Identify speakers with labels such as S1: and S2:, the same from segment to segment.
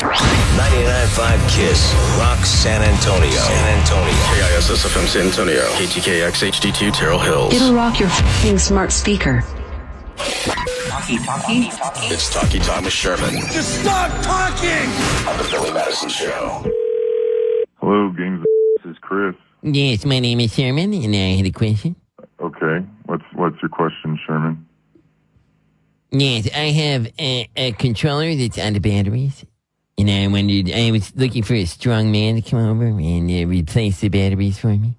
S1: 99.5 Kiss Rock San Antonio. San Antonio.
S2: KISSFM San Antonio, KTKX HD2 Terrell Hills.
S3: It'll rock your f***ing smart speaker.
S2: It's Talkie Time with Sherman. Just stop talking! On the Billy Madison Show.
S4: Hello, Games of This is Chris.
S5: Yes, my name is Sherman, and I had a question.
S4: Okay, what's what's your question, Sherman?
S5: Yes, I have a, a controller that's out of batteries, and I wondered, I was looking for a strong man to come over and uh, replace the batteries for me.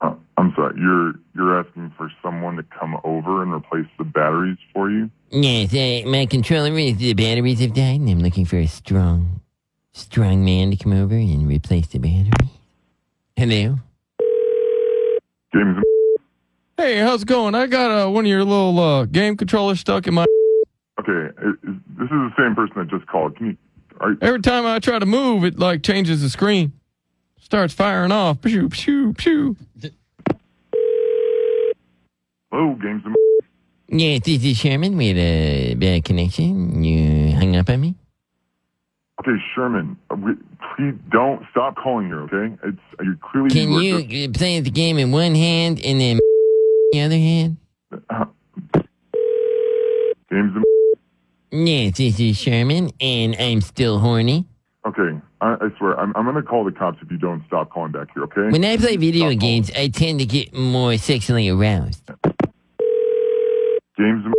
S4: Uh, I'm sorry, you're you're asking for someone to come over and replace the batteries for you?
S5: Yes, uh, my controller is the batteries have died, and I'm looking for a strong, strong man to come over and replace the batteries. Hello.
S4: Games of
S6: Hey, how's it going? I got uh, one of your little uh, game controllers stuck in my.
S4: Okay, i i- this is the same person that just called. Can you? Are,
S6: Every time I try to move, it like changes the screen, starts firing off. Pew pew pew.
S4: hello, Games of
S5: Yes, this is Sherman. We had a bad connection. You hung up on me.
S4: Okay, Sherman, uh, we, please don't stop calling her. Okay, it's you clearly.
S5: Can
S4: are
S5: you
S4: just-
S5: uh, play the game in one hand and then the other hand?
S4: Games of
S5: Yes, this is Sherman, and I'm still horny.
S4: Okay, I, I swear, I'm I'm gonna call the cops if you don't stop calling back here. Okay.
S5: When I play video
S4: Stop
S5: games, I tend to get more sexually aroused.
S4: Games of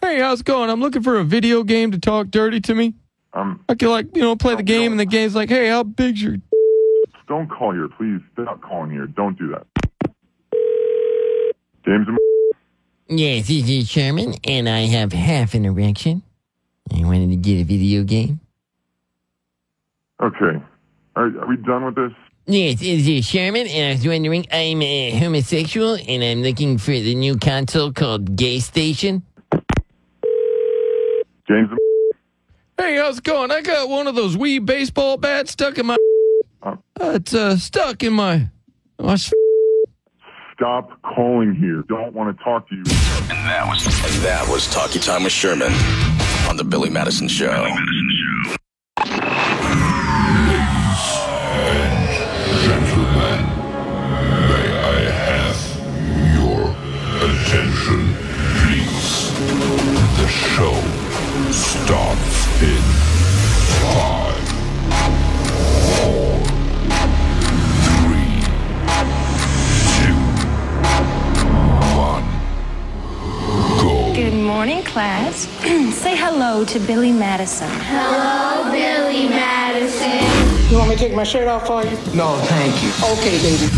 S6: Hey, how's it going? I'm looking for a video game to talk dirty to me.
S4: um,
S6: I can like you know play the game, and the game's like, hey, how big's your?
S4: don't call here, please. Stop calling here. Don't do that. Games of
S5: Yes, this is Sherman, and I have half an erection. I wanted to get a video game.
S4: Okay. Are, are we done with this?
S5: Yes, this is Sherman, and I was wondering, I'm a homosexual, and I'm looking for the new console called Gay Station.
S4: James,
S6: Hey, how's it going? I got one of those wee baseball bats stuck in my. Uh, it's uh, stuck in my. my s-
S4: stop calling here. Don't want to talk to you.
S2: And that was Talkie Time with Sherman on the Billy Madison Show.
S7: Gentlemen, may I have your attention, please? The show starts in five, four, three, two, one. Go.
S8: Good morning, class. Say hello to Billy Madison.
S9: You want me to take my shirt off for you? No, thank you. Okay, baby.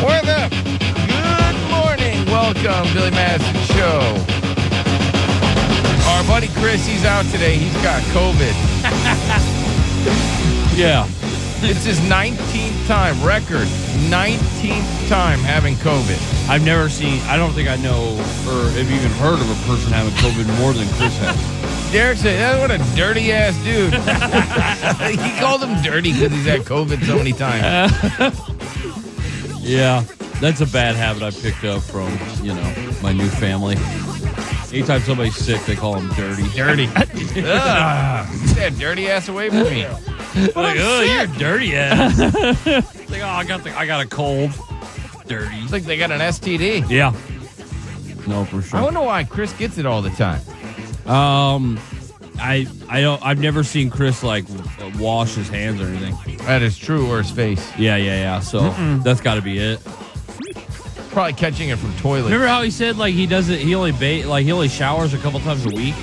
S6: We're the good morning. Welcome, Billy Madison Show. Our buddy Chris, he's out today. He's got COVID. yeah. It's his 19th time, record 19th time having COVID.
S7: I've never seen, I don't think I know or have even heard of a person having COVID more than Chris has.
S6: Derek said, "Yeah, What a dirty ass dude. he called him dirty because he's had COVID so many times.
S7: Yeah, that's a bad habit I picked up from, you know, my new family. Anytime somebody's sick, they call them dirty.
S6: Dirty. Ah. Ugh. Get that dirty ass away from me.
S7: like, oh, you're dirty ass. It's like, oh, I got the, I got a cold. Dirty.
S6: It's like they got an STD.
S7: Yeah. No, for sure.
S6: I wonder why Chris gets it all the time.
S7: um, I I don't I've never seen Chris like w- wash his hands or anything.
S6: That is true, or his face.
S7: Yeah, yeah, yeah. So that's got to be it.
S6: Probably catching it from toilet.
S7: Remember how he said like he doesn't he only ba- like he only showers a couple times a week.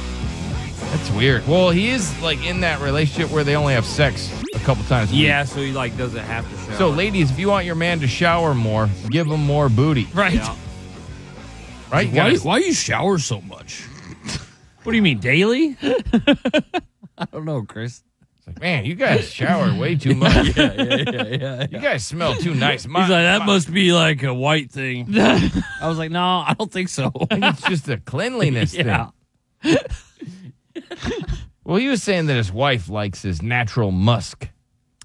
S6: That's weird. Well, he is like in that relationship where they only have sex a couple times. a week.
S7: Yeah, so he like doesn't have to shower.
S6: So, ladies, if you want your man to shower more, give him more booty.
S7: right?
S6: Right? You
S7: Why?
S6: gotta-
S7: why you shower so much? what do you mean daily? I don't know, Chris.
S6: Man, you guys shower way too much.
S7: yeah, yeah, yeah, yeah.
S6: You guys smell too nice. My,
S7: He's like, that
S6: my-
S7: must be like a white thing. I was like, no, I don't think so.
S6: I think it's just a cleanliness
S7: Yeah.
S6: thing. Well, he was saying that his wife likes his natural musk.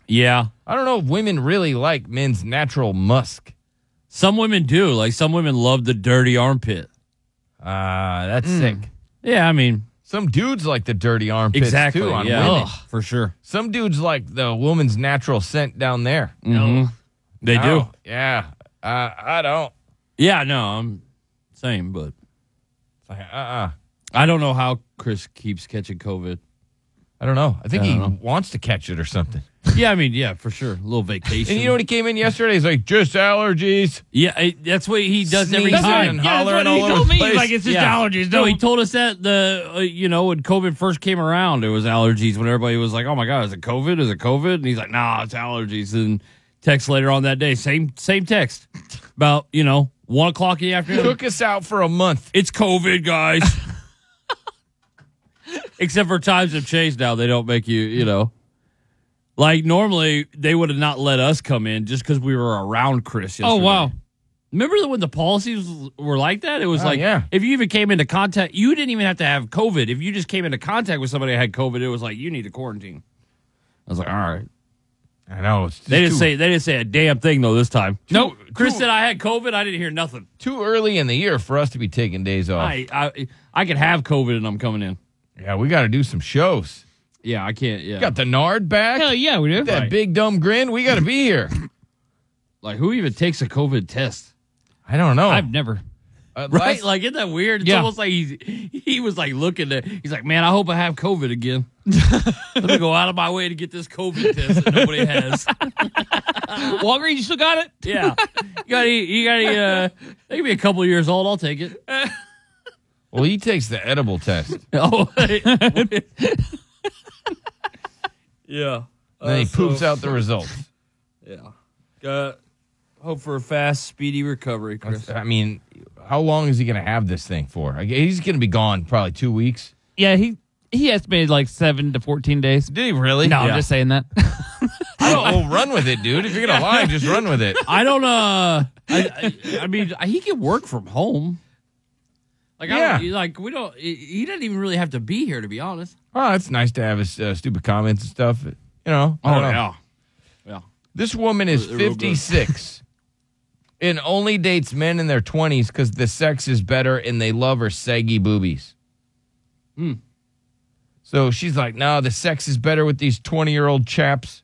S7: Yeah.
S6: I don't know if women really like men's natural musk.
S7: Some women do. Like some women love the dirty armpit. Mm.
S6: Ah, that's sick.
S7: Yeah, I mean,
S6: Some dudes like the dirty armpits
S7: exactly.
S6: too on
S7: yeah,
S6: women.
S7: Ugh, for sure.
S6: Some dudes like the woman's natural scent down there.
S7: Mhm. They
S6: I
S7: do.
S6: don't- Yeah. Uh, I don't.
S7: Yeah, no, I'm same, but
S6: It's like, uh-uh.
S7: I don't know how Chris keeps catching COVID.
S6: I don't know. I think
S7: I
S6: he
S7: don't know.
S6: wants to catch it or something.
S7: Yeah, I mean, yeah, for sure. A little vacation.
S6: And you know what he came in yesterday? He's like, just allergies.
S7: yeah, I- that's what he does every
S6: Sneezing
S7: time.
S6: and hollering all over the place.
S7: Yeah. No, he told us that the uh, you know when COVID first came around, it was allergies. When everybody was like, "Oh my god, is it COVID? Is it COVID?" And he's like, "Nah, it's allergies." And text later on that day, same same text about you know one o'clock in the afternoon.
S6: Took us out for a month.
S7: it's COVID, guys. Except for times of chase now, they don't make you, you know. Like normally, they would have not let us come in just because we were around Chris. Yesterday.
S10: Oh, wow.
S7: Remember when the policies were like that? It was
S6: Oh,
S7: like
S6: yeah.
S7: if you even came into contact, you didn't even have to have COVID. If you just came into contact with somebody that had COVID, it was like you need to quarantine. I was like, all right.
S6: I know. It's just
S7: They didn't
S6: too,
S7: say they didn't say a damn thing though this time. No, Chris
S6: too-
S7: said I had COVID. I didn't hear nothing.
S6: too early in the year for us to be taking days off.
S7: I I I could have COVID and I'm coming in.
S6: Yeah, we got to do some shows.
S7: Yeah, I can't. Yeah,
S6: Got the Nard back.
S10: Hell yeah, we do.
S6: That big dumb grin. We got to be here.
S7: like who even takes a COVID test?
S6: I don't know.
S10: I've never.
S6: Uh, last-
S7: Right? Like, isn't that weird? It's
S10: Yeah.
S7: almost like he's, he was like looking at, he's like, man, I hope I have COVID again. Let me go out of my way to get this COVID test that nobody has.
S10: Walgreens, you still got it?
S7: yeah. You got any, you got any, uh, they can be a couple years old. I'll take it.
S6: well, he takes the edible test.
S7: Oh, yeah. Uh,
S6: then he poops out the results.
S7: Yeah. Uh, hope for a fast, speedy recovery, Chris.
S6: I mean, how long is he going to have this thing for? I gue- He's going to be gone probably two weeks.
S10: Yeah, he he estimated like seven to fourteen days.
S6: Did he really?
S10: No,
S7: Yeah.
S10: I'm just saying that.
S6: I don't, well, run with it, dude. If you're going to lie, just run with it.
S7: I don't. Uh, I, I, I mean, he can work from home. Like, I don't,
S6: Yeah.
S7: like we don't. He he doesn't even really have to be here, to be honest.
S6: Oh, it's nice to have his uh, stupid comments and stuff. You know. I don't know.
S7: yeah.
S6: This woman is
S7: They're real good.
S6: 56 and only dates men in their 20s because the sex is better and they love her saggy boobies.
S7: Hmm.
S6: So she's like, no, the sex is better with these 20 year old chaps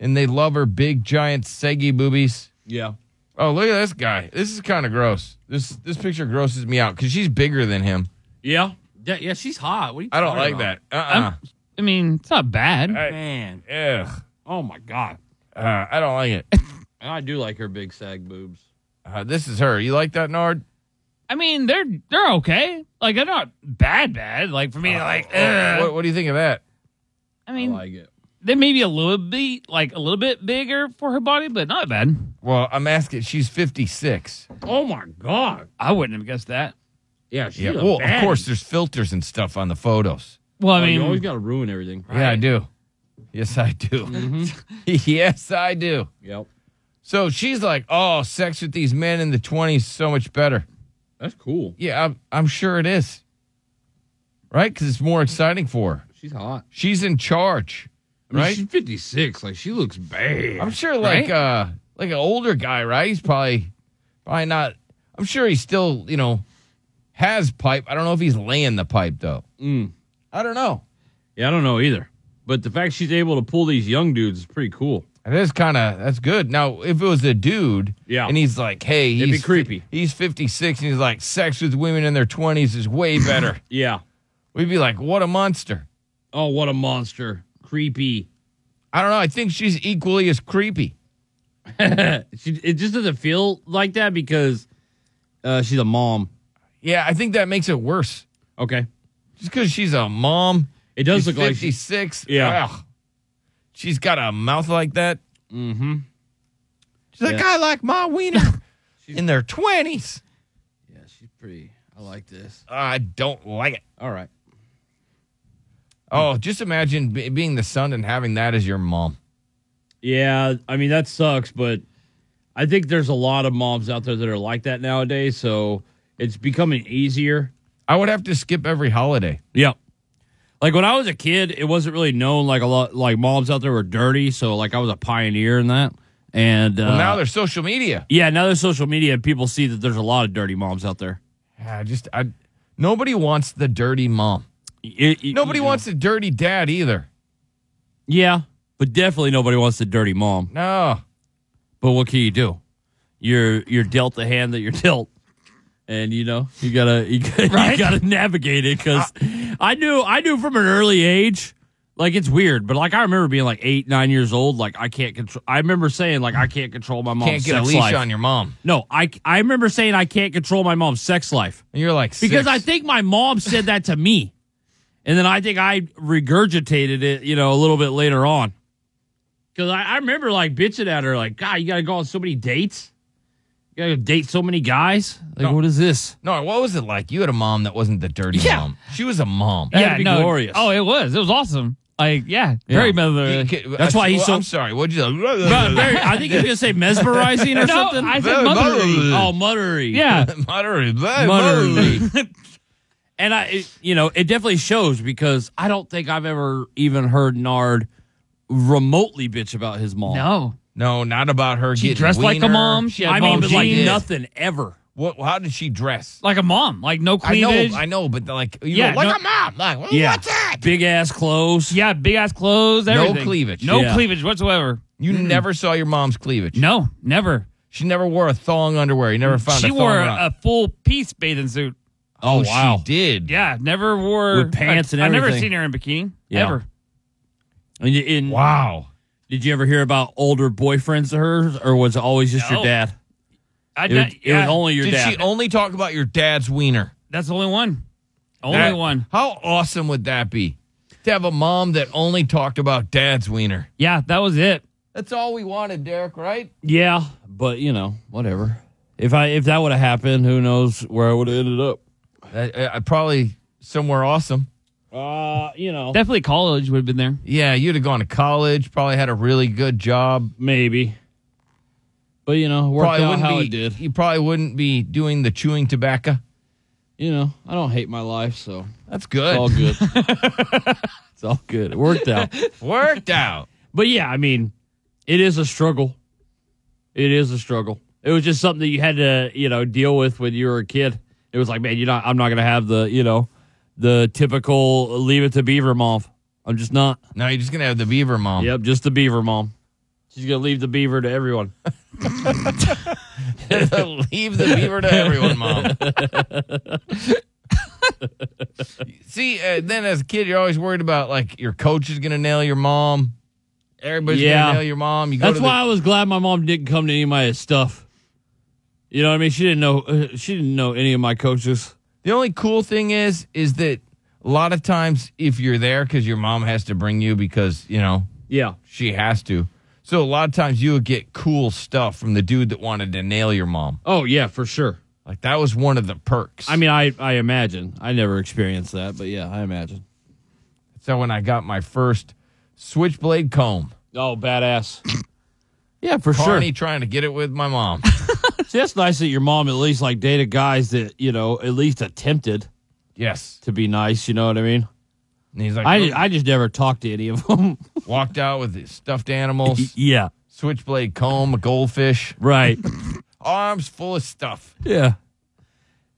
S6: and they love her big, giant, saggy boobies.
S7: Yeah.
S6: Oh, look at this guy. This is kind of gross. This this picture grosses me out because she's bigger than him.
S7: Yeah. Yeah. Yeah. She's hot. What are you
S6: I don't
S7: talking
S6: like
S7: about?
S6: that. Uh
S10: I mean, it's not bad.
S6: uh
S7: Man.
S6: Ugh.
S7: Oh my god.
S6: Uh, I don't like it.
S7: And I do like her big sag boobs.
S6: Uh, this is her. You like that, Nard?
S10: I mean, they're they're okay. Like they're not bad, bad. Like for me, like ugh.
S6: Uh, What, what do you think of that?
S10: I
S7: I
S10: mean,
S7: like it.
S10: they may be a little bit like a little bit bigger for her body, but not bad.
S6: Well, I'm asking. She's 56.
S10: Oh my god, I wouldn't have guessed that.
S7: Yeah. She's
S6: Yeah.
S7: a
S6: Well,
S7: baddie.
S6: of course, there's filters and stuff on the photos.
S10: Well, I
S7: Oh,
S10: mean,
S7: you always got to ruin everything. Mm-hmm.
S6: Yeah, I do. Yes, I do. yes, I do.
S7: Yep.
S6: So she's like, "Oh, sex with these men in the 20s is so much better."
S7: That's cool.
S6: Yeah, I'm, I'm sure it is. Right? Because it's more exciting for her.
S7: She's hot.
S6: She's in charge,
S7: I mean,
S6: right?
S7: She's 56. Like she looks bad.
S6: I'm sure, like uh, like an older guy, right? He's probably probably not. I'm sure he still, you know, has pipe. I don't know if he's laying the pipe though. I don't know.
S7: Hmm. Yeah, I don't know either. But the fact she's able to pull these young dudes is pretty cool.
S6: That is kind of that's good. Now, if it was a dude,
S7: Yeah.
S6: and he's like, "Hey, he's,
S7: It'd be creepy.
S6: He's fifty six, and he's like, sex with women in their twenties is way better."
S7: Yeah.
S6: We'd be like, "What a monster!"
S7: Oh, what a monster. Creepy.
S6: I don't know. I think she's equally as creepy.
S7: She, it just doesn't feel like that because uh, she's a mom.
S6: Yeah, I think that makes it worse.
S7: Okay.
S6: Just because she's a mom,
S7: It does
S6: she's
S7: look like she-
S6: fifty six.
S7: Yeah.
S6: She's got a mouth like that.
S7: Mm-hmm.
S6: She's like, I like my wiener in their twenties.
S7: Pretty. I like this.
S6: I don't like it.
S7: All right.
S6: Oh, just imagine be- being the son and having that as your mom.
S7: Yeah, I mean that sucks, but I think there's a lot of moms out there that are like that nowadays. So it's becoming easier.
S6: I would have to skip every holiday.
S7: Yeah. Like when I was a kid, it wasn't really known. Like a lot, like moms out there were dirty. So like I was a pioneer in that. And uh,
S6: well, now there's social media.
S7: yeah, now there's social media. People see that there's a lot of dirty moms out there.
S6: I just, I, nobody wants the dirty mom. nobody wants the dirty dad either.
S7: Yeah, but definitely nobody wants the dirty mom.
S6: No.
S7: But what can you do? You're you're dealt the hand that you're dealt, and you know you gotta you gotta, you gotta navigate it. Because I knew I knew from an early age, like it's weird, but like I remember being like eight nine years old, like I can't control. I remember saying like I can't control my mom's
S6: Can't get a
S7: sex
S6: leash
S7: life.
S6: on your mom.
S7: No, I I remember saying I can't control my mom's sex life.
S6: And you're like
S7: because
S6: six.
S7: I think my mom said that to me, and then I think I regurgitated it, you know, a little bit later on. Because I, I remember like bitching at her, like, God, you gotta go on so many dates, you gotta date so many guys. Like, what is this?
S6: No, what was it like? You had a mom that wasn't the dirty
S10: Yeah.
S6: mom. She was a mom.
S10: yeah, no, Oh, it was. It was awesome. Like, yeah, very mesmerizing.
S6: That's why he's so. I'm sorry. What'd you?
S10: But very-
S7: I think he was gonna say mesmerizing or
S10: No,
S7: something.
S10: I said muttery.
S7: Oh, muttery.
S10: Yeah.
S6: Muttery.
S7: Muttery. and I, it, you know, it definitely shows because I don't think I've ever even heard Nard remotely bitch about his mom.
S10: No.
S6: No, not about her.
S10: She
S6: getting
S10: dressed like a
S6: wiener.
S10: mom. She had
S7: I mean,
S10: mom
S7: but like
S10: jeans.
S7: nothing ever.
S6: What? How did she dress?
S10: Like a mom. Like no
S6: I know,
S10: cleavage.
S6: I know, but like, you
S10: Yeah,
S6: know, like
S10: no-
S6: a mom. Like, well,
S7: Yeah.
S6: what's that?
S7: Big ass clothes.
S10: Yeah, big ass clothes.
S6: No
S10: Everything.
S6: cleavage.
S10: No
S6: Yeah.
S10: cleavage whatsoever.
S6: You never saw your mom's cleavage.
S10: No, never. Mm,
S6: She never wore a thong underwear. You never found
S10: she
S6: a thong
S10: wore
S6: around.
S10: a full piece bathing suit.
S6: Oh,
S7: wow.
S6: she did.
S10: Yeah, never wore
S7: With pants and
S10: I, I've never
S7: everything.
S10: seen her in bikini.
S7: Yeah.
S10: Ever.
S7: And, you- and-
S6: Wow.
S7: Did you ever hear about older boyfriends of hers, or was it always just
S10: No.
S7: your dad?
S10: I,
S7: It was-
S10: that-
S7: it was only your
S6: Did
S7: dad.
S6: she only talk about your dad's wiener?
S10: That's the only one. Only
S6: That-
S10: one.
S6: How awesome would that be? To have a mom that only talked about dad's wiener.
S10: Yeah, that was it.
S6: That's all we wanted, Derek, right?
S7: Yeah, but you know, whatever. If I if that would have happened, who knows where I would have ended up?
S6: I, probably somewhere awesome.
S7: Uh, you know,
S10: Definitely college would have been there.
S6: Yeah, you'd have gone to college, probably had a really good job.
S7: maybe. But you know, worked
S6: Probably
S7: out
S6: wouldn't
S7: how
S6: be,
S7: it did.
S6: You probably wouldn't be doing the chewing tobacco.
S7: You know, I don't hate my life, so
S6: That's
S7: it's all
S6: good.
S7: good. it's all good. It worked out.
S6: Worked out.
S7: But yeah, I mean, it is a struggle. It is a struggle. It was just something that you had to, you know, deal with when you were a kid. It was like, man, you're not. I'm not gonna have the, you know, the typical leave it to Beaver mom. I'm just not.
S6: Now you're just gonna have the beaver mom.
S7: Yep, just the Beaver mom. She's gonna leave the Beaver to everyone.
S6: Leave the beaver to everyone, mom. See, uh, then as a kid, you're always worried about like your coach is gonna nail your mom. Everybody's
S7: Yeah.
S6: gonna nail your mom. You go
S7: That's
S6: to
S7: why I
S6: the-
S7: was glad my mom didn't come to any of my stuff. You know what I mean? She didn't know. uh, She didn't know any of my coaches.
S6: The only cool thing is, is that a lot of times if you're there because your mom has to bring you because you know
S7: Yeah.
S6: she has to. So a lot of times you would get cool stuff from the dude that wanted to nail your mom.
S7: Oh yeah, for sure.
S6: Like that was one of the perks.
S7: I mean, I I imagine. I never experienced that, but yeah, I imagine.
S6: so when I got my first switchblade comb,
S7: Oh, badass. yeah, for
S6: Carney
S7: sure.
S6: trying to get it with my mom.
S7: See, that's nice that your mom at least like dated guys that, you know, at least attempted
S6: yes,
S7: to be nice, you know what I mean?
S6: and he's like,
S7: I, I just never talked to any of them.
S6: walked out with his stuffed animals,
S7: yeah.
S6: switchblade comb, a goldfish,
S7: Right.
S6: arms full of stuff.
S7: yeah.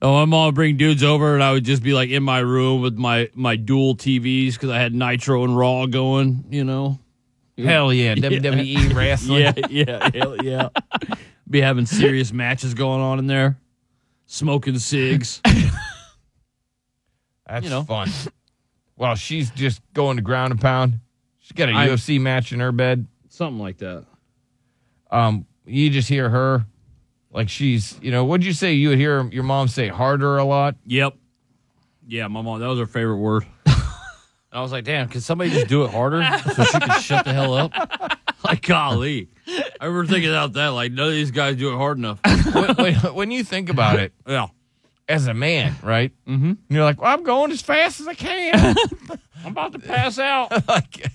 S7: Oh, my mom would bring dudes over and I would just be like in my room with my my dual TVs because I had Nitro and Raw going, you know.
S6: Hell yeah, WWE wrestling.
S7: Yeah, yeah, hell yeah. Be having serious matches going on in there. Smoking cigs.
S6: That's
S7: you know.
S6: fun. Well, she's just going to ground and pound. She's got a
S7: I-
S6: UFC match in her bed.
S7: Something like that.
S6: Um, you just hear her, like she's, you know, what'd you say? You would hear your mom say harder a lot.
S7: Yep. Yeah, my mom. That was her favorite word. I was like, damn, could somebody just do it harder so she could shut the hell up? Like, golly. I remember thinking about that. Like, none of these guys do it hard enough.
S6: when, when, when you think about it,
S7: yeah.
S6: as a man, right? Mm-hmm. You're like, well, I'm going as fast as I can.
S10: I'm about to pass out.
S6: like,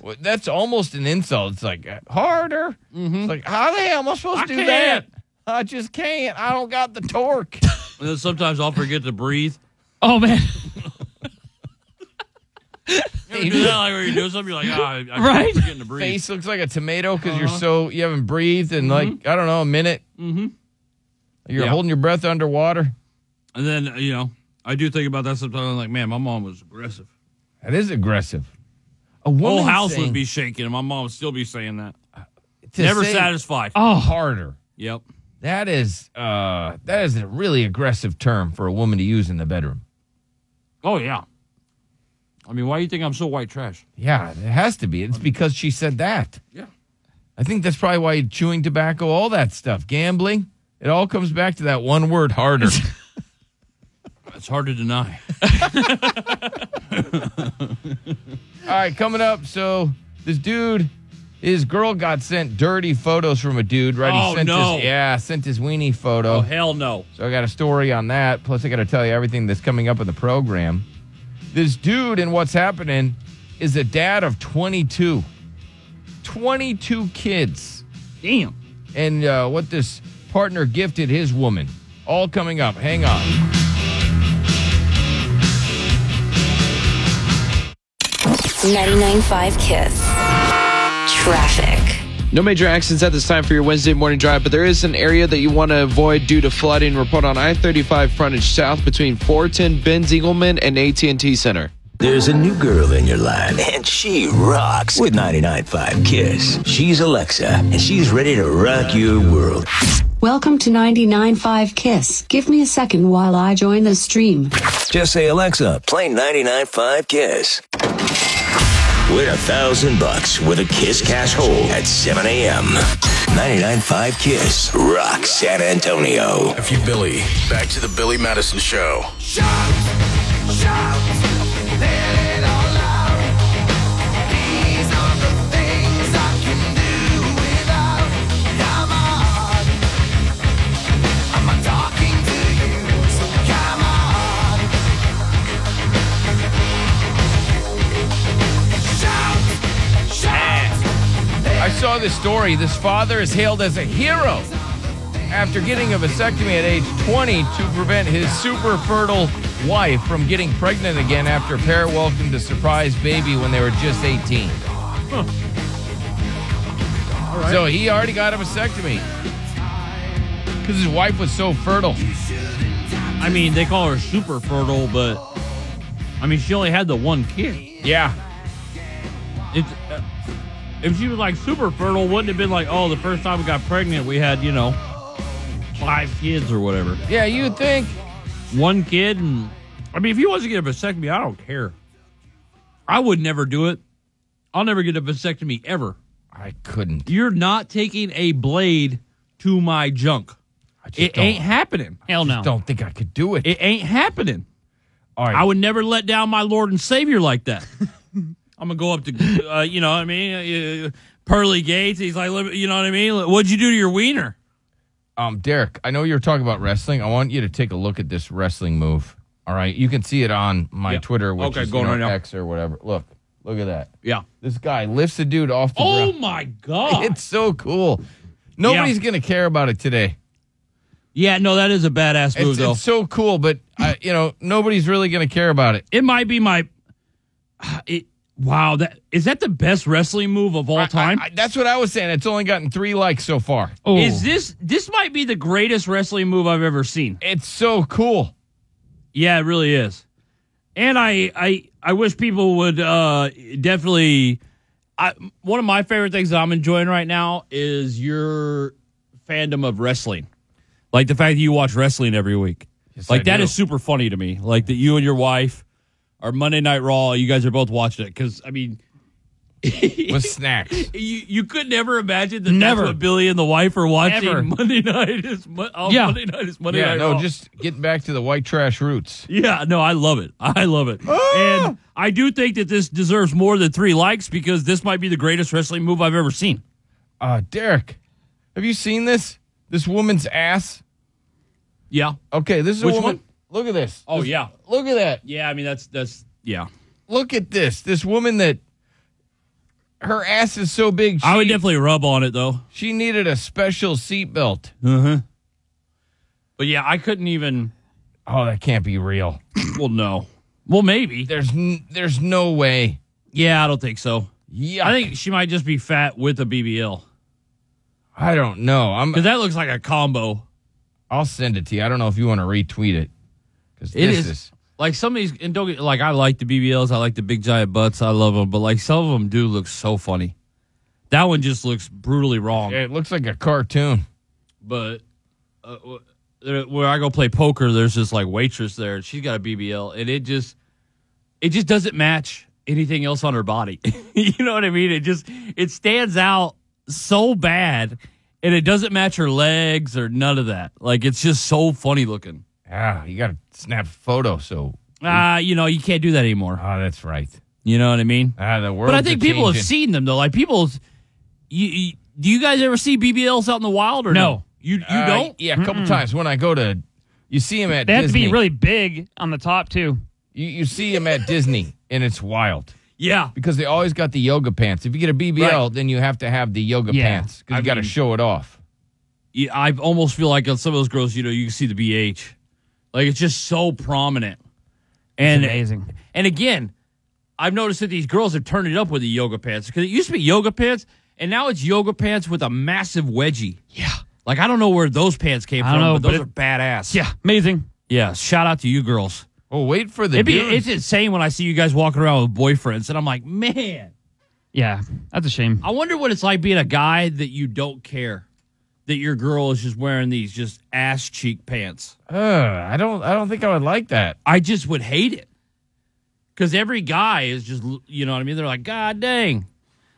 S6: well, that's almost an insult. It's like uh, harder. It's like, how the hell am I supposed to
S10: I
S6: do that?
S10: can't.
S6: I just can't. I don't got the torque.
S7: And then sometimes I'll forget to breathe.
S10: Oh man.
S7: You ever do that, like, where you do something, you're like, ah, I'm
S10: Right.
S7: forgetting to breathe.
S6: Face looks like a tomato because you're so you haven't breathed in like I don't know a minute.
S7: Mm-hmm.
S6: You're
S7: Yeah.
S6: holding your breath underwater.
S7: And then, you know, I do think about that sometimes. I'm like, man, my mom was aggressive.
S6: That is aggressive. A
S7: The whole
S6: woman
S7: house
S6: saying Uh,
S7: would be shaking, and my mom would still be saying that.
S6: to
S7: Never
S6: say Oh.
S7: satisfied.
S6: harder.
S7: Yep.
S6: That is uh that is a really aggressive term for a woman to use in the bedroom.
S7: Oh, yeah. I mean, why do you think I'm so white trash?
S6: Yeah, it has to be. It's because she said that.
S7: Yeah.
S6: I think that's probably why chewing tobacco, all that stuff, gambling, it all comes back to that one word harder.
S7: It's hard to deny.
S6: all right, coming up, so this dude his girl got sent dirty photos from a dude, right?
S7: Oh,
S6: sent
S7: no.
S6: his yeah, sent his weenie photo.
S7: Oh, hell no.
S6: So I got a story on that. Plus, I got to tell you everything that's coming up in the program. This dude and what's happening is a dad of 22. 22 kids.
S10: Damn.
S6: And uh, what this partner gifted his woman. All coming up. Hang on.
S8: Ninety-nine-five Kiss. Traffic.
S11: No major accidents at this time for your Wednesday morning drive, but there is an area that you want to avoid due to flooding. Report on I-35 frontage south between 410 Benz Eagleman and AT&T Center.
S1: There's a new girl in your life, and she rocks with 99.5 Kiss. She's Alexa, and she's ready to rock your world.
S3: Welcome to 99.5 Kiss. Give me a second while I join the stream.
S1: Just say, Alexa, play 99.5 Kiss. Win a thousand bucks with a Kiss Cash hole at 7 a.m. 99.5 Kiss rock San Antonio.
S2: F Oh, you, Billy. Back to the Billy Madison Show.
S6: I saw this story. This father is hailed as a hero after getting a vasectomy at age 20 to prevent his super fertile wife from getting pregnant again after a pair welcomed a surprise baby when they were just 18. So he already got a vasectomy because his wife was so fertile.
S7: I mean, they call her super fertile, but I mean, she only had the one kid.
S6: Yeah.
S7: It's, uh, if she was like super fertile, wouldn't it have been like, oh, the first time we got pregnant, we had, you know, five kids or whatever.
S6: Yeah, you'd think.
S7: One kid. And I mean, if you want to get a vasectomy, I don't care. I would never do it. I'll never get a vasectomy ever.
S6: I couldn't.
S7: You're not taking a blade to my junk. It
S6: don't-
S7: ain't happening.
S10: Hell no.
S6: Don't think I could do it.
S7: It ain't happening.
S6: All right.
S7: I would never let down my Lord and Savior like that. I'm gonna go up to, uh, you know, what I mean, uh, pearly gates. He's like, "Look," you know what I mean? What'd you do to your wiener?
S6: Um, Derek, I know you were talking about wrestling. I want you to take a look at this wrestling move. All right, you can see it on my
S7: Yeah.
S6: Twitter, which
S7: Okay,
S6: is
S7: going
S6: you know,
S7: right now.
S6: X or whatever. Look, look at that.
S7: Yeah.
S6: This guy lifts a dude off the
S7: Oh
S6: ground.
S7: my god.
S6: It's so cool. Nobody's gonna care about it today.
S7: yeah, no, that is a badass move
S6: It's,
S7: though.
S6: it's so cool, but uh, you know nobody's really gonna care about it.
S7: it might be my. It, wow, that is that the best wrestling move of all time?
S6: I- I- that's what I was saying. It's only gotten three likes so far.
S7: Is this this might be the greatest wrestling move I've ever seen?
S6: It's so cool.
S7: Yeah, it really is. And I I I wish people would uh definitely I one of my favorite things that I'm enjoying right now is your fandom of wrestling. Like the fact that you watch wrestling every week.
S6: Yes,
S7: like
S6: I
S7: that is
S6: do.
S7: super funny to me. Like that you and your wife are Monday Night Raw, you guys are both watching it cuz I mean
S6: with snacks.
S7: You, you could never imagine that
S10: Never.
S7: that's what Billy and the wife are watching
S10: Ever.
S7: Monday night is Mo- oh,
S10: Yeah.
S7: Monday night is Monday
S6: yeah,
S7: night.
S6: no,
S7: Raw.
S6: just get back to the white trash roots. Ah!
S7: yeah, no, I love it. I love it. And I do think that this deserves more than three likes because this might be the greatest wrestling move I've ever seen.
S6: Uh, Derek, have you seen this? This woman's ass.
S7: Yeah.
S6: Okay, this is
S7: Which
S6: a woman.
S7: one?
S6: Look at this.
S7: Oh
S6: This-
S7: yeah,
S6: look at that.
S7: Yeah, I mean that's that's yeah.
S6: Look at this. This woman that her ass is so big. She,
S7: I would definitely rub on it though.
S6: she needed a special seatbelt.
S7: Uh huh. But yeah, I couldn't even.
S6: Oh, that can't be real.
S7: Well, no. Well, maybe
S6: there's n- there's no way.
S7: Yeah, I don't think so.
S6: Yeah,
S7: I think she might just be fat with a BBL.
S6: I don't know. I'm
S7: because that looks like a combo.
S6: I'll send it to you. I don't know if you want to retweet it because
S7: It
S6: this
S7: is.
S6: is.
S7: Like some of these, and don't get like I like the BBLs, I like the big giant butts, I love them, but like some of them do look so funny. That one just looks brutally wrong.
S6: It looks like a cartoon.
S7: But uh, wh- there- where I go play poker, there's this like waitress there, and she's got a BBL, and it just, it just doesn't match anything else on her body. you know what I mean? It just it stands out so bad, and it doesn't match her legs or none of that. Like it's just so funny looking.
S6: Ah, you got to snap a photo. So
S7: Ah, you know you can't do that anymore.
S6: Ah, that's right.
S7: You know what I mean?
S6: Ah, the world.
S7: But I think people have seen them though. Like people, you, you, do you guys ever see BBLs out in the wild or no?
S6: No. Uh,
S7: You you don't?
S6: Yeah, a couple
S7: Mm-mm.
S6: times when I go to, you see them at.
S10: They have to be
S6: Disney.
S10: really big on the top too.
S6: You, you see them at Disney, and it's wild.
S7: Yeah,
S6: because they always got the yoga pants. If you get a BBL, then you have to have the yoga
S7: Yeah.
S6: pants because
S7: I
S6: you got to
S7: mean-
S6: show it off.
S7: Yeah, I almost feel like on some of those girls, you know, you can see the BH, like it's just so prominent. And
S10: amazing.
S7: And again, I've noticed that these girls have turned it up with the yoga pants because it used to be yoga pants, and now it's yoga pants with a massive wedgie. Yeah, like I don't know where those pants came
S10: I
S7: from,
S10: don't know,
S7: but those
S10: but
S7: are
S10: it-
S7: badass.
S10: Yeah, amazing.
S7: Yeah, shout out to you girls.
S6: Well, wait for the
S7: It'd be,
S6: dudes.
S7: it's insane when I see you guys walking around with boyfriends, and I'm like, man,
S10: Yeah, that's a shame.
S7: I wonder what it's like being a guy that you don't care that your girl is just wearing these just ass cheek pants.
S6: Ugh, I don't. I don't think I would like that.
S7: I just would hate it because every guy is just, you know what I mean? They're like, God dang.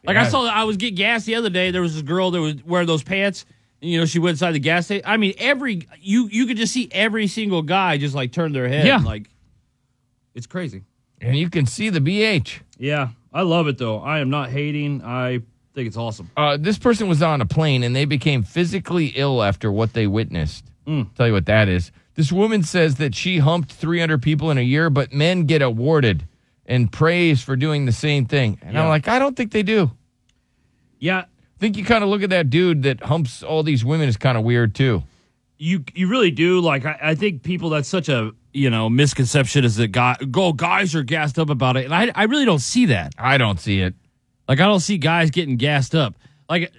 S7: Like I
S6: Yeah.
S7: saw that I was getting gas the other day. There was this girl that was wearing those pants. And, you know, she went inside the gas station. I mean, every you you could just see every single guy just like turn their head.
S10: Yeah.
S7: like it's crazy.
S6: And you can see the BH.
S7: Yeah, I love it though. I am not hating. I think it's awesome.
S6: Uh, this person was on a plane and they became physically ill after what they witnessed.
S7: Hmm.
S6: Tell you what that is. This woman says that she humped 300 people in a year, but men get awarded and praised for doing the same thing. And I'm
S7: Yeah.
S6: like, I don't think they do.
S7: Yeah,
S6: I think you kind of look at that dude that humps all these women is kind of weird too.
S7: you you really do like I, I think people that's such a you know misconception is that guy go guys are gassed up about it and I I really don't see that
S6: I don't see it.
S7: like I don't see guys getting gassed up like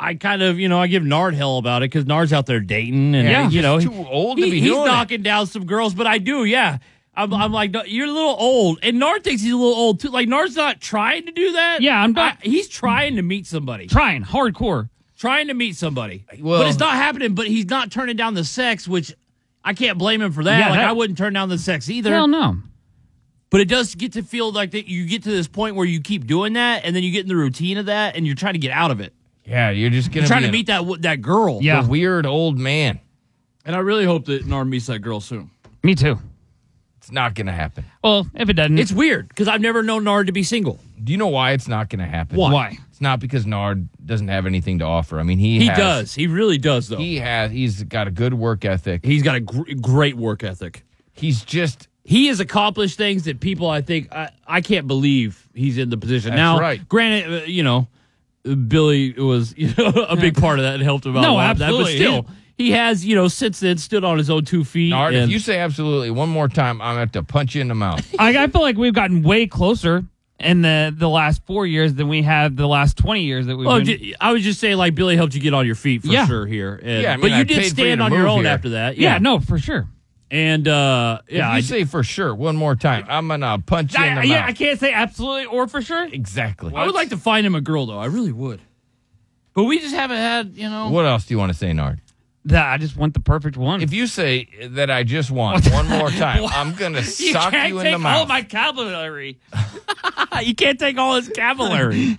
S7: I kind of you know I give Nard hell about it because Nard's out there dating and
S6: Yeah,
S7: you
S6: he's
S7: know
S6: too old to
S7: he-
S6: be
S7: he's
S6: doing it.
S7: knocking down some girls but I do yeah I'm I'm like "No, you're a little old and Nard thinks he's a little old too like Nard's not trying to do that
S10: Yeah, I'm not-
S7: I- he's trying to meet somebody
S10: Trying hardcore.
S7: trying to meet somebody.
S6: Well-
S7: but it's not happening. But he's not turning down the sex, which I can't blame him for that.
S10: Yeah,
S7: like
S10: that-
S7: I wouldn't turn down the sex either.
S10: Hell no.
S7: But it does get to feel like that you get to this point where you keep doing that, and then you get in the routine of that, and you're trying to get out of it.
S6: Yeah, you're just gonna
S7: You're trying to
S6: be
S7: meet that wo- that girl.
S6: an-
S10: Yeah.
S6: a weird old man.
S7: And I really hope that Norm meets that girl soon.
S10: Me too.
S6: It's not gonna happen.
S10: Well, if it doesn't,
S7: It's weird because I've never known Nard to be single.
S6: Do you know why it's not gonna happen?
S7: Why?
S10: Why?
S6: It's not because Nard doesn't have anything to offer. I mean, he
S7: He
S6: has-
S7: does. He really does, though.
S6: He has. He's got a good work ethic.
S7: He's got a gr- great work ethic.
S6: He's just
S7: he has accomplished things that people I think I, I can't believe he's in the position
S6: That's
S7: now.
S6: right.
S7: Granted, uh, you know, Billy was you know a big part of that and helped him out.
S10: No,
S7: a lot of
S10: absolutely.
S7: That, but still, he has you know since then stood on his own two feet.
S6: Nard. If
S7: and-
S6: you say absolutely one more time, I'm gonna have to punch you in the mouth.
S10: I, I feel like we've gotten way closer in the the last four years than we have the last twenty years that we've.
S7: well,
S10: been.
S7: ju- I was just saying like Billy helped you get on your feet for
S10: Yeah.
S7: sure here. And-
S6: Yeah, I mean,
S7: but you
S6: I paid
S7: did
S6: for you
S7: stand
S6: to
S7: on your
S6: move
S7: own
S6: here.
S7: after that.
S10: yeah, no, for sure.
S7: and uh, yeah, I
S6: if
S7: ju-
S6: you say for sure one more time, I'm gonna punch you in the
S10: I, yeah, I
S6: mouth.
S10: can't say absolutely or for sure.
S6: Exactly.
S7: I would like to find him a girl though. I really would. But we just haven't had you know.
S6: What else do you want to say, Nard?
S10: That I just want the perfect one.
S6: If you say that I just want one more time, I'm gonna
S10: you
S6: sock
S10: can't
S6: you in
S10: take
S6: the mouth.
S10: all my complimentary
S7: you can't take all his cavalry.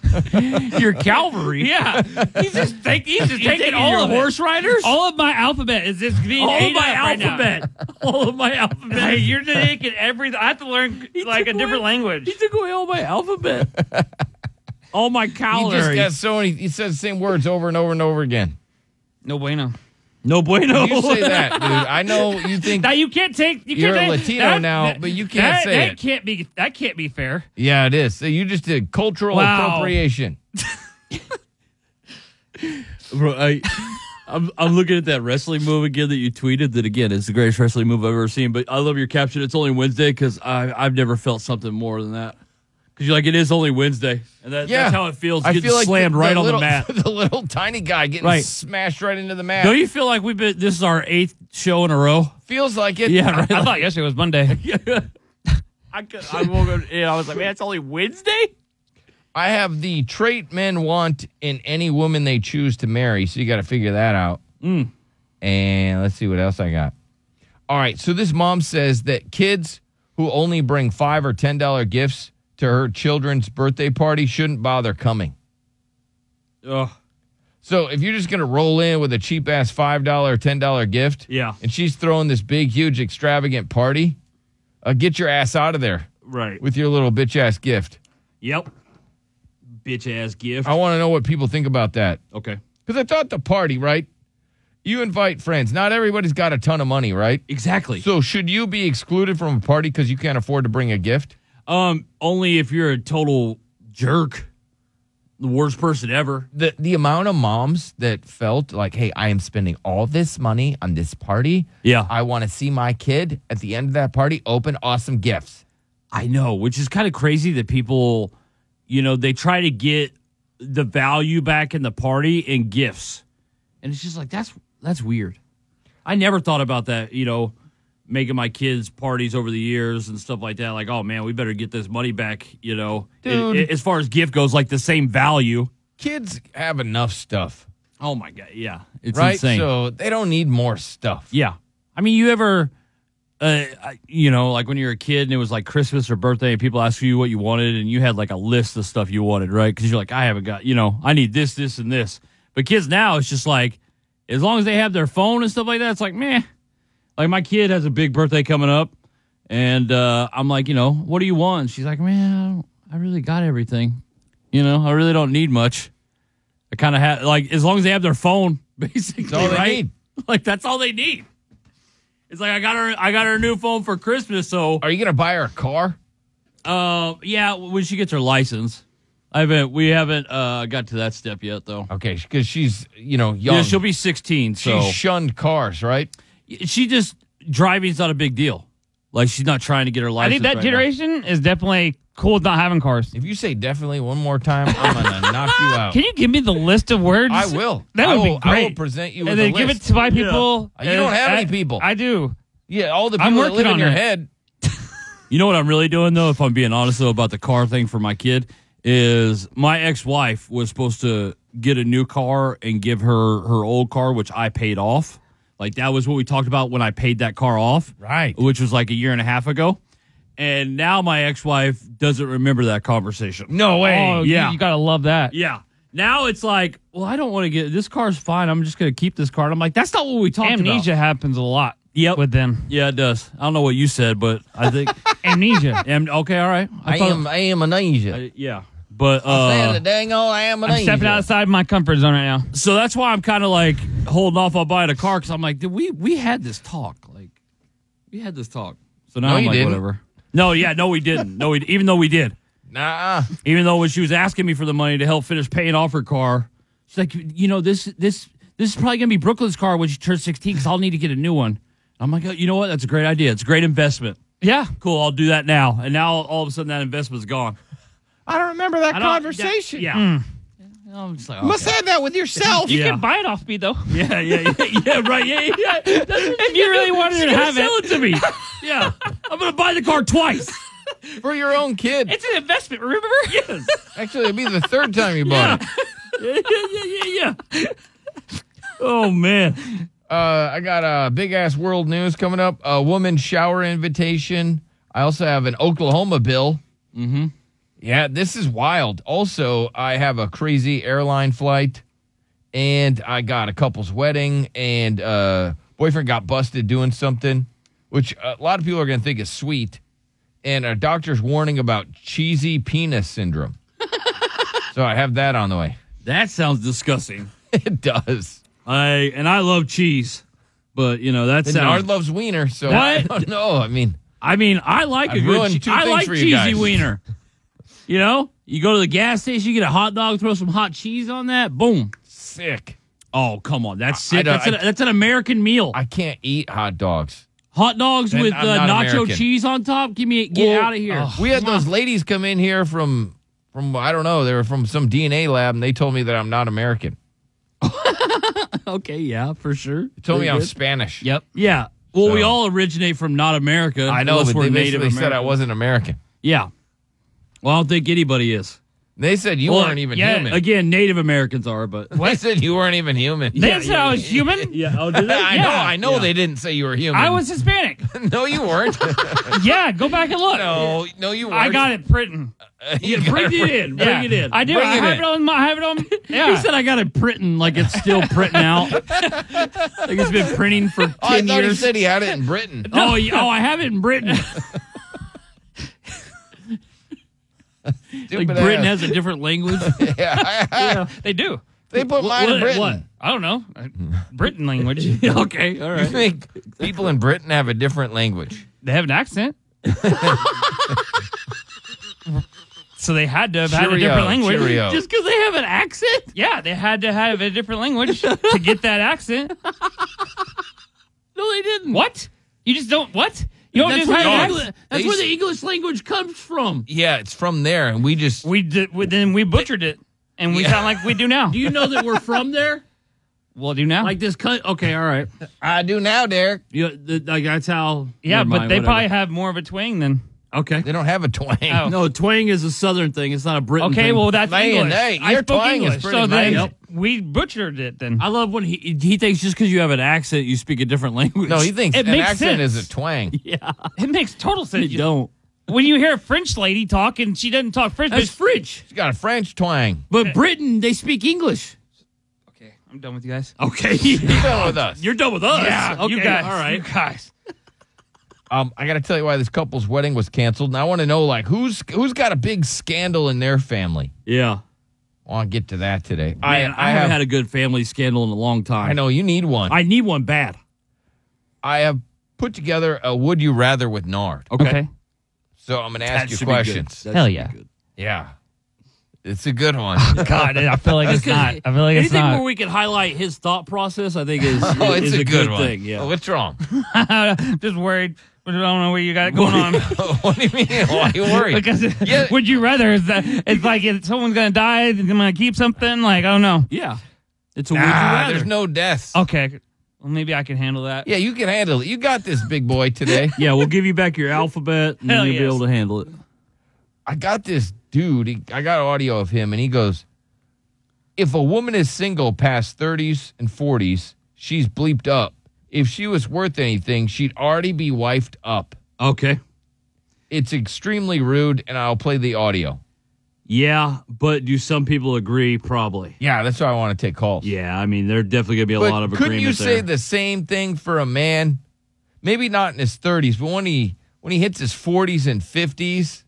S7: Your cavalry.
S10: Yeah. He's just think he's just taking all
S7: your
S10: of it.
S7: horse riders?
S10: All of my alphabet is just being
S7: All of
S10: ate
S7: my
S10: up right now.
S7: alphabet. all of my alphabet.
S10: Hey, you're taking everything. I have to learn like a different language.
S7: He took away all my alphabet. all Oh my
S6: He
S7: calories.
S6: just got so many. He says the same words over and over and over again.
S10: No bueno.
S7: No bueno.
S6: You say that, dude. I know you think.
S10: Now you can't take. You
S6: You're
S10: can't
S6: a
S10: take-
S6: Latino
S10: that-
S6: now,
S10: that-
S6: but you can't
S10: that-
S6: say
S10: that
S6: it.
S10: Can't be. That can't be fair.
S6: Yeah, it is. So you just did cultural
S10: Wow.
S6: appropriation.
S7: Bro, I, I'm I'm looking at that wrestling move again that you tweeted. That again is the greatest wrestling move I've ever seen. But I love your caption. It's only Wednesday because I I've never felt something more than that. Because you're like it is only Wednesday, and that, that's how it feels.
S6: I
S7: getting
S6: feel like
S7: slammed
S6: the,
S7: right
S6: the
S7: on
S6: little,
S7: the mat.
S6: the little tiny guy getting
S7: Right.
S6: smashed right into the mat.
S7: Don't you feel like we've been? This is our eighth show in a row.
S6: Feels like it.
S7: Yeah, right.
S10: I thought yesterday was Monday.
S7: I could, I woke up. Yeah, I was like, man, it's only Wednesday.
S6: I have the trait men want in any woman they choose to marry. So you got to figure that out.
S7: Mm.
S6: And let's see what else I got. All right. So this mom says that kids who only bring five or ten dollar gifts to her children's birthday party shouldn't bother coming.
S7: Ugh.
S6: So if you're just gonna roll in with a cheap ass five dollar, ten dollar gift,
S7: Yeah.
S6: and she's throwing this big, huge, extravagant party, uh, get your ass out of there
S7: Right.
S6: with your little bitch ass gift.
S7: Yep. Bitch ass gift.
S6: I want to know what people think about that.
S7: Okay.
S6: Because I thought the party, right? You invite friends. Not everybody's got a ton of money, right?
S7: Exactly.
S6: So should you be excluded from a party because you can't afford to bring a gift?
S7: Um, only if you're a total jerk, the worst person ever.
S6: The the amount of moms that felt like, hey, I am spending all this money on this party.
S7: Yeah.
S6: I want to see my kid at the end of that party open awesome gifts.
S7: I know, which is kind of crazy that people, you know, they try to get the value back in the party and gifts, and it's just like that's that's weird. I never thought about that, you know, making my kids parties over the years and stuff like that. Like, oh man, we better get this money back, you know, I-
S6: Dude.
S7: I- as far as gift goes, like the same value.
S6: Kids have enough stuff.
S7: Oh my god, yeah, it's
S6: right?
S7: insane.
S6: So they don't need more stuff.
S7: Yeah. I mean, you ever, uh, I- you know, like when you were a kid and it was like Christmas or birthday and people asked you what you wanted and you had like a list of stuff you wanted, right? Because you're like, I haven't got, you know, I need this, this, and this. But kids now, it's just like, as long as they have their phone and stuff like that, it's like, meh. Like my kid has a big birthday coming up and uh, I'm like, you know, what do you want? And she's like, man, I, don't, I really got everything. You know, I really don't need much. I kind of have, like, as long as they have their phone, basically,
S6: all they
S7: right?
S6: need.
S7: Like, that's all they need. It's like I got her. I got her a new phone for Christmas. So,
S6: Are you gonna buy her a car?
S7: uh, yeah, when she gets her license, I haven't. We haven't uh, got to that step yet, though.
S6: Okay, because she's you know young.
S7: Yeah, she'll be 16. So
S6: She shunned cars, right?
S7: she just driving's not a big deal. Like she's not trying to get her
S10: I
S7: license.
S10: think that
S7: right now.
S10: generation is definitely cool with not having cars.
S6: If you say definitely one more time, I'm gonna knock you out.
S10: Can you give me the list of words?
S6: I will.
S10: That
S6: I
S10: would be
S6: will-
S10: great.
S6: I will present you with
S10: and then
S6: a
S10: give
S6: list.
S10: it to my people.
S6: You don't
S10: Uh,
S6: have any
S10: I-
S6: people.
S10: I do.
S6: Yeah, all the
S10: I'm
S6: people that
S10: working
S6: live in
S10: on
S6: your
S10: it.
S6: head.
S7: You know what I'm really doing though, if I'm being honest though about the car thing for my kid, is my ex-wife was supposed to get a new car and give her her old car, which I paid off. Like that was what we talked about when I paid that car off,
S6: Right.
S7: Which was like a year and a half ago. And now my ex-wife doesn't remember that conversation.
S6: No way.
S10: Oh, you-
S7: yeah.
S10: You, gotta love that.
S7: Yeah. Now it's like, well, I don't want to get this car's fine. I'm just going to keep this car. And I'm like, that's not what we talked
S10: Amnesia
S7: about.
S10: happens a lot.
S7: Yep.
S10: With them.
S7: Yeah, it does. I don't know what you said, but I think.
S10: Amnesia.
S7: Am- okay, all right.
S6: I,
S7: thought-
S6: am. I am an angel.
S7: I- yeah. But
S6: Saying the
S7: uh,
S6: dang old I am an
S10: I'm
S6: angel.
S10: stepping outside my comfort zone right now.
S7: so that's why I'm kind of like holding off on buying a car because I'm like, did we we had this talk, like we had this talk. So now
S6: No,
S7: I'm
S6: you
S7: like,
S6: didn't.
S7: whatever. No, yeah, no, we didn't. No, we even though we did,
S6: Nah.
S7: even though when she was asking me for the money to help finish paying off her car, she's like, you know, this this this is probably gonna be Brooklyn's car when she turns 16 because I'll need to get a new one. I'm like, oh, you know what? That's a great idea. It's a great investment.
S10: Yeah.
S7: Cool, I'll do that now. And now all of a sudden that investment's gone.
S6: I don't remember that
S7: I don't- Yeah.
S10: Hmm.
S7: yeah. I'm just like, okay.
S6: have that with yourself.
S10: You
S7: Yeah.
S10: can buy it off me though.
S7: Yeah, yeah, yeah, yeah, right. Yeah, yeah, yeah. That's what
S10: If you really wanted to
S7: You're gonna
S10: have
S7: sell
S10: it.
S7: it. to me. Yeah, I'm gonna buy the car twice.
S6: For your own kid.
S10: It's an investment, remember?
S7: Yes.
S6: Actually, it'd be the third time you bought it.
S7: Yeah, yeah, yeah, yeah. Oh man.
S6: Uh, I got uh, big ass world news coming up. A woman shower invitation. I also have an Oklahoma bill. Mm-hmm. Yeah, this is wild. Also, I have a crazy airline flight and I got a couple's wedding and uh boyfriend got busted doing something which a lot of people are going to think is sweet and a doctor's warning about cheesy penis syndrome. so I have that on the way.
S7: That sounds disgusting.
S6: it does.
S7: I and I love cheese, but you know that
S6: Bernard
S7: sounds.
S6: loves wiener, so I
S7: What?
S6: don't know. I mean,
S7: I mean, I like
S6: I've
S7: a good.
S6: ruined
S7: Che-
S6: two
S7: I
S6: things
S7: like
S6: for you
S7: cheesy
S6: guys.
S7: wiener. You know, you go to the gas station, you get a hot dog, throw some hot cheese on that, boom.
S6: Sick.
S7: Oh come on, that's
S6: I
S7: sick.
S6: don't-
S7: That's, an,
S6: I-
S7: that's an American meal.
S6: I can't eat hot dogs.
S7: Hot dogs
S6: Then
S7: with
S6: I'm
S7: uh,
S6: not
S7: nacho
S6: American.
S7: cheese on top. Give me get
S6: Well,
S7: out of here.
S6: We had those ladies come in here from from I don't know, they were from some DNA lab and they told me that I'm not American.
S7: okay, yeah, for sure.
S6: They told me
S7: Very
S6: I'm
S7: good.
S6: Spanish.
S7: Yep. Yeah. Well, we
S6: So-
S7: all originate from not America.
S6: I know,
S7: unless
S6: but
S7: we're
S6: they
S7: Native
S6: basically said I
S7: American.
S6: wasn't American.
S7: Yeah. Well, I don't think anybody is.
S6: They said you
S7: Well,
S6: weren't even
S7: yeah,
S6: human.
S7: Again, Native Americans are, but
S6: They said you weren't even human.
S10: They said I was human.
S7: yeah. Oh,
S6: I know, I know they didn't say you were human.
S10: I was Hispanic.
S6: no, you weren't.
S10: yeah, go back and look.
S6: no, no, you weren't.
S10: I got it printing.
S6: You got
S7: bring it in. Bring
S10: Yeah.
S7: it in.
S10: I do.
S7: Bring
S10: I
S7: it
S10: have
S7: in.
S10: it on. My, I have it on. Yeah.
S7: He said I got it printing like it's still printing out. like it's been printing for ten
S6: Oh, I thought he
S7: years.
S6: said he had it in Britain.
S7: oh, yeah, oh, I have it in Britain. like
S6: Stupid
S7: Britain
S6: ass.
S7: has a different language.
S10: They do.
S6: They put
S10: Wh-
S6: mine in
S10: what-
S6: Britain.
S10: what? I don't know. Britain language.
S7: okay, all
S6: You
S7: right.
S6: think people in Britain have a different language?
S10: They have an accent. so they had to have had a
S6: Cheerio,
S10: different language.
S6: cheerio.
S10: Just-
S7: Just because they have an accent?
S10: yeah, they had to have a different language to get that accent.
S7: No, they didn't.
S10: What? You just don't what? You don't
S7: that's
S10: just
S7: where,
S10: have
S7: the,
S10: an
S7: Engli-
S10: accent?
S7: that's
S6: They
S7: where
S6: s-
S7: the English language comes from.
S6: Yeah, it's from there, and we just
S10: We did. We, then we butchered it, and we
S6: Yeah.
S10: sound like we do now.
S7: Do you know that we're from there?
S10: We'll do now.
S7: Like this cut? Okay, all right.
S6: I do now, Derek.
S7: You, the, like that's how.
S10: yeah,
S7: never
S10: but
S7: mind,
S10: they
S7: whatever.
S10: probably have more of a twang than.
S7: Okay.
S6: They don't have a twang.
S10: Oh.
S7: No, twang is a southern thing. It's not a Britain.
S10: Okay,
S7: thing.
S10: well that's
S6: Man,
S10: English.
S6: hey,
S10: I
S6: your
S10: spoke
S6: twang is
S10: English,
S6: pretty
S10: so then
S6: amazing.
S10: we butchered it. Then
S7: I love when he he thinks just because you have an accent, you speak a different language.
S6: No, he thinks
S10: It
S6: an
S10: makes
S6: accent
S10: sense.
S6: is a twang.
S10: it makes total sense.
S7: you don't.
S10: When you hear a French lady talk and she doesn't talk French,
S7: That's
S10: but-
S7: French,
S6: He's got a French twang.
S7: but Britain they speak English.
S10: okay, I'm done with you guys.
S7: Okay,
S6: He's done with us.
S7: you're done with us.
S10: Yeah,
S7: okay,
S10: you guys,
S7: all right.
S10: you guys.
S6: Um, I got to tell you why this couple's wedding was canceled, and I want to know like who's who's got a big scandal in their family.
S7: Yeah,
S6: Well, I'll get to that today.
S7: Man, I, haven't had a good family scandal in a long time.
S6: I know you need one. I,
S7: I need one bad.
S6: have put together a would you rather with Nard.
S7: Okay,
S6: So I'm going to
S7: That
S6: ask you
S7: should be good.
S6: questions.
S7: That
S10: Hell
S7: should be
S10: yeah.
S7: good.
S6: Yeah, it's a good one.
S10: God, I feel like it's not. I feel like it's
S7: Anything where
S10: not.
S7: we can highlight his thought process, I think is
S6: oh, it's
S7: is
S6: a, good, one.
S7: thing. Yeah.
S6: Oh, what's wrong?
S10: Just worried. I don't know what you got going on.
S6: what do you mean? Why are you worried?
S10: Because
S6: Yeah.
S10: would you rather? Is that it's like if someone's gonna die, I'm gonna keep something. Like I don't know.
S7: yeah, it's a would you
S6: ah,
S7: rather.
S6: there's no deaths.
S10: Okay, well maybe I can handle that.
S6: Yeah, you can handle it. You got this, big boy, today.
S7: yeah, we'll give you back your alphabet, and
S10: Hell
S7: then you'll be
S10: yes.
S7: able to handle it.
S6: I got this dude. He, I got audio of him, and he goes, "If a woman is single past thirties and forties, she's bleeped up. If she was worth anything, she'd already be wifed up.
S7: Okay.
S6: It's extremely rude, and I'll play the audio.
S7: Yeah, but do some people agree? Probably.
S6: Yeah, that's why I want to take calls.
S7: Yeah, I mean, there definitely gonna be a
S6: But
S7: lot of
S6: couldn't
S7: agreement
S6: you
S7: there.
S6: say the same thing for a man? Maybe not in his thirties, but when he when he hits his forties and fifties,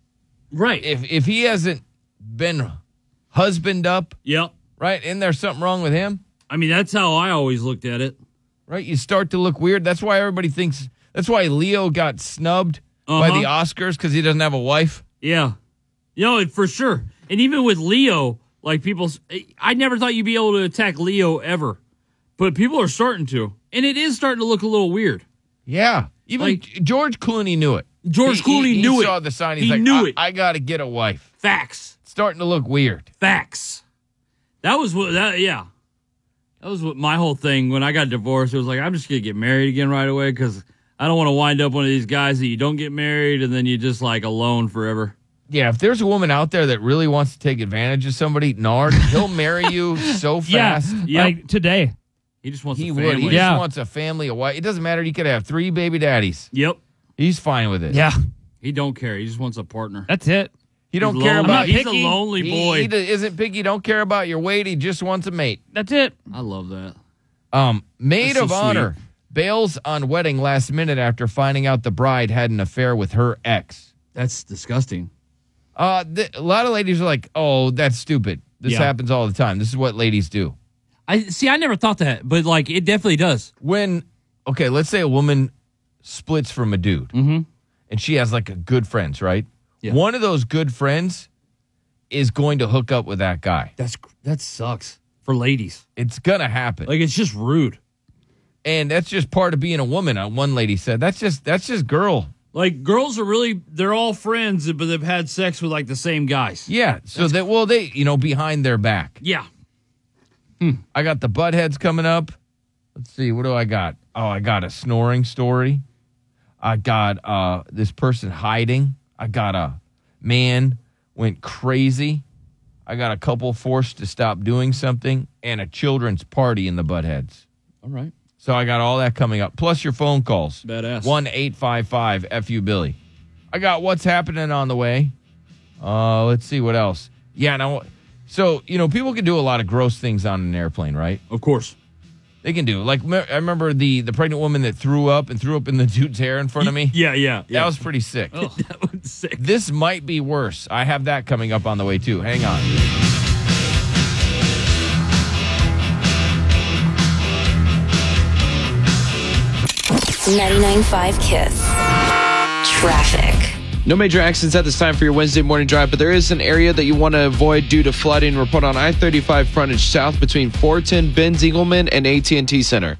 S7: right.
S6: if if he hasn't been husband up,
S7: yep.
S6: right? Isn't there something wrong with him?
S7: I mean, that's how I always looked at it.
S6: right? You start to look weird. That's why everybody thinks. That's why Leo got snubbed by
S7: Uh-huh.
S6: the Oscars because he doesn't have a wife.
S7: Yeah. You know, for sure. And even with Leo, like people, s- eh, I never thought you'd be able to attack Leo ever, but people are starting to, and it is starting to look a little weird.
S6: Yeah, even
S7: Like-
S6: G- George Clooney knew it.
S7: George
S6: He-
S7: Clooney
S6: he, he
S7: knew it.
S6: saw the sign. He's
S7: He
S6: like,
S7: knew
S6: I,
S7: it.
S6: I got to get a wife.
S7: Facts,
S6: It's starting to look weird.
S7: facts. That was what that. Yeah, that was what my whole thing when I got divorced. It was like I'm just gonna get married again right away because I don't want to wind up one of these guys that you don't get married and then you just like alone forever.
S6: Yeah, if there's a woman out there that really wants to take advantage of somebody, Nard, he'll marry you so
S10: Yeah,
S6: fast.
S7: Yep.
S10: like today.
S7: He just wants
S6: He
S7: a
S6: would.
S7: family.
S6: He just
S10: Yeah.
S6: wants a family, a wife. It doesn't matter. He could have three baby daddies.
S7: Yep.
S6: He's fine with it.
S10: Yeah,
S7: He don't care. He just wants a partner.
S10: that's it.
S6: He don't
S7: He's
S6: care
S7: lonely.
S6: about.
S7: He's a lonely
S6: He-
S7: boy.
S6: He, d- isn't picky. Don't care about your weight. He just wants a mate.
S10: That's it.
S7: I love that.
S6: Um, maid
S7: That's so
S6: of honor bails on wedding last minute after finding out the bride had an affair with her ex.
S7: That's disgusting.
S6: Uh, th- a lot of ladies are like, "Oh, that's stupid. This
S7: Yeah.
S6: happens all the time. This is what ladies do."
S7: I see. I never thought that, but like it definitely does.
S6: When okay, let's say a woman splits from a dude,
S7: Mm-hmm.
S6: and she has like a good friends, right? One of those good friends is going to hook up with that guy.
S7: That's that sucks for ladies.
S6: It's gonna happen.
S7: Like it's just rude,
S6: and that's just part of being a woman. uh, One lady said that's just that's just girl.
S7: Like girls are really they're all friends, but they've had sex with like the same guys.
S6: Yeah. So that well, they you know behind their back.
S7: Yeah.
S6: Hmm. I got the butt heads coming up. Let's see, what do I got? Oh, I got a snoring story. I got uh this person hiding. I got a man went crazy. I got a couple forced to stop doing something and a children's party in the butt heads.
S7: All right.
S6: So I got all that coming up. Plus your phone calls.
S7: Badass.
S6: One eight five five FU Billy. I got what's happening on the way. Uh let's see what else. Yeah, now so you know, people can do a lot of gross things on an airplane, right?
S7: Of course.
S6: They can do. Like me- I remember the the pregnant woman that threw up and threw up in the dude's hair in front of me.
S7: Yeah, yeah. Oh.
S6: That was pretty sick.
S7: that was sick.
S6: This might be worse. I have that coming up on the way too. Hang on.
S8: Ninety-nine-five Kiss. Traffic.
S11: No major accidents at this time for your Wednesday morning drive, but there is an area that you want to avoid due to flooding. Report on I-35 frontage south between 410 Benz Engelman and AT&T Center.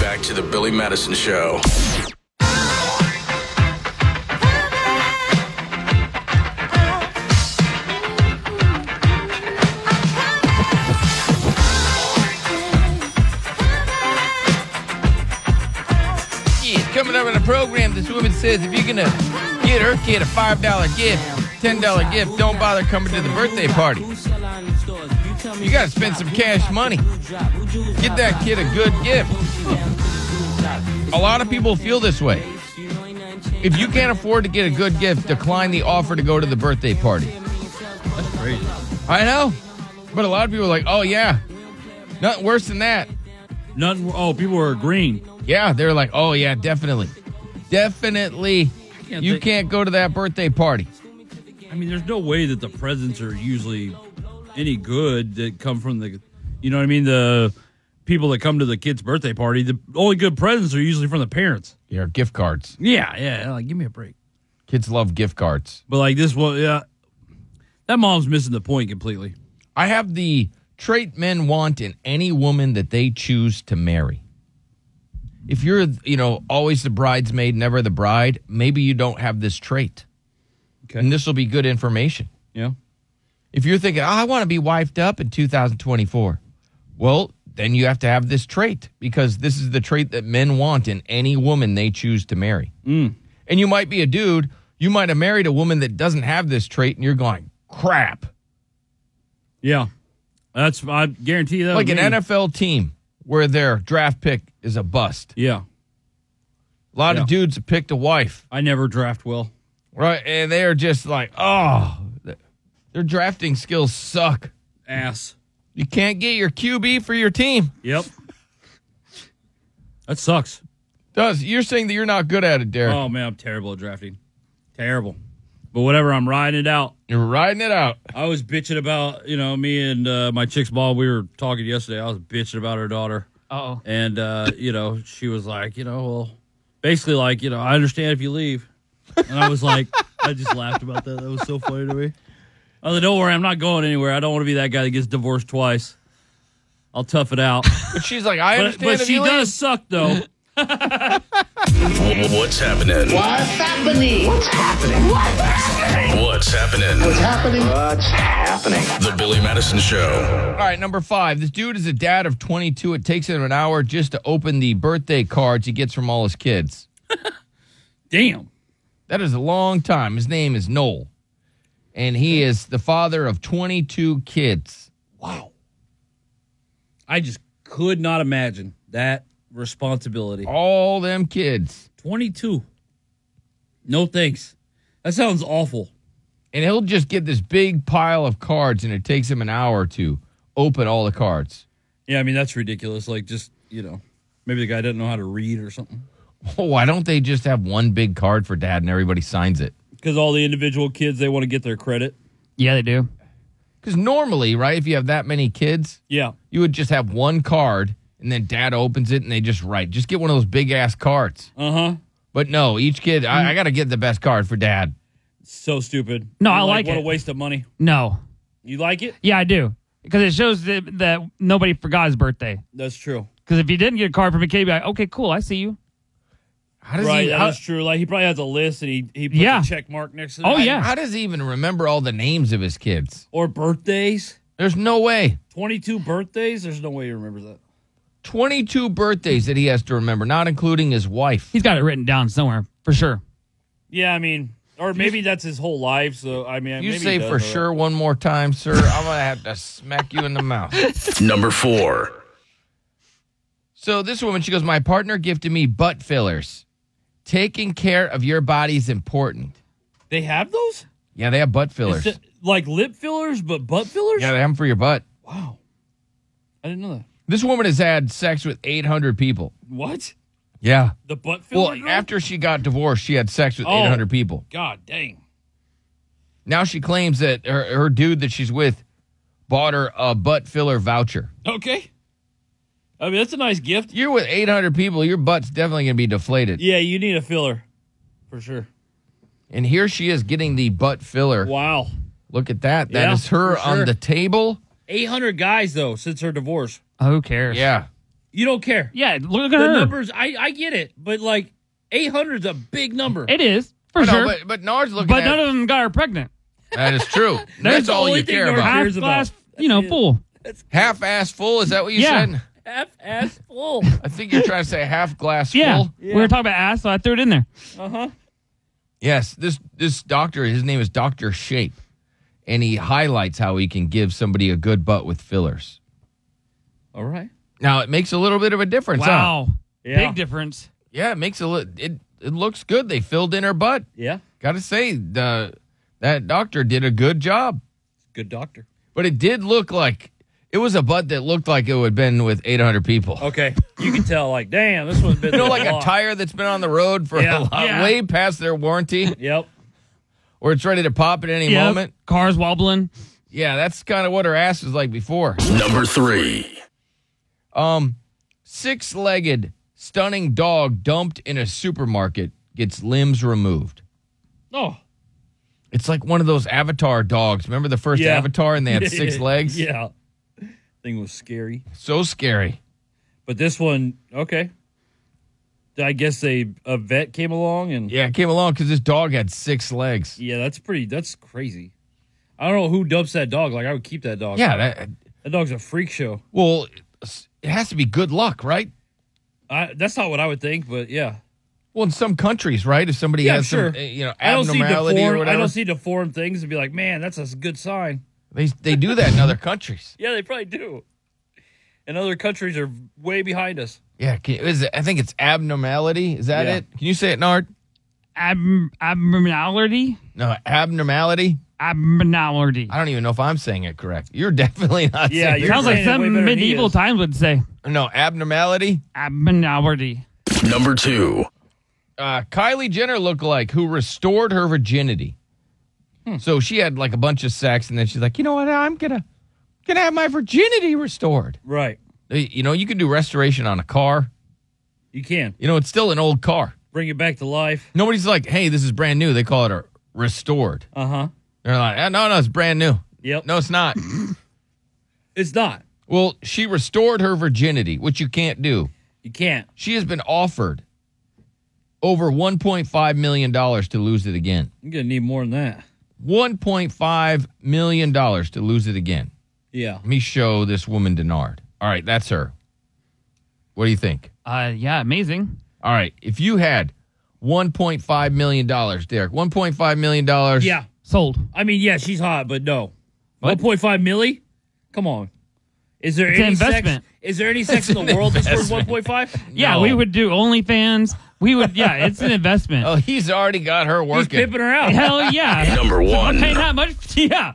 S2: Back to the Billy Madison Show.
S6: Yeah, coming up on the program, this woman says if you're gonna get her kid a five dollar gift, ten dollar gift, don't bother coming to the birthday party. You gotta spend some cash money. Get that kid a good gift. A lot of people feel this way. If you can't afford to get a good gift, decline the offer to go to the birthday party.
S7: That's crazy.
S6: I know, but a lot of people are like, "Oh yeah, nothing worse than that."
S7: Nothing. Oh, people were agreeing.
S6: Yeah, they're like, "Oh yeah, definitely, definitely."
S7: can't
S6: you
S7: think-
S6: can't go to that birthday party.
S7: I mean, there's no way that the presents are usually any good that come from the, you know what I mean? The people that come to the kid's birthday party, the only good presents are usually from the parents.
S6: Yeah, gift cards.
S7: Yeah, yeah. Like, give me a break.
S6: Kids love gift cards.
S7: But like this one, yeah, that mom's missing the point completely.
S6: I have the trait men want in any woman that they choose to marry. If you're, you know, always the bridesmaid, never the bride, maybe you don't have this trait. Okay. And this will be good information.
S7: Yeah.
S6: If you're thinking, oh, I want to be wifed up in 2024, well, then you have to have this trait because this is the trait that men want in any woman they choose to marry.
S7: Mm.
S6: And you might be a dude, you might have married a woman that doesn't have this trait, and you're going, crap.
S7: Yeah, that's I guarantee you that.
S6: like an
S7: was me.
S6: NFL team where their draft pick is a bust.
S7: Yeah.
S6: A lot
S7: Yeah.
S6: of dudes have picked a wife,
S7: I never draft well.
S6: right? And they are just like, oh, th- their drafting skills suck.
S7: Ass.
S6: You can't get your QB for your team.
S7: Yep. that sucks.
S6: Does you're saying that you're not good at it, Derek?
S7: Oh man, I'm terrible at drafting. Terrible. But whatever, I'm riding it out.
S6: You're riding it out.
S7: I was bitching about, you know, me and uh, my chick's mom. We were talking yesterday. I was bitching about her daughter,
S10: Oh,
S7: and uh, you know, she was like, you know, well, basically like, you know, I understand if you leave. And I was like, I just laughed about that. That was so funny to me. I was like, don't worry, I'm not going anywhere. I don't want to be that guy that gets divorced twice. I'll tough it out.
S6: But she's like, I
S7: but
S6: understand.
S7: but
S6: if
S7: she
S6: you leave.
S7: does suck though.
S2: What's
S1: happening?
S2: happening?
S1: What's happening? What's happening?
S2: What's happening?
S1: What's happening?
S2: What's happening? The Billy Madison Show.
S6: All right, number five. This dude is a dad of 22. It takes him an hour just to open the birthday cards he gets from all his kids.
S7: Damn.
S6: That is a long time. His name is Noel, and he is the father of 22 kids.
S7: Wow. I just could not imagine that responsibility.
S6: All them kids.
S7: 22. No thanks. That sounds awful.
S6: And he'll just get this big pile of cards, and it takes him an hour to open all the cards.
S7: Yeah, I mean that's ridiculous. Like just you know, maybe the guy doesn't know how to read or something.
S6: Oh, why don't they just have one big card for dad and everybody signs it?
S7: Because all the individual kids they want to get their credit.
S10: Yeah, they do.
S6: Because normally, right, if you have that many kids,
S7: yeah,
S6: you would just have one card and then dad opens it and they just write. Just get one of those big ass cards.
S7: Uh huh.
S6: But no, each kid, I, I got to get the best card for dad.
S7: So stupid.
S10: No,
S7: You're
S10: I like
S7: What
S10: it.
S7: a waste of money.
S10: No.
S7: You like it?
S10: Yeah, I do. Because it shows that, that nobody forgot his birthday.
S7: That's true.
S10: Because if you didn't get a card from a kid, you'd be like, okay, cool, I see you.
S6: How
S7: right, that is true. Like he probably has a list and he he puts
S10: Yeah. Oh,
S7: a check mark next to. it.
S6: I- How does he even remember all the names of his kids?
S7: Or birthdays?
S6: There's no way.
S7: Twenty-two birthdays. There's no way he remembers that.
S6: 22 birthdays that he has to remember, not including his wife.
S10: He's got it written down somewhere for sure.
S7: Yeah, I mean, or maybe that's his whole life. So I mean,
S6: You
S7: maybe he
S6: say
S7: does
S6: for
S7: know that.
S6: sure one more time, sir, I'm going to have to smack you in the mouth.
S2: Number four.
S6: So this woman, she goes, My partner gifted me butt fillers. Taking care of your body is important.
S7: They have those?
S6: Yeah, they have butt
S7: Is
S6: fillers.
S7: it like lip fillers, but butt fillers?
S6: yeah, they have them for your butt.
S7: Wow. I didn't know that.
S6: This woman has had sex with 800 people.
S7: What?
S6: Yeah.
S7: The butt filler?
S6: Well, after she got divorced, she had sex with
S7: Oh.
S6: 800 people.
S7: God dang.
S6: Now she claims that her, her dude that she's with bought her a butt filler voucher.
S7: Okay. I mean, that's a nice gift.
S6: You're with 800 people, your butt's definitely going to be deflated.
S7: Yeah, you need a filler for sure.
S6: And here she is getting the butt filler.
S7: Wow.
S6: Look at that. That is
S7: Yeah,
S6: her
S7: for
S6: on
S7: sure.
S6: the table.
S7: 800 guys, though, since her divorce.
S10: Who cares?
S6: Yeah.
S7: You don't care.
S10: Yeah, look
S7: The
S10: at her.
S7: numbers, I, I get it, but like 800 is a big number.
S10: It is for
S6: I know,
S10: sure.
S6: but, but Nard's looking
S10: but
S6: at
S10: none of them got her pregnant.
S6: That is true. That's
S7: the
S6: all
S7: only
S6: you
S7: thing
S6: care
S7: Nard
S6: about.
S10: Half
S7: cares
S10: glass,
S7: about.
S10: you know, full.
S6: Half ass full, is that what you
S10: Yeah.
S6: said?
S7: Half ass full.
S6: I think you're trying to say half glass
S10: Yeah. Uh-huh.
S6: full.
S10: we were talking about ass, so I threw it in there.
S7: Uh huh.
S6: Yes, this this doctor, his name is Dr. Shape, and he highlights how he can give somebody a good butt with fillers.
S7: All right.
S6: Now, it makes a little bit of a difference. huh?
S10: Wow,
S7: Yeah.
S10: Oh. big difference.
S6: Yeah, it makes a little it it looks good. They filled in her butt.
S7: yeah.
S6: Got to say the that doctor did a good job.
S7: Good doctor.
S6: But it did look like it was a butt that looked like it would have been with 800 people.
S7: Okay. You can tell, like, damn, this one's been.
S6: You know,
S7: through
S6: like a
S7: lot.
S6: tire that's been on the road for
S7: Yeah.
S6: a lot,
S10: Yeah.
S6: way past their warranty,
S7: Yep.
S6: or it's ready to pop at any
S10: Yep.
S6: moment.
S10: Cars wobbling.
S6: Yeah, that's kind of what her ass was like before.
S2: Number three.
S6: Um, six-legged, stunning dog dumped in a supermarket gets limbs removed.
S7: Oh.
S6: It's like one of those Avatar dogs. Remember the first
S7: Yeah.
S6: Avatar, and they had six legs.
S7: Yeah. Thing was scary.
S6: so scary.
S7: But this one, okay. I guess they a vet came along and yeah,
S6: Yeah, it came along because this dog had six legs.
S7: that's pretty that's crazy. I don't know who dumps that dog. Like I would keep that dog.
S6: Yeah, that
S7: That dog's a freak show.
S6: well, it has to be good luck, right?
S7: I, that's not what I would think, but yeah.
S6: Well, in some countries, right? If somebody
S7: Yeah,
S6: has some,
S7: sure.
S6: uh, you know,
S7: I don't see
S6: abnormality or
S7: deformed I
S6: whatever,
S7: don't see deformed things and be like, man, that's a good sign.
S6: they they do that in other countries.
S7: Yeah, they probably do. And other countries are way behind us.
S6: Yeah, can, is it, I think it's abnormality. Is that
S7: Yeah.
S6: it? Can you say it, Nard?
S10: Ab- abnormality.
S6: No, abnormality.
S10: Abnormality.
S6: I don't even know if I'm saying it correct. You're definitely not.
S7: Yeah,
S6: saying it
S7: you're
S10: Sounds like
S7: saying it way
S10: some
S7: better than he
S10: medieval
S7: is.
S10: times would say.
S6: correct. no abnormality.
S10: Abnormality.
S2: Number two.
S6: uh, Kylie Jenner lookalike who restored her virginity.
S7: Hmm.
S6: So she had like a bunch of sex, and then she's like, you know what? I'm gonna gonna have my virginity restored.
S7: Right.
S6: Uh, You know, you can do restoration on a car.
S7: You can.
S6: You know, it's still an old car.
S7: Bring it back to life.
S6: Nobody's like, hey, this is brand new. They call it a restored.
S7: Uh huh.
S6: They're like, "Ah, no, no, it's brand new.
S7: Yep.
S6: No, it's not.
S7: It's not.
S6: well, she restored her virginity, which you can't do.
S7: You can't.
S6: She has been offered over 1.5 million dollars to lose it again.
S7: You're gonna need more than that.
S6: $1.5 million to lose it again.
S7: Yeah.
S6: Let me show this woman Denard. All right, that's her. What do you think?
S10: Uh, yeah, amazing.
S6: All right, if you had $1.5 million, Derek, $1.5 million.
S7: Yeah.
S10: Sold.
S7: I mean, yeah, she's hot, but no. 1.5 milli? Come on. Is there
S10: It's an
S7: any
S10: investment.
S7: Sex, is there any sex in the world that's worth one point five?
S10: Yeah, we would do OnlyFans. We would, yeah, it's an investment.
S6: Oh, he's already got her working.
S7: pimping her out.
S10: Hell yeah.
S6: Number
S10: So
S6: one.
S10: We're paying that much. Yeah.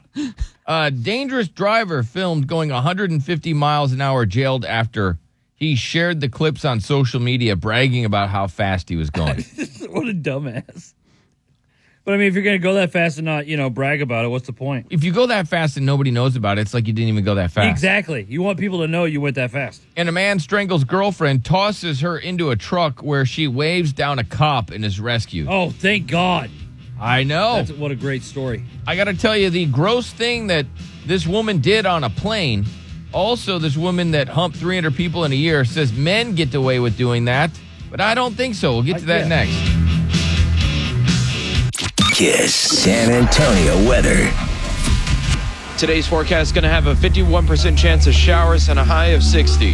S6: A Uh, dangerous driver filmed going 150 miles an hour jailed after he shared the clips on social media bragging about how fast he was going.
S7: what a dumbass. But I mean, if you're gonna go that fast and not, you know, brag about it, what's the point?
S6: if you go that fast and nobody knows about it, it's like you didn't even go that fast.
S7: Exactly. You want people to know you went that fast.
S6: And a man strangles girlfriend, tosses her into a truck where she waves down a cop and is rescued.
S7: Oh, thank God.
S6: I know.
S7: That's, what a great story.
S6: I got to tell you, the gross thing that this woman did on a plane, also, this woman that humped 300 people in a year says men get away with doing that, but I don't think so. We'll get to that next.
S1: Kiss San Antonio weather.
S11: Today's forecast is going to have a 51% chance of showers and a high of 60.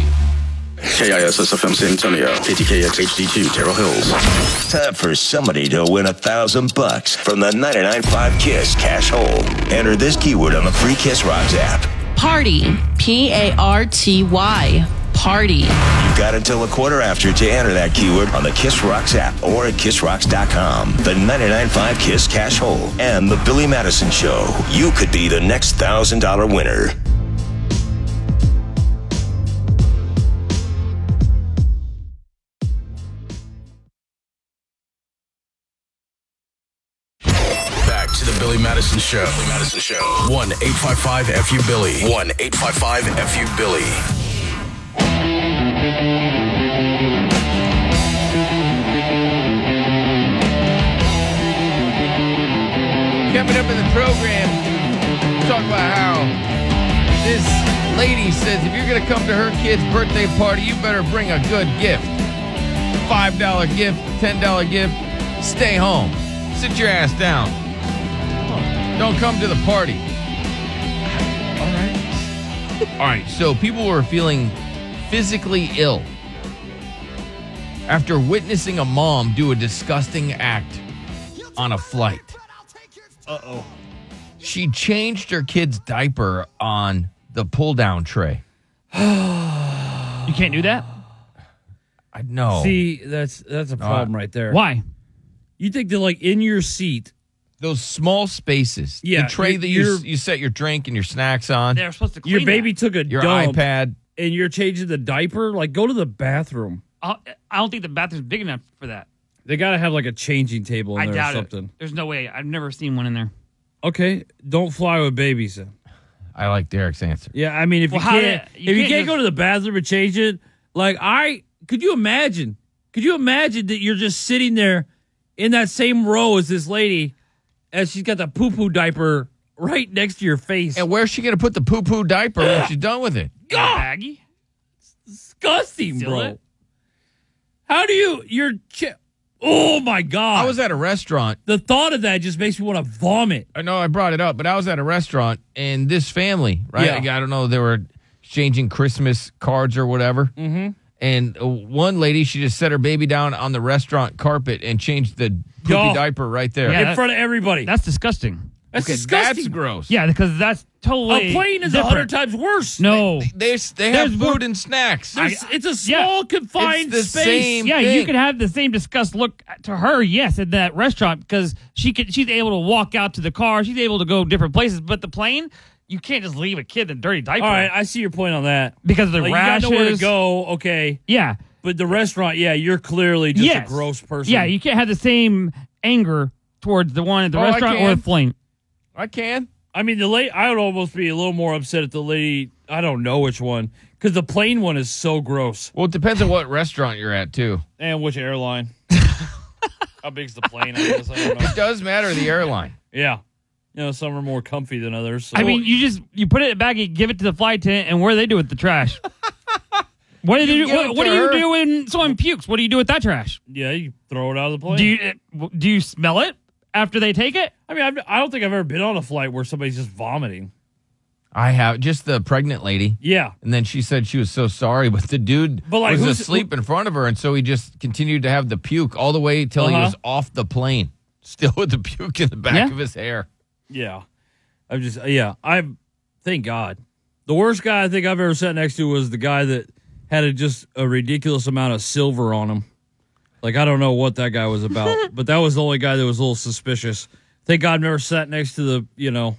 S2: KISSFM San Antonio, KTKX HD2, Terrell Hills.
S1: Time for somebody to win a thousand bucks from the 99.5 Kiss Cash Hole. Enter this keyword on the free Kiss Rocks app.
S5: Party. P A R T Y. Party.
S1: You've got until a quarter after to enter that keyword on the Kiss Rocks app or at kissrocks.com. The 99.5 Kiss Cash Hole and The Billy Madison Show. You could be the next $1,000 winner.
S2: Back to the Billy Madison Show. Billy Madison Show. 1 855 FU Billy. 1 855 FU Billy.
S6: Coming up in the program, talk about how this lady says if you're going to come to her kid's birthday party, you better bring a good gift. $5 gift, $10 gift. Stay home. Sit your ass down. Don't come to the party. All right. All right, so people were feeling physically ill after witnessing a mom do a disgusting act on a flight.
S7: Uh oh.
S6: She changed her kid's diaper on the pull down tray.
S10: You can't do that?
S6: I know. Uh,
S7: See, that's that's a
S6: No,
S7: problem
S6: I-
S7: right there.
S10: Why?
S7: You think they're like in your seat?
S6: Those small spaces.
S7: Yeah,
S6: The tray
S7: you-
S6: that you,
S7: you're-
S6: you set your drink and your snacks on.
S10: They're supposed to
S7: Your baby took a
S6: Your
S7: dump
S6: iPad.
S7: and you're changing the diaper. Like, go to the bathroom.
S10: I I don't think the bathroom's big enough for that.
S7: They gotta have like a changing table in
S10: I
S7: there
S10: doubt
S7: or something.
S10: it. There's no way. I've never seen one in there.
S7: Okay, don't fly with babies. Then.
S6: I like Derek's answer.
S7: Yeah, I mean, if
S10: Well,
S7: you
S10: how
S7: can't,
S10: did- you
S7: if you
S10: can't
S7: can't
S10: just-
S7: go to the bathroom and change it, like I could you imagine? Could you imagine that you're just sitting there in that same row as this lady, as she's got the poo poo diaper right next to your face?
S6: And where's she going to put the poo poo diaper when she's done with it?
S7: God,
S10: Baggy?
S7: disgusting,
S10: Steal
S7: bro.
S10: it?
S7: How do you? You're. Ch- oh my god!
S6: I was at a restaurant
S7: the thought of that just makes me want to vomit.
S6: I know I brought it up, but I was at a restaurant and this family, right? I don't know, they were exchanging Christmas cards or whatever. Mm-hmm. And uh, one lady, she just set her baby down on the restaurant carpet and changed the poopy
S10: Yo.
S6: diaper right there.
S10: Yeah,
S7: in
S10: that-
S7: front of everybody.
S10: That's disgusting.
S7: That's
S6: Okay,
S7: disgusting.
S6: That's gross.
S10: Yeah, because that's totally.
S7: a plane is a
S10: different.
S7: hundred times worse.
S10: No.
S6: They, they have
S10: There's
S6: food
S10: more-
S6: and snacks.
S7: There's-
S10: I-
S7: it's a
S10: yeah.
S7: small confined
S6: It's the
S7: space.
S6: same
S10: Yeah,
S6: thing.
S10: you could have the same disgust look to her, yes, at that restaurant because she could she's able to walk out to the car, she's able to go different places, but the plane, you can't just leave a kid in a dirty diaper
S7: All right, I see your point on that.
S10: because of the
S7: Like,
S10: rashes.
S7: You got nowhere to go. Okay,
S10: Yeah.
S7: but the restaurant, yeah, you're clearly just
S10: yes.
S7: a gross person.
S10: Yeah, you can't have the same anger towards the one at the
S6: Oh, I
S10: restaurant or
S6: can.
S10: the plane.
S6: I can.
S7: I mean, the late. I would almost be a little more upset at the lady. I don't know which one because the plain one is so gross.
S6: Well, it depends on what restaurant you're at, too.
S7: And which airline? How big's the plane? I guess I don't know.
S6: It does matter the airline.
S7: Yeah, you know, some are more comfy than others. So.
S10: I mean, you just you put it in a baggie, give it to the flight attendant, and what do they do with the trash? What do, they do,
S6: You give it
S10: what, what
S6: to
S10: do you
S6: her.
S10: do when someone pukes? What do you do with that trash?
S7: yeah, you throw it out of the plane.
S10: Do you do you smell it after they take it?
S7: I mean, I've, I don't think I've ever been on a flight where somebody's just vomiting.
S6: I have just the pregnant lady.
S7: Yeah,
S6: And then she said she was so sorry, but the dude
S7: But, like,
S6: was
S7: who's-
S6: asleep in front of her, and so he just continued to have the puke all the way till he
S7: Uh-huh.
S6: was off the plane, still with the puke in the back
S10: Yeah.
S6: of his hair.
S7: yeah. I'm just yeah. I thank God. The worst guy I think I've ever sat next to was the guy that had a, just a ridiculous amount of silver on him. Like I don't know what that guy was about, but that was the only guy that was a little suspicious. Thank God I never sat next to the you know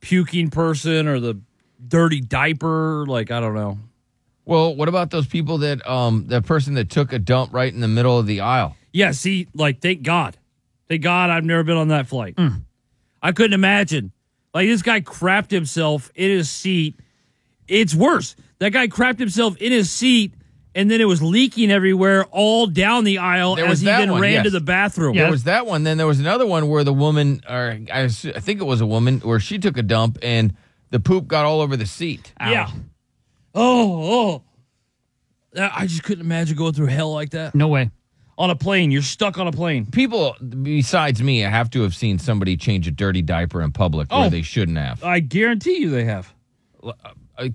S7: puking person or the dirty diaper. Like I don't know.
S6: Well, what about those people that um that person that took a dump right in the middle of the aisle?
S7: Yeah, see, like thank God, thank God I've never been on that flight. I couldn't imagine. Like this guy crapped himself in his seat. It's worse. That guy crapped himself in his seat, and then it was leaking everywhere all down the aisle as he then ran to
S6: yes.
S7: the bathroom.
S6: There was that one. Then there was another one where the woman, or I, s- I think it was a woman, where she took a dump and the poop got all over the seat.
S7: Yeah. Oh, oh. That- I just couldn't imagine going through hell like that.
S10: No way.
S7: On a plane, you're stuck on a plane.
S6: People besides me have to have seen somebody change a dirty diaper in public
S7: Oh.
S6: where they shouldn't have.
S7: I guarantee you they have.
S6: Uh,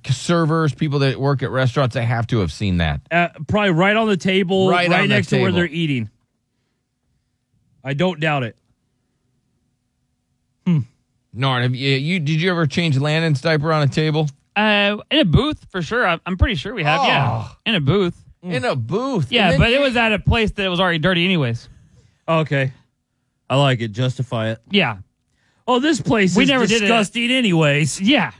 S6: servers, people that work at restaurants, they have to have seen that.
S7: Uh, probably right on the table,
S6: Right
S7: right,
S6: on the
S7: next to where
S6: table.
S7: they're eating. I don't doubt it.
S6: Nard, have you, you did you ever change Landon's diaper on a table?
S10: Uh, in a booth for sure. I'm, I'm pretty sure we have. Yeah, in a booth.
S6: Ah. In a booth.
S10: Yeah,
S6: And then
S10: but it was at a place that was already dirty, anyways.
S7: Okay. I like it. Justify it.
S10: Yeah.
S7: Oh, this place
S10: We
S7: is
S10: never did it.
S7: disgusting anyways.
S10: Yeah.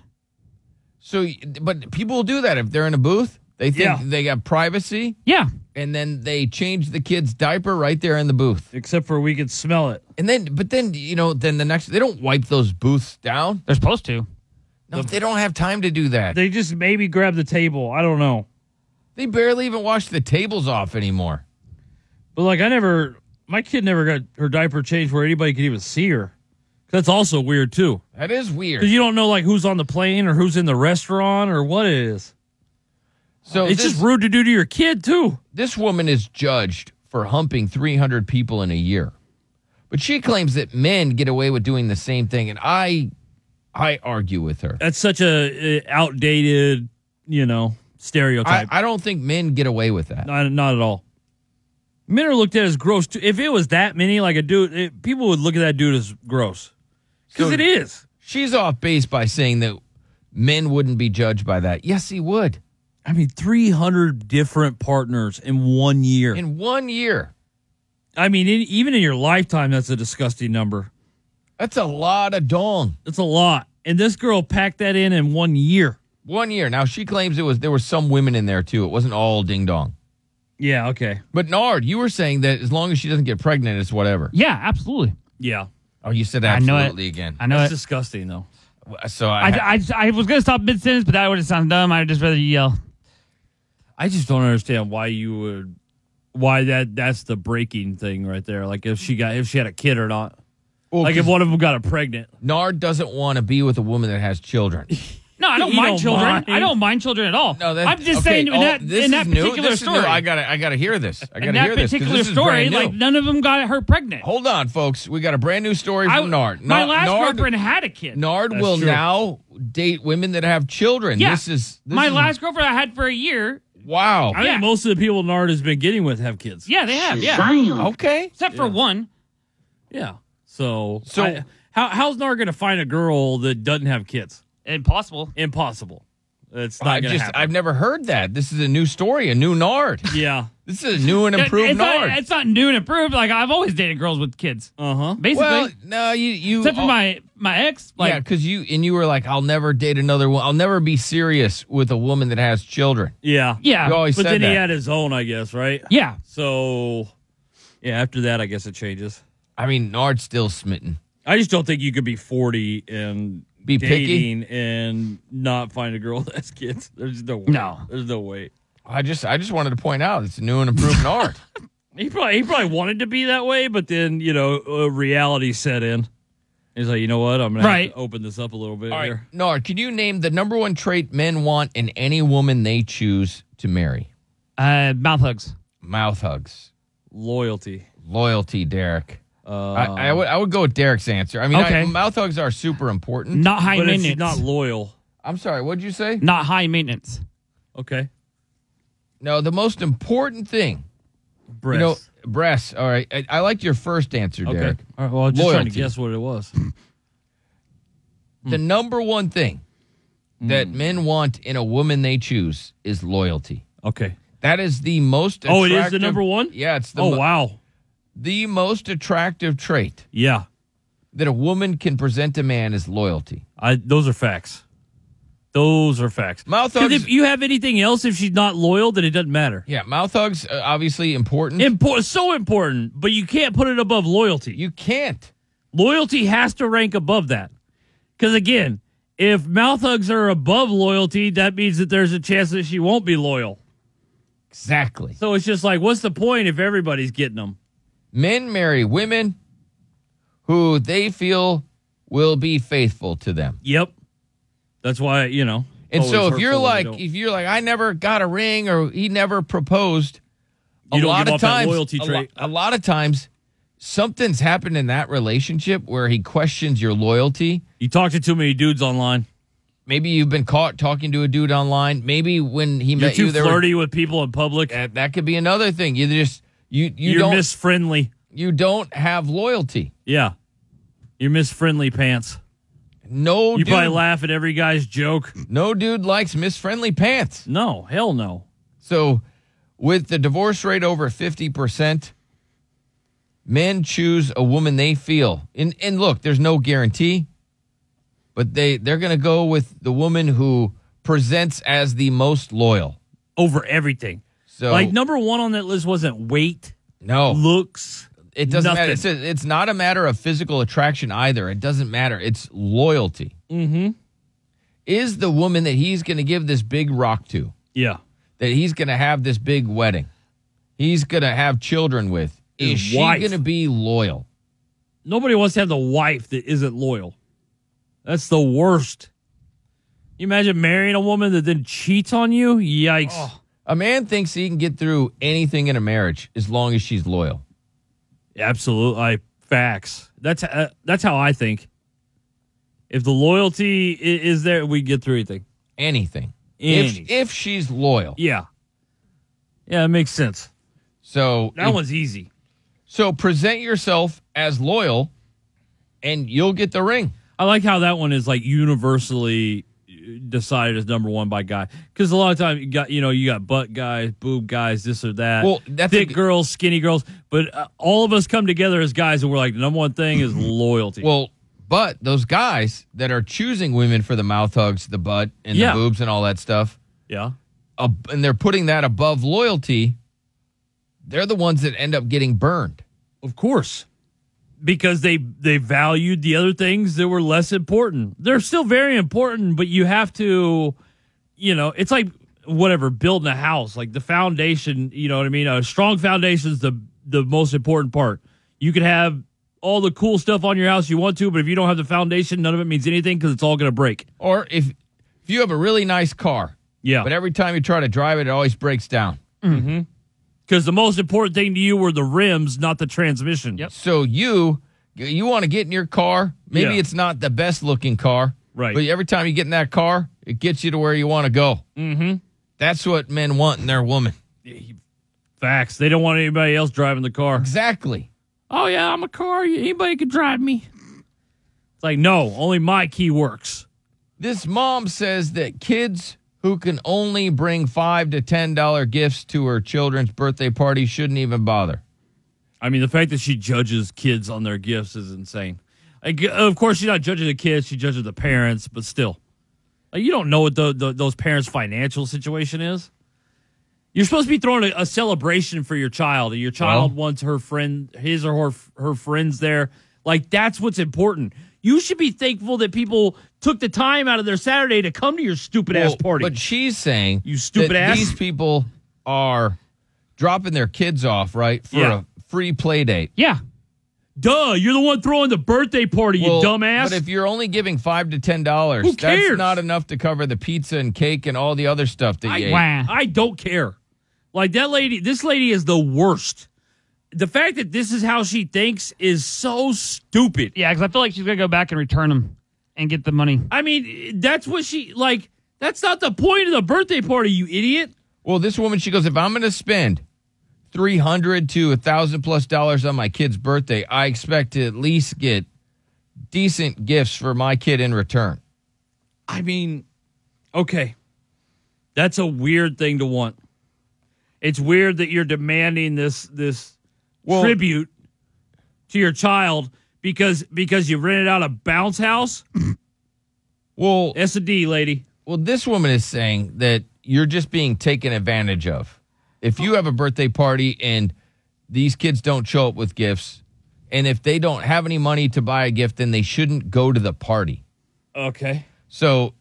S6: So, but people will do that if they're in a booth. They think
S7: Yeah.
S6: they got privacy.
S10: Yeah.
S6: And then they change the kid's diaper right there in the booth.
S7: Except for we could smell it.
S6: And then, but then, you know, then the next, they don't wipe those booths down.
S10: They're supposed to.
S6: No, they don't have time to do that.
S7: They just maybe grab the table. I don't know.
S6: They barely even wash the tables off anymore.
S7: But like I never my kid never got her diaper changed where anybody could even see her. That's also weird too.
S6: That is weird.
S7: Cuz you don't know like who's on the plane or who's in the restaurant or what it is.
S6: So
S7: it's
S6: this-
S7: just rude to do to your kid too.
S6: This woman is judged for humping 300 people in a year. But she claims that men get away with doing the same thing. And I, I argue with her.
S7: That's such a uh, outdated, you know,
S6: I,
S7: stereotype.
S6: I don't think men get away with that.
S7: not, not at all. Men are looked at as gross too. If it was that many, like a dude, it, people would look at that dude as gross because it is.
S6: She's off base by saying that men wouldn't be judged by that. Yes, he would.
S7: I mean, three hundred different partners in one year.
S6: In one year.
S7: I mean, in, even in your lifetime, that's a disgusting number.
S6: That's a lot of dong.
S7: That's a lot. And this girl packed that in in one year.
S6: One year. Now she claims it was there were some women in there too. It wasn't all ding dong.
S7: Yeah. Okay.
S6: But Nard, you were saying that as long as she doesn't get pregnant, it's whatever.
S10: Yeah, absolutely.
S7: Yeah.
S6: Oh, you said
S10: I know it.
S6: absolutely again.
S10: I know
S7: That's
S10: it.
S7: disgusting, though.
S6: So I,
S10: I, I, just- I was gonna stop mid sentence, but that would have sounded dumb. I'd just rather you yell.
S7: I just don't understand why you would, why that that's the breaking thing right there. Like if she got if she had a kid or not.
S6: Well,
S7: like if
S6: 'cause-
S7: one of them got a pregnant.
S6: Nard doesn't want to be with a woman that has children.
S10: No, I don't
S7: You
S10: mind
S7: don't
S10: children.
S7: mind.
S10: I don't mind children at all.
S6: No, that-
S10: I'm just
S6: okay,
S10: saying in
S6: all-
S10: that
S6: this
S10: in that
S6: is new.
S10: particular
S6: This is new.
S10: story.
S6: I gotta I gotta hear this. I gotta
S10: in that
S6: hear this. 'cause
S10: particular
S6: this is
S10: story,
S6: brand new.
S10: like none of them got her pregnant.
S6: Hold on, folks. We got a brand new story from
S10: I-
S6: Nard.
S10: My
S6: Nard-
S10: last
S6: Nard,
S10: girlfriend had a kid.
S6: Nard
S7: That's
S6: will
S7: true.
S6: now date women that have children.
S10: Yeah.
S6: This is this
S10: my
S6: is-
S10: last girlfriend I had for a year.
S6: Wow.
S7: I
S10: Yeah.
S7: think most of the people Nard has been getting with have kids.
S10: Yeah, they have. Yeah,
S6: Okay.
S10: except for one.
S7: Yeah. So
S6: So-
S7: I- how how's Nard going to find a girl that doesn't have kids?
S10: Impossible.
S7: Impossible. It's
S6: I
S7: not going to
S6: just
S7: happen.
S6: I've never heard that. This is a new story, a new Nard.
S7: yeah.
S6: This is a new and
S10: It-
S6: improved
S10: it's,
S6: Nard.
S10: not, it's not new and improved. Like I've always dated girls with kids,
S7: Uh huh.
S10: basically.
S6: Uh-huh. well, no, you you
S10: except for
S6: oh,
S10: my my ex. Like
S6: yeah, because you and you were like, I'll never date another one. I'll never be serious with a woman that has children.
S7: Yeah.
S10: yeah,
S6: You always
S7: But
S6: said
S7: then
S6: that.
S7: he had his own, I guess, right?
S10: yeah.
S7: So yeah, after that, I guess it changes.
S6: I mean, Nard's still smitten.
S7: I just don't think you could be forty and
S6: Be picky?
S7: dating and not find a girl that has kids. There's no way.
S10: No.
S7: There's no way.
S6: I just I just wanted to point out it's a new and improved Nard.
S7: He probably he probably wanted to be that way, but then you know uh, reality set in. He's like, you know what? I'm gonna have to
S10: Right.
S7: open this up a little bit
S6: All right,
S7: here.
S6: Nard, can you name the number one trait men want in any woman they choose to marry?
S10: Uh, mouth hugs.
S6: Mouth hugs,
S7: Loyalty.
S6: loyalty, Derek.
S7: Uh,
S6: I I would I would go with Derek's answer. I mean, I-
S10: Okay.
S6: mouth hugs are super important.
S10: Not high
S7: but if
S10: maintenance.
S7: she's not loyal,
S6: I'm sorry, what'd you say?
S10: not high maintenance.
S7: okay.
S6: No, the most important thing
S7: Breast.
S6: You know, breasts. All right. I, I liked your first answer,
S7: okay.
S6: Derek.
S7: All right. Well, I'm just trying
S6: Loyalty.
S7: to guess what it was.
S6: The number one thing
S7: Hmm.
S6: that men want in a woman they choose is loyalty.
S7: Okay.
S6: That is the most
S7: Oh, it is the
S6: attractive-
S7: number one?
S6: Yeah, it's the
S7: Oh,
S6: mo-
S7: wow.
S6: The most attractive trait.
S7: Yeah.
S6: That a woman can present a man is loyalty.
S7: I Uh, those are facts. Those are facts.
S6: Mouth
S7: 'Cause
S6: hugs-
S7: if you have anything else, if she's not loyal, then it doesn't matter.
S6: Yeah, mouth hugs uh, obviously important.
S7: Important, so important, but you can't put it above loyalty.
S6: You can't.
S7: Loyalty has to rank above that. Because again, if mouth hugs are above loyalty, that means that there's a chance that she won't be loyal.
S6: Exactly.
S7: So it's just like, what's the point if everybody's getting them?
S6: Men marry women who they feel will be faithful to them.
S7: Yep. That's why, you know.
S6: And
S7: always
S6: so if you're
S7: hurtful when
S6: like
S7: they don't.
S6: if you're like I never got a ring or he never proposed, a
S7: You don't
S6: lot
S7: give
S6: of
S7: off that
S6: times
S7: loyalty
S6: a,
S7: trait.
S6: lo- a lot of times something's happened in that relationship where he questions your loyalty.
S7: You talk to too many dudes online.
S6: Maybe you've been caught talking to a dude online. Maybe when he
S7: You're
S6: met
S7: too
S6: you, there
S7: flirty with people in public.
S6: That, that could be another thing. You just you you
S7: You're
S6: don't
S7: misfriendly.
S6: You don't have loyalty.
S7: Yeah. You're Miss Friendly Pants.
S6: No,
S7: you
S6: dude,
S7: probably laugh at every guy's joke.
S6: No dude likes Miss Friendly Pants.
S7: No, hell no.
S6: So, with the divorce rate over 50%, men choose a woman they feel. And, and look, there's no guarantee, but they, they're going to go with the woman who presents as the most loyal
S7: over everything.
S6: So,
S7: like number one on that list wasn't weight.
S6: No
S7: looks.
S6: it doesn't matter.
S7: nothing.
S6: It's, a- it's not a matter of physical attraction either. It doesn't matter. It's loyalty.
S7: Mm-hmm.
S6: Is the woman that he's going to give this big rock to?
S7: Yeah.
S6: that he's going to have this big wedding, he's going to have children with.
S7: His
S6: is she
S7: wife.
S6: going to be loyal?
S7: Nobody wants to have the wife that isn't loyal. That's the worst. You imagine marrying a woman that then cheats on you? Yikes.
S6: Oh, A man thinks he can get through anything in a marriage as long as she's loyal.
S7: Absolutely. I, facts. That's uh, that's how I think. If the loyalty i- is there, we get through anything.
S6: Anything.
S7: Anything.
S6: If, if she's loyal.
S7: Yeah. Yeah, it makes sense.
S6: So
S7: That
S6: if-
S7: one's easy.
S6: So present yourself as loyal and you'll get the ring.
S7: I like how that one is like universally uh, decided as number one by guy because a lot of time you got you know you got butt guys, boob guys, this or that.
S6: Well, that's
S7: thick
S6: a-
S7: girls, skinny girls, but uh, all of us come together as guys and we're like the number one thing is loyalty.
S6: Well, but those guys that are choosing women for the mouth hugs, the butt, and
S7: Yeah.
S6: the boobs and all that stuff,
S7: yeah,
S6: ab- and they're putting that above loyalty, they're the ones that end up getting burned.
S7: of course, because they they valued the other things that were less important. They're still very important, but you have to, you know, it's like whatever building a house, like the foundation. You know what I mean? A strong foundation is the the most important part. You could have all the cool stuff on your house you want to, but if you don't have the foundation, none of it means anything because it's all going to break.
S6: Or if if you have a really nice car,
S7: yeah,
S6: but every time you try to drive it, it always breaks down.
S7: Mm-hmm. Because the most important thing to you were the rims, not the transmission. Yep.
S6: So you you want to get in your car. Maybe
S7: Yeah.
S6: it's not the best looking car,
S7: Right.
S6: But every time you get in that car, it gets you to where you want to go.
S7: Mm-hmm.
S6: That's what men want in their woman.
S7: Facts. They don't want anybody else driving the car.
S6: Exactly.
S7: Oh yeah, I'm a car. Anybody could drive me. It's like no, only my key works.
S6: This mom says that kids who can only bring five to ten dollar gifts to her children's birthday party shouldn't even bother.
S7: I mean, the fact that she judges kids on their gifts is insane. Like, of course, she's not judging the kids; she judges the parents. But still, like, you don't know what the, the, those parents' financial situation is. You're supposed to be throwing a, a celebration for your child, and your child wants her friend, his or her, her friends there. Like that's what's important. You should be thankful that people took the time out of their Saturday to come to your stupid ass
S6: Well,
S7: party.
S6: But she's saying
S7: You stupid
S6: that
S7: ass.
S6: These people are dropping their kids off right for
S7: Yeah.
S6: a free play date.
S7: Yeah. Duh, you're the one throwing the birthday party,
S6: Well,
S7: you dumbass.
S6: But if you're only giving five to ten dollars,
S7: Who
S6: that's
S7: cares?
S6: not enough to cover the pizza and cake and all the other stuff that you ate.
S7: I, I don't care. Like that lady, this lady is the worst. The fact that this is how she thinks is so stupid.
S10: Yeah, because I feel like she's gonna go back and return them and get the money.
S7: I mean, that's what she like. That's not the point of the birthday party, you idiot.
S6: Well, this woman, she goes, if I'm going to spend three hundred to a thousand plus dollars on my kid's birthday, I expect to at least get decent gifts for my kid in return.
S7: I mean, Okay. That's a weird thing to want. It's weird that you're demanding this this tribute to your child because because you rented out a bounce house.
S6: well,
S7: S and D lady.
S6: Well, this woman is saying that you're just being taken advantage of. If you have a birthday party and these kids don't show up with gifts, and if they don't have any money to buy a gift, then they shouldn't go to the party.
S7: Okay.
S6: So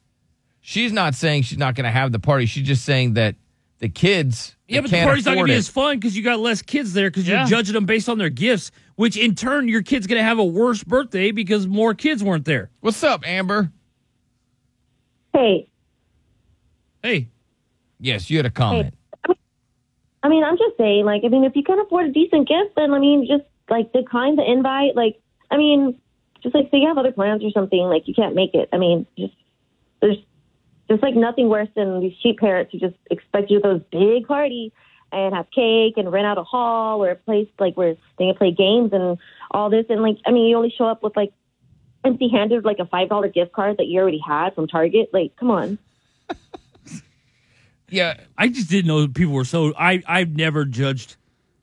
S6: she's not saying she's not going to have the party. She's just saying that the kids.
S7: Yeah,
S6: that
S7: but the
S6: can't
S7: party's not gonna
S6: afford
S7: be
S6: it-
S7: as fun because you got less kids there because
S6: Yeah.
S7: you're judging them based on their gifts, which in turn your kid's gonna have a worse birthday because more kids weren't there.
S6: What's up, Amber?
S12: Hey,
S7: Hey.
S6: Yes, you had a comment.
S7: Oh.
S12: I mean, I'm just saying, like, I mean, if you can afford a decent gift, then I mean, just like decline the invite. Like, I mean, just like say you have other plans or something, like you can't make it. I mean, just there's there's like nothing worse than these cheap parents who just expect you to those big party and have cake and rent out a hall or a place like where they can play games and all this and like I mean, you only show up with like empty handed like a five dollar gift card that you already had from Target. Like, come on.
S6: Yeah,
S7: I just didn't know people were so. I I've never judged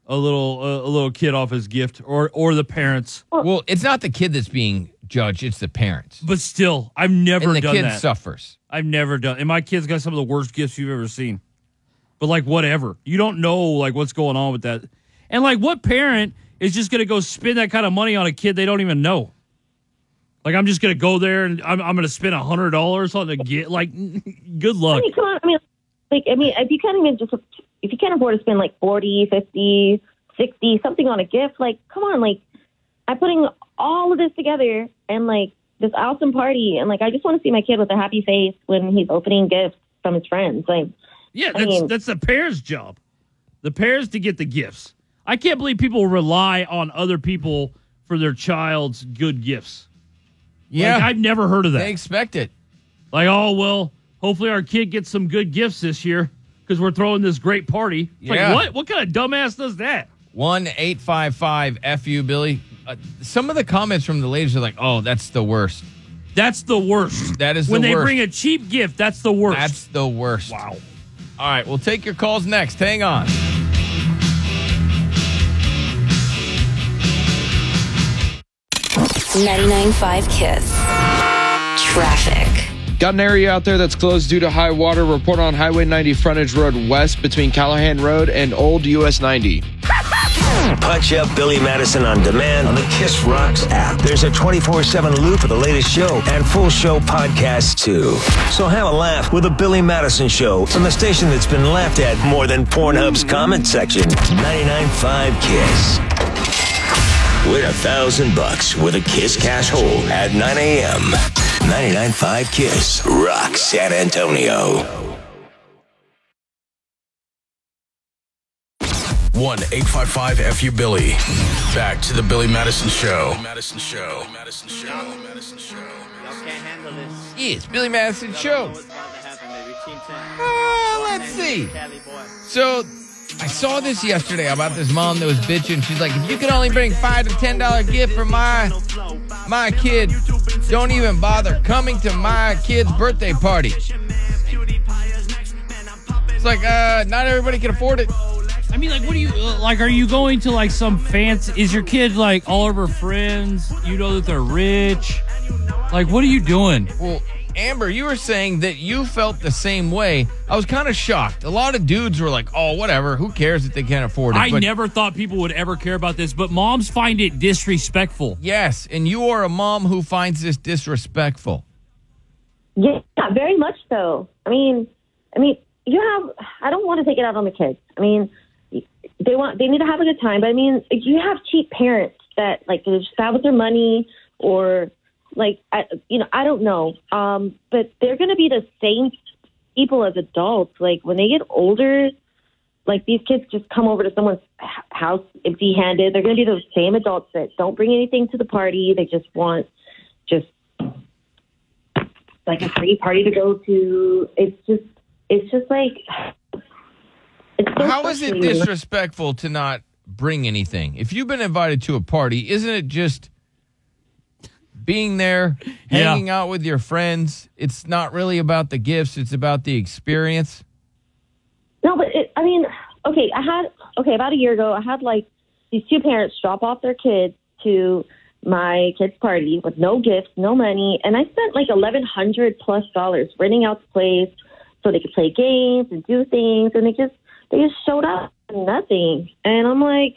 S7: a little a little kid off his gift or or the parents.
S6: Well, it's not the kid that's being judged; it's the parents.
S7: But still, I've never
S6: And the
S7: done
S6: kid
S7: that.
S6: suffers.
S7: I've never done, and my kids got some of the worst gifts you've ever seen. But like, whatever. You don't know like what's going on with that, and like, what parent is just going to go spend that kind of money on a kid they don't even know? Like, I'm just going to go there and I'm, I'm going to spend a hundred dollars on the gift. Like, good luck.
S12: I mean, come on. I mean, like, I mean, if you can't even just, if you can't afford to spend like forty, fifty, sixty, something on a gift, like, come on. Like, I'm putting all of this together and like this awesome party. And like, I just want to see my kid with a happy face when he's opening gifts from his friends. Like,
S7: Yeah,
S12: I
S7: that's
S12: mean-
S7: that's the parents' job. The parents to get the gifts. I can't believe people rely on other people for their child's good gifts.
S6: Yeah.
S7: Like, I've never heard of that. They
S6: expect it.
S7: Like, oh well, hopefully our kid gets some good gifts this year because we're throwing this great party. It's
S6: Yeah.
S7: Like what? What kind of dumbass does that?
S6: One eight five five fu Billy. Uh, some of the comments from the ladies are like, "Oh, that's the worst.
S7: That's the worst.
S6: That is
S7: when
S6: the
S7: they
S6: worst.
S7: bring a cheap gift, that's the worst.
S6: that's the worst."
S7: Wow.
S6: All right, we'll take your calls next. Hang on.
S8: Ninety-nine-five Kiss. Traffic.
S11: Got an area out there that's closed due to high water. Report on Highway 90 frontage road west between Callahan Road and Old US 90.
S1: Punch up Billy Madison on demand on the Kiss Rocks app. There's a 24 7 loop of the latest show and full show podcasts, too. So have a laugh with the Billy Madison Show from the station that's been laughed at more than Pornhub's comment section. 99.5 Kiss. Win a thousand bucks with a Kiss Cash hole at 9 a.m. 99.5 Kiss Rock San Antonio.
S2: 1 855 FU Billy. Back to the Billy Madison Show. Madison Show. Madison Show. Madison Show.
S6: Yes, Billy Madison Show. Uh, let's see. So I saw this yesterday about this mom that was bitching. She's like, if you could only bring five to ten dollar gift for my my kid, don't even bother coming to my kid's birthday party. It's like, uh, not everybody can afford it.
S7: I mean, like, what do you uh, like? Are you going to like some fancy? Is your kid like all of her friends? You know that they're rich. Like, what are you doing?
S6: Well, Amber, you were saying that you felt the same way. I was kind of shocked. A lot of dudes were like, "Oh, whatever. Who cares if they can't afford it?"
S7: I
S6: But-
S7: never thought people would ever care about this, but moms find it disrespectful.
S6: Yes, and you are a mom who finds this disrespectful.
S12: yeah, very much so. I mean, I mean, you have, I don't want to take it out on the kids. I mean, they want they need to have a good time. But I mean, you have cheap parents that like they just out with their money or like I, you know I don't know. Um, but they're gonna be the same people as adults. Like when they get older, like these kids just come over to someone's h- house empty-handed. They're gonna be those same adults that don't bring anything to the party. They just want just like a free party to go to. It's just it's just like. It's so
S6: How is it
S12: frustrating.
S6: disrespectful to not bring anything? If you've been invited to a party, isn't it just being there, hanging out with your friends. It's not really about the gifts, it's about the experience.
S12: No, but it, I mean, okay, I had okay about a year ago. I had like these two parents drop off their kids to my kids' party with no gifts, no money, and I spent like eleven hundred plus dollars renting out the place so they could play games and do things, and they just they just showed up with nothing, and I'm like,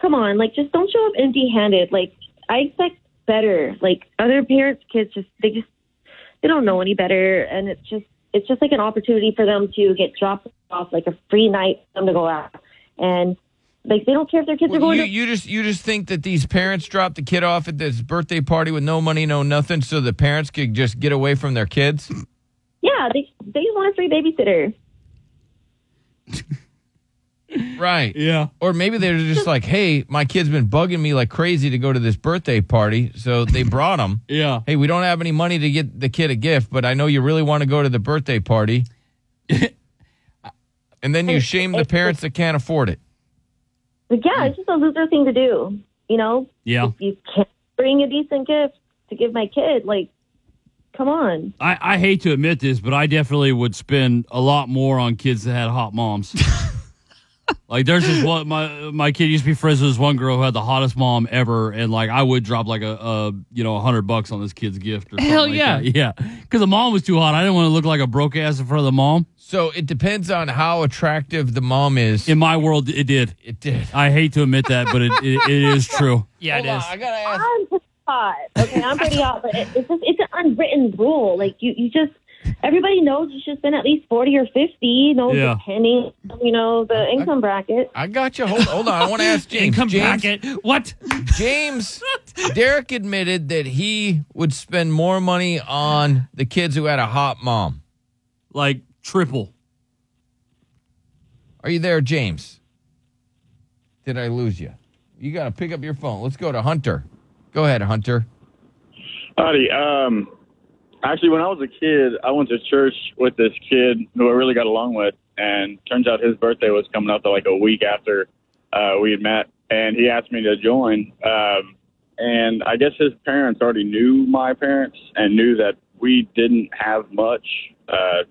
S12: come on, like just don't show up empty-handed. Like I expect better. Like other parents' kids just they just they don't know any better, and it's just it's just like an opportunity for them to get dropped off, like a free night for them to go out, and like they don't care if their kids are
S6: Well,
S12: going
S6: you,
S12: to
S6: you just you just think that these parents dropped the kid off at this birthday party with no money, no nothing, so the parents could just get away from their kids.
S12: yeah they they want a free babysitter.
S6: Right. Yeah. Or maybe they're just like, hey, my kid's been bugging me like crazy to go to this birthday party. So they brought him.
S7: yeah.
S6: Hey, we don't have any money to get the kid a gift, but I know you really want to go to the birthday party. and then you shame the parents that can't afford it.
S12: But yeah, it's just a loser thing to do. You know,
S6: Yeah.
S12: you can't bring a decent gift to give my kid. Like, come on.
S7: I, I hate to admit this, but I definitely would spend a lot more on kids that had hot moms. like there's this one my my kid used to be friends with this one girl who had the hottest mom ever, and like I would drop like a, a you know a hundred bucks on this kid's gift. Or something
S10: Hell
S7: like
S10: yeah.
S7: that. yeah, because the mom was too hot. I didn't want to look like a broke ass in front of the mom.
S6: So it depends on how attractive the mom is.
S7: In my world, it did.
S6: It did.
S7: I hate to admit that, but it it, it is true.
S10: Yeah,
S12: it
S10: is.
S6: I gotta ask.
S12: I'm just hot. Okay, I'm pretty hot, but it, it's just it's an unwritten rule. Like you, you just everybody knows you should spend at least forty or fifty. You know,
S6: Yeah.
S12: depending you know the income bracket.
S6: I got you. Hold, hold on. I want to ask James.
S10: Income
S6: James,
S10: bracket. What?
S6: James. Derek admitted that he would spend more money on the kids who had a hot mom.
S7: Like triple.
S6: Are you there, James? Did I lose you? You got to pick up your phone. Let's go to Hunter. Go ahead, Hunter.
S13: Howdy. Um, actually, when I was a kid, I went to church with this kid who I really got along with, and turns out his birthday was coming up like a week after uh, we had met, and he asked me to join. Um, and I guess his parents already knew my parents and knew that we didn't have much. Uh,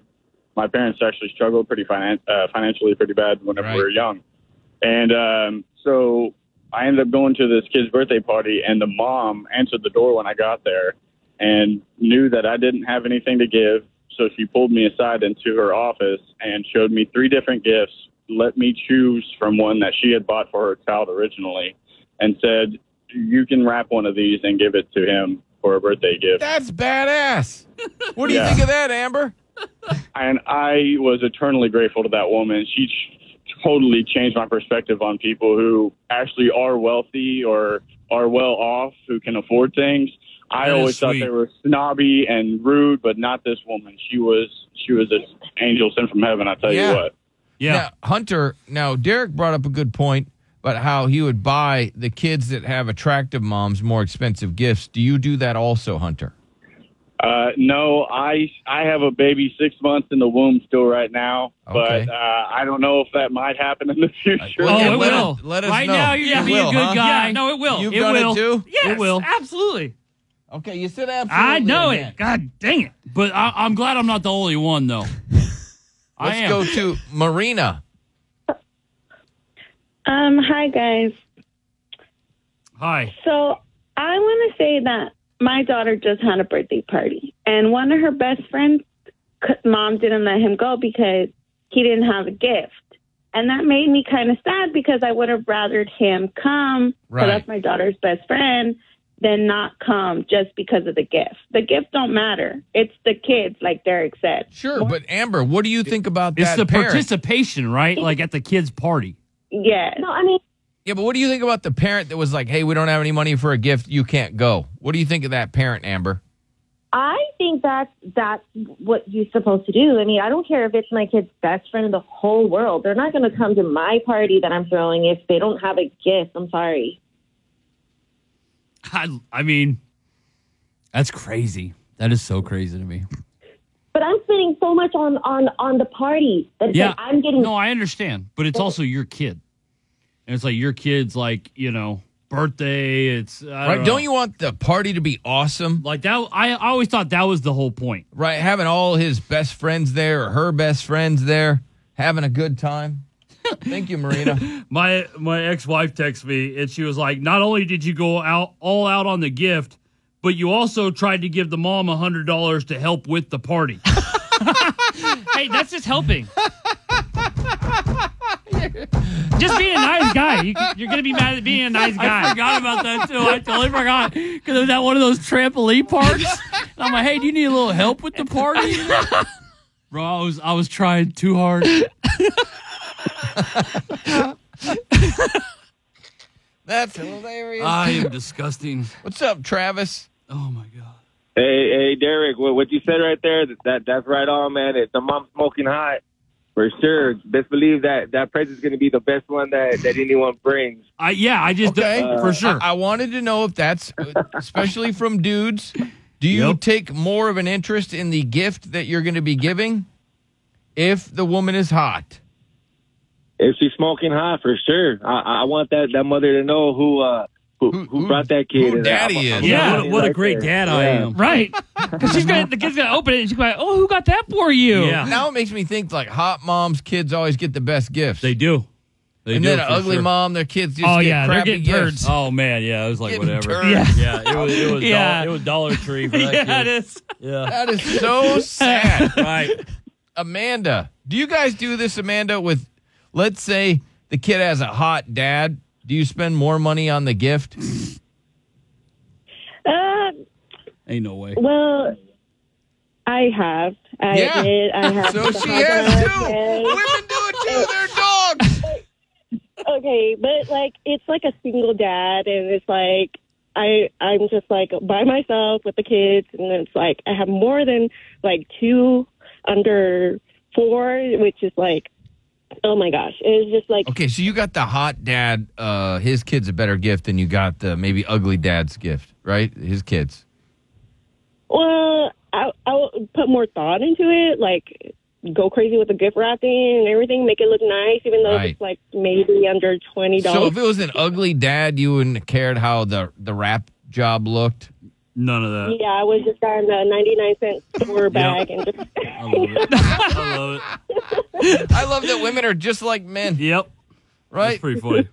S13: my parents actually struggled pretty finan- uh, financially pretty bad whenever we were young. And um, so I ended up going to this kid's birthday party, and the mom answered the door when I got there and knew that I didn't have anything to give. So she pulled me aside into her office and showed me three different gifts, let me choose from one that she had bought for her child originally, and said, You can wrap one of these and give it to him for a birthday gift.
S6: That's badass. What do you
S13: Yeah.
S6: think of that, Amber?
S13: and I was eternally grateful to that woman. She ch- totally changed my perspective on people who actually are wealthy or are well off, who can afford things. I
S2: That is
S13: always thought
S2: sweet.
S13: they were snobby and rude, but not this woman. She was she was an angel sent from heaven. I tell
S6: Yeah.
S13: you what.
S6: Yeah. Hunter, now Derek brought up a good point about how he would buy the kids that have attractive moms more expensive gifts. Do you do that also, Hunter?
S13: Uh, no, I I have a baby six months in the womb still right now,
S6: Okay.
S13: but uh, I don't know if that might happen in the future.
S6: Oh, it Let will. us- let us
S10: right now, you're gonna be a good guy. no, it will.
S6: You've
S10: it
S6: done it
S10: will.
S6: too?
S10: Yes,
S6: It will.
S10: Absolutely.
S6: Okay, you said
S10: I know it.
S7: God dang it! But I, I'm glad I'm not the only one though. I
S6: Let's
S7: am.
S6: go to Marina.
S14: Um, hi guys.
S7: Hi.
S14: So I want to say that my daughter just had a birthday party, and one of her best friends' c- mom didn't let him go because he didn't have a gift, and that made me kind of sad because I would have rathered him come.
S15: Right.
S14: So that's my daughter's best friend. Than not come just because of the gift. The gift don't matter. It's the kids, like Derek said.
S6: Sure, but Amber, what do you think about
S7: It's
S6: that
S7: the
S6: parent?
S7: participation, right? Like at the kids' party.
S14: Yeah. No, I mean,
S6: Yeah, but what do you think about the parent that was like, "Hey, we don't have any money for a gift. You can't go." What do you think of that parent, Amber?
S12: I think that's that's what you're supposed to do. I mean, I don't care if it's my kid's best friend in the whole world. They're not going to come to my party that I'm throwing if they don't have a gift. I'm sorry.
S7: I, I mean, that's crazy. That is so crazy to me.
S12: But I'm spending so much on on on the party that,
S7: Yeah,
S12: that I'm getting
S7: No, I understand, but it's also your kid, and it's like your kid's like you know birthday. It's I
S6: Right,
S7: Don't,
S6: don't you want the party to be awesome?
S7: Like that, I, I always thought that was the whole point.
S6: Right, having all his best friends there or her best friends there, having a good time. Thank you, Marina.
S7: my my ex wife texted me and she was like, "Not only did you go out all out on the gift, but you also tried to give the mom a hundred dollars to help with the party."
S10: hey, that's just helping. just being a nice guy. You, you're going to be mad at being a nice guy.
S7: I forgot about that too. I totally forgot because it was at one of those trampoline parks. And I'm like, "Hey, do you need a little help with the party?" Bro, I was I was trying too hard.
S6: That's hilarious.
S7: I am disgusting.
S6: What's up, Travis?
S9: Hey, hey, Derek, what, what you said right there, that, that that's right on, man. It's the mom smoking hot for sure. Best believe that that prize is going to be the best one that, that anyone brings.
S7: I yeah, I just
S9: uh, for sure.
S6: I, I wanted to know if that's uh, especially from dudes. Do you take more of an interest in the gift that you're going to be giving if the woman is hot?
S9: If she's smoking hot, for sure. I, I want that, that mother to know who uh, who, who, brought that kid.
S6: who
S9: And
S6: daddy
S9: I'm- I'm-
S6: is.
S9: I'm-
S6: Yeah,
S9: I'm
S6: what a
S9: right
S6: great
S9: there.
S6: dad I
S9: Yeah.
S6: am.
S10: Right. Because she's gonna the kid's gonna open it and she's gonna be like, Oh, who got that for you?
S6: Now it makes me think like hot moms' kids always get the best gifts. They
S7: do. They
S6: and
S7: do,
S6: then an
S7: for
S6: ugly
S7: sure.
S6: mom, their kids just
S7: oh
S6: get
S7: yeah, they're
S6: crappy
S7: getting
S6: gifts.
S7: turds. Oh man, yeah, it was like
S6: Getting
S7: whatever.
S6: turds.
S7: Yeah,
S6: Yeah.
S7: it was. It was,
S6: Yeah.
S7: dollar, it was Dollar Tree for that.
S6: Yeah,
S7: kid.
S6: it
S10: is.
S7: Yeah,
S6: That is so sad.
S7: right.
S6: Amanda, do you guys do this, Amanda, with let's say the kid has a hot dad? Do you spend more money on the gift?
S16: Uh,
S7: Ain't no way.
S16: well, I have. I
S6: Yeah.
S16: admit I have.
S6: So
S16: the
S6: she
S16: hot
S6: has
S16: dog,
S6: too.
S16: yes.
S6: Women do it too. They're dogs.
S16: okay, but like it's like a single dad, and it's like I I'm just like by myself with the kids, and it's like I have more than like two under four, which is like oh my gosh, it's just like
S6: Okay, so you got the hot dad, uh, his kid's a better gift than you got the maybe ugly dad's gift, right? His kids.
S16: well I I'll put more thought into it, like go crazy with the gift wrapping and everything, make it look nice, even though
S6: Right.
S16: it's like maybe under twenty
S6: So
S16: dollars.
S6: if it was an ugly dad, you wouldn't have cared how the the wrap job looked.
S7: None of that.
S16: yeah, I was just on the ninety nine cent store bag and just
S7: I love it.
S6: I love that women are just like men.
S7: Yep.
S6: Right?
S7: That's pretty funny.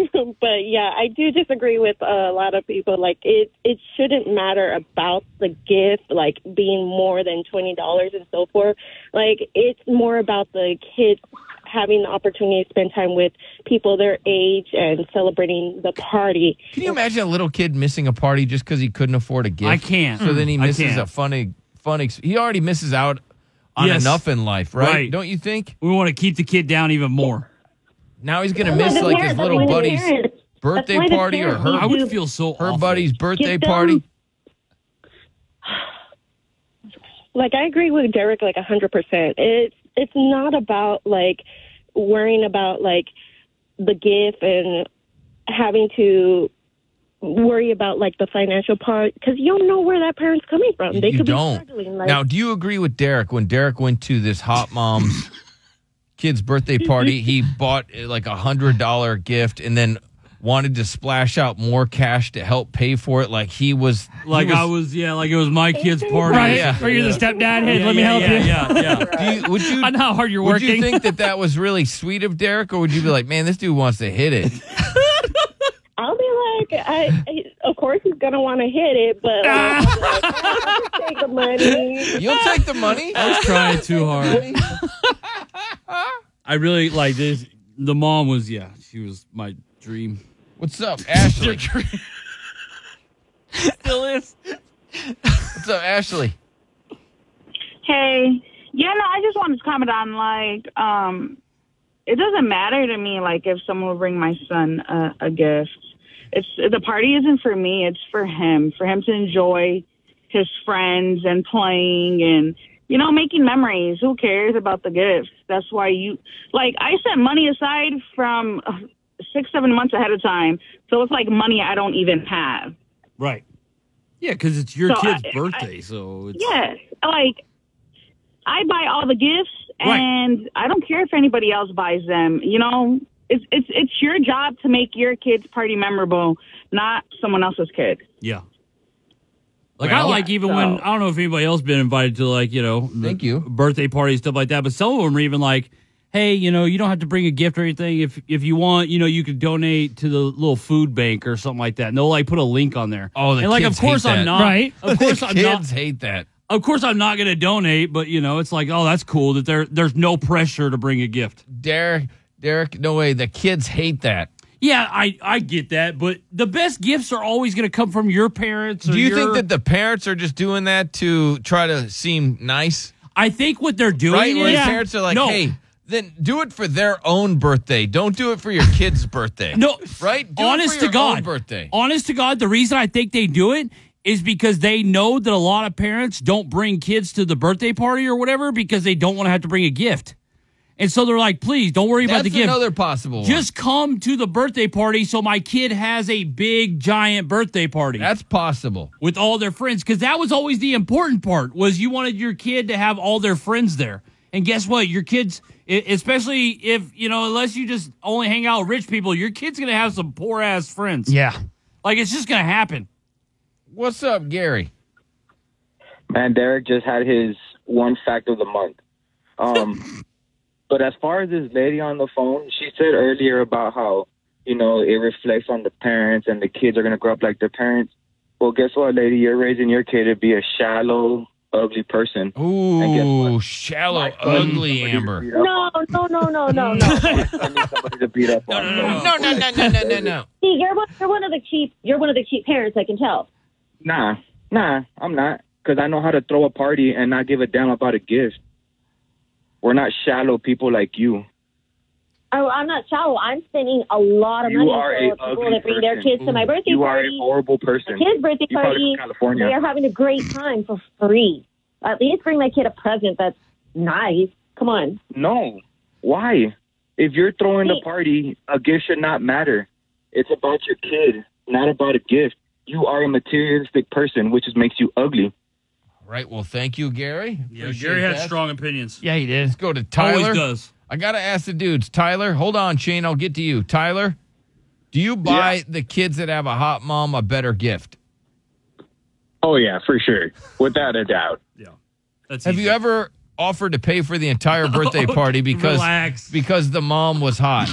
S16: but yeah, I do disagree with a lot of people. Like it, it shouldn't matter about the gift, like being more than twenty dollars and so forth. Like it's more about the kids having the opportunity to spend time with people their age and celebrating the party.
S6: Can you imagine a little kid missing a party just because he couldn't afford a gift?
S7: I can't.
S6: So then he
S7: Mm, I
S6: misses
S7: can't.
S6: a funny, fun. Ex- he already misses out on
S7: Yes.
S6: enough in life, right?
S7: Right.
S6: Don't you think?
S7: We want to keep the kid down even more.
S6: Now he's gonna
S7: Oh,
S6: miss
S7: that's
S6: like
S7: why-
S6: his
S7: that's
S6: little
S7: why the
S6: buddy's
S7: parents-
S6: birthday
S7: why the
S6: party or
S7: parents
S6: her.
S7: need I would to feel so
S6: her
S7: awful.
S6: buddy's birthday
S16: Give them-
S6: party.
S16: Like I agree with Derek like a hundred percent. It's it's not about like worrying about like the gift and having to worry about like the financial part because you don't know where that parent's coming from. They
S6: you
S16: could
S6: don't.
S16: be struggling. Like,
S6: now, do you agree with Derek when Derek went to this hot mom's kid's birthday party? He bought uh, like a hundred dollar gift and then wanted to splash out more cash to help pay for it. Like he was, he
S7: Like I was, yeah, like it was my kid's party.
S6: Right.
S7: Yeah.
S10: Or you're the
S7: Yeah.
S10: stepdad, hey,
S7: Yeah,
S10: let me
S7: yeah,
S10: help
S7: yeah,
S10: you.
S7: Yeah, yeah.
S6: Do you, would you?
S10: I know how hard you're
S6: Would
S10: working.
S6: you think that that was really sweet of Derek, or would you be like, man, this dude wants to hit it?
S16: I'll be like, I, I of course he's gonna want to hit it, but like, I'll be like, "Ah, I'll take the money.
S6: You'll take the money.
S7: I was trying too hard. I really like this. The mom was, yeah, she was my dream.
S6: What's up, Ashley?
S10: Still is.
S6: What's up, Ashley?
S17: Hey, yeah, no, I just wanted to comment on like, um, it doesn't matter to me like if someone will bring my son a, a gift. It's the party isn't for me; it's for him, for him to enjoy his friends and playing and you know making memories. Who cares about the gifts? That's why you like I set money aside from uh, six, seven months ahead of time, so it's like money I don't even have.
S7: Right. Yeah, because it's your
S17: So
S7: kid's
S17: I-
S7: birthday, so it's.
S17: Yes. Like, I buy all the gifts, and I don't care if anybody else buys them. You know, it's it's it's your job to make your kid's party memorable, not someone else's kid.
S7: Yeah. Like I
S17: Well,
S7: like even
S17: so-
S7: when I don't know if anybody else been invited to like you know thank you birthday parties stuff like that, but some of them are even like, hey, you know, you don't have to bring a gift or anything. If if you want, you know, you could donate to the little food bank or something like that, and they'll like put a link on there.
S18: Oh, the
S7: and like
S18: kids
S7: of course
S18: hate
S7: I'm
S18: that.
S7: not
S18: Right.
S7: Of course
S18: The
S7: I'm not.
S18: kids hate that.
S7: Of course I'm not going to donate, but you know, it's like oh that's cool that there there's no pressure to bring a gift.
S6: Derek, Derek, no way. The kids hate that.
S7: Yeah, I I get that, but the best gifts are always going to come from your parents. Or
S6: Do you think
S7: your-
S6: that the parents are just doing that to try to seem nice?
S7: I think what they're doing
S6: right? Where
S7: is-
S6: the parents are like,
S7: No.
S6: hey, then do it for their own birthday. Don't do it for your kid's birthday.
S7: No,
S6: right? Do it for
S7: honest
S6: your
S7: to
S6: own
S7: God,
S6: birthday.
S7: Honest to God, the reason I think they do it is because they know that a lot of parents don't bring kids to the birthday party or whatever because they don't want to have to bring a gift. And so they're like, please don't worry about the
S6: That's
S7: gift.
S6: another possible one.
S7: Just come to the birthday party so my kid has a big giant birthday party. That's
S6: possible.
S7: With all their friends cuz that was always the important part was you wanted your kid to have all their friends there. And guess what? Your kids e- especially if, you know, unless you just only hang out with rich people, your kid's going to have some poor ass friends.
S6: Yeah.
S7: Like it's just going to happen.
S6: What's up, Gary?
S19: Man, Derek just had his one fact of the month. Um, but as far as this lady on the phone, she said earlier about how you know it reflects on the parents and the kids are gonna grow up like their parents. Well, guess what, lady? You're raising your kid to be a shallow, ugly person.
S6: Ooh, shallow, ugly Amber.
S12: No, Oh, no, no, no, no, no.
S19: Somebody to beat up on.
S6: No, no, no, no, no, no, no.
S12: See, you're one, you're one of the cheap. You're one of the cheap parents. I can tell.
S19: Nah, nah, I'm not. Because I know how to throw a party and not give a damn about a gift. We're not shallow people like you.
S12: Oh, I'm not shallow. I'm spending a lot of
S19: You
S12: money for
S19: are a
S12: people
S19: ugly
S12: that bring their
S19: person.
S12: kids to my
S19: Ooh.
S12: birthday
S19: You are
S12: party.
S19: a horrible person.
S12: My kid's birthday
S19: You're
S12: party.
S19: probably from California.
S12: We are having a great time for free. At least bring my kid a present that's nice. Come on.
S19: No. Why? If you're throwing the
S12: Wait.
S19: party, a gift should not matter. It's about your kid, not about a gift. You are a materialistic person, which just makes you ugly.
S6: All right. Well, thank you, Gary.
S7: Yeah, Gary had strong opinions.
S6: Yeah, he did. Let's go to Tyler.
S7: Always does.
S6: I gotta ask the dudes. Tyler, hold on, Shane. I'll get to you. Tyler, do you buy the kids that have a hot mom a better gift?
S20: Oh yeah, for sure, without a doubt.
S6: have you ever offered to pay for the
S7: Oh,
S6: entire birthday party because
S20: relax.
S6: because the mom was hot?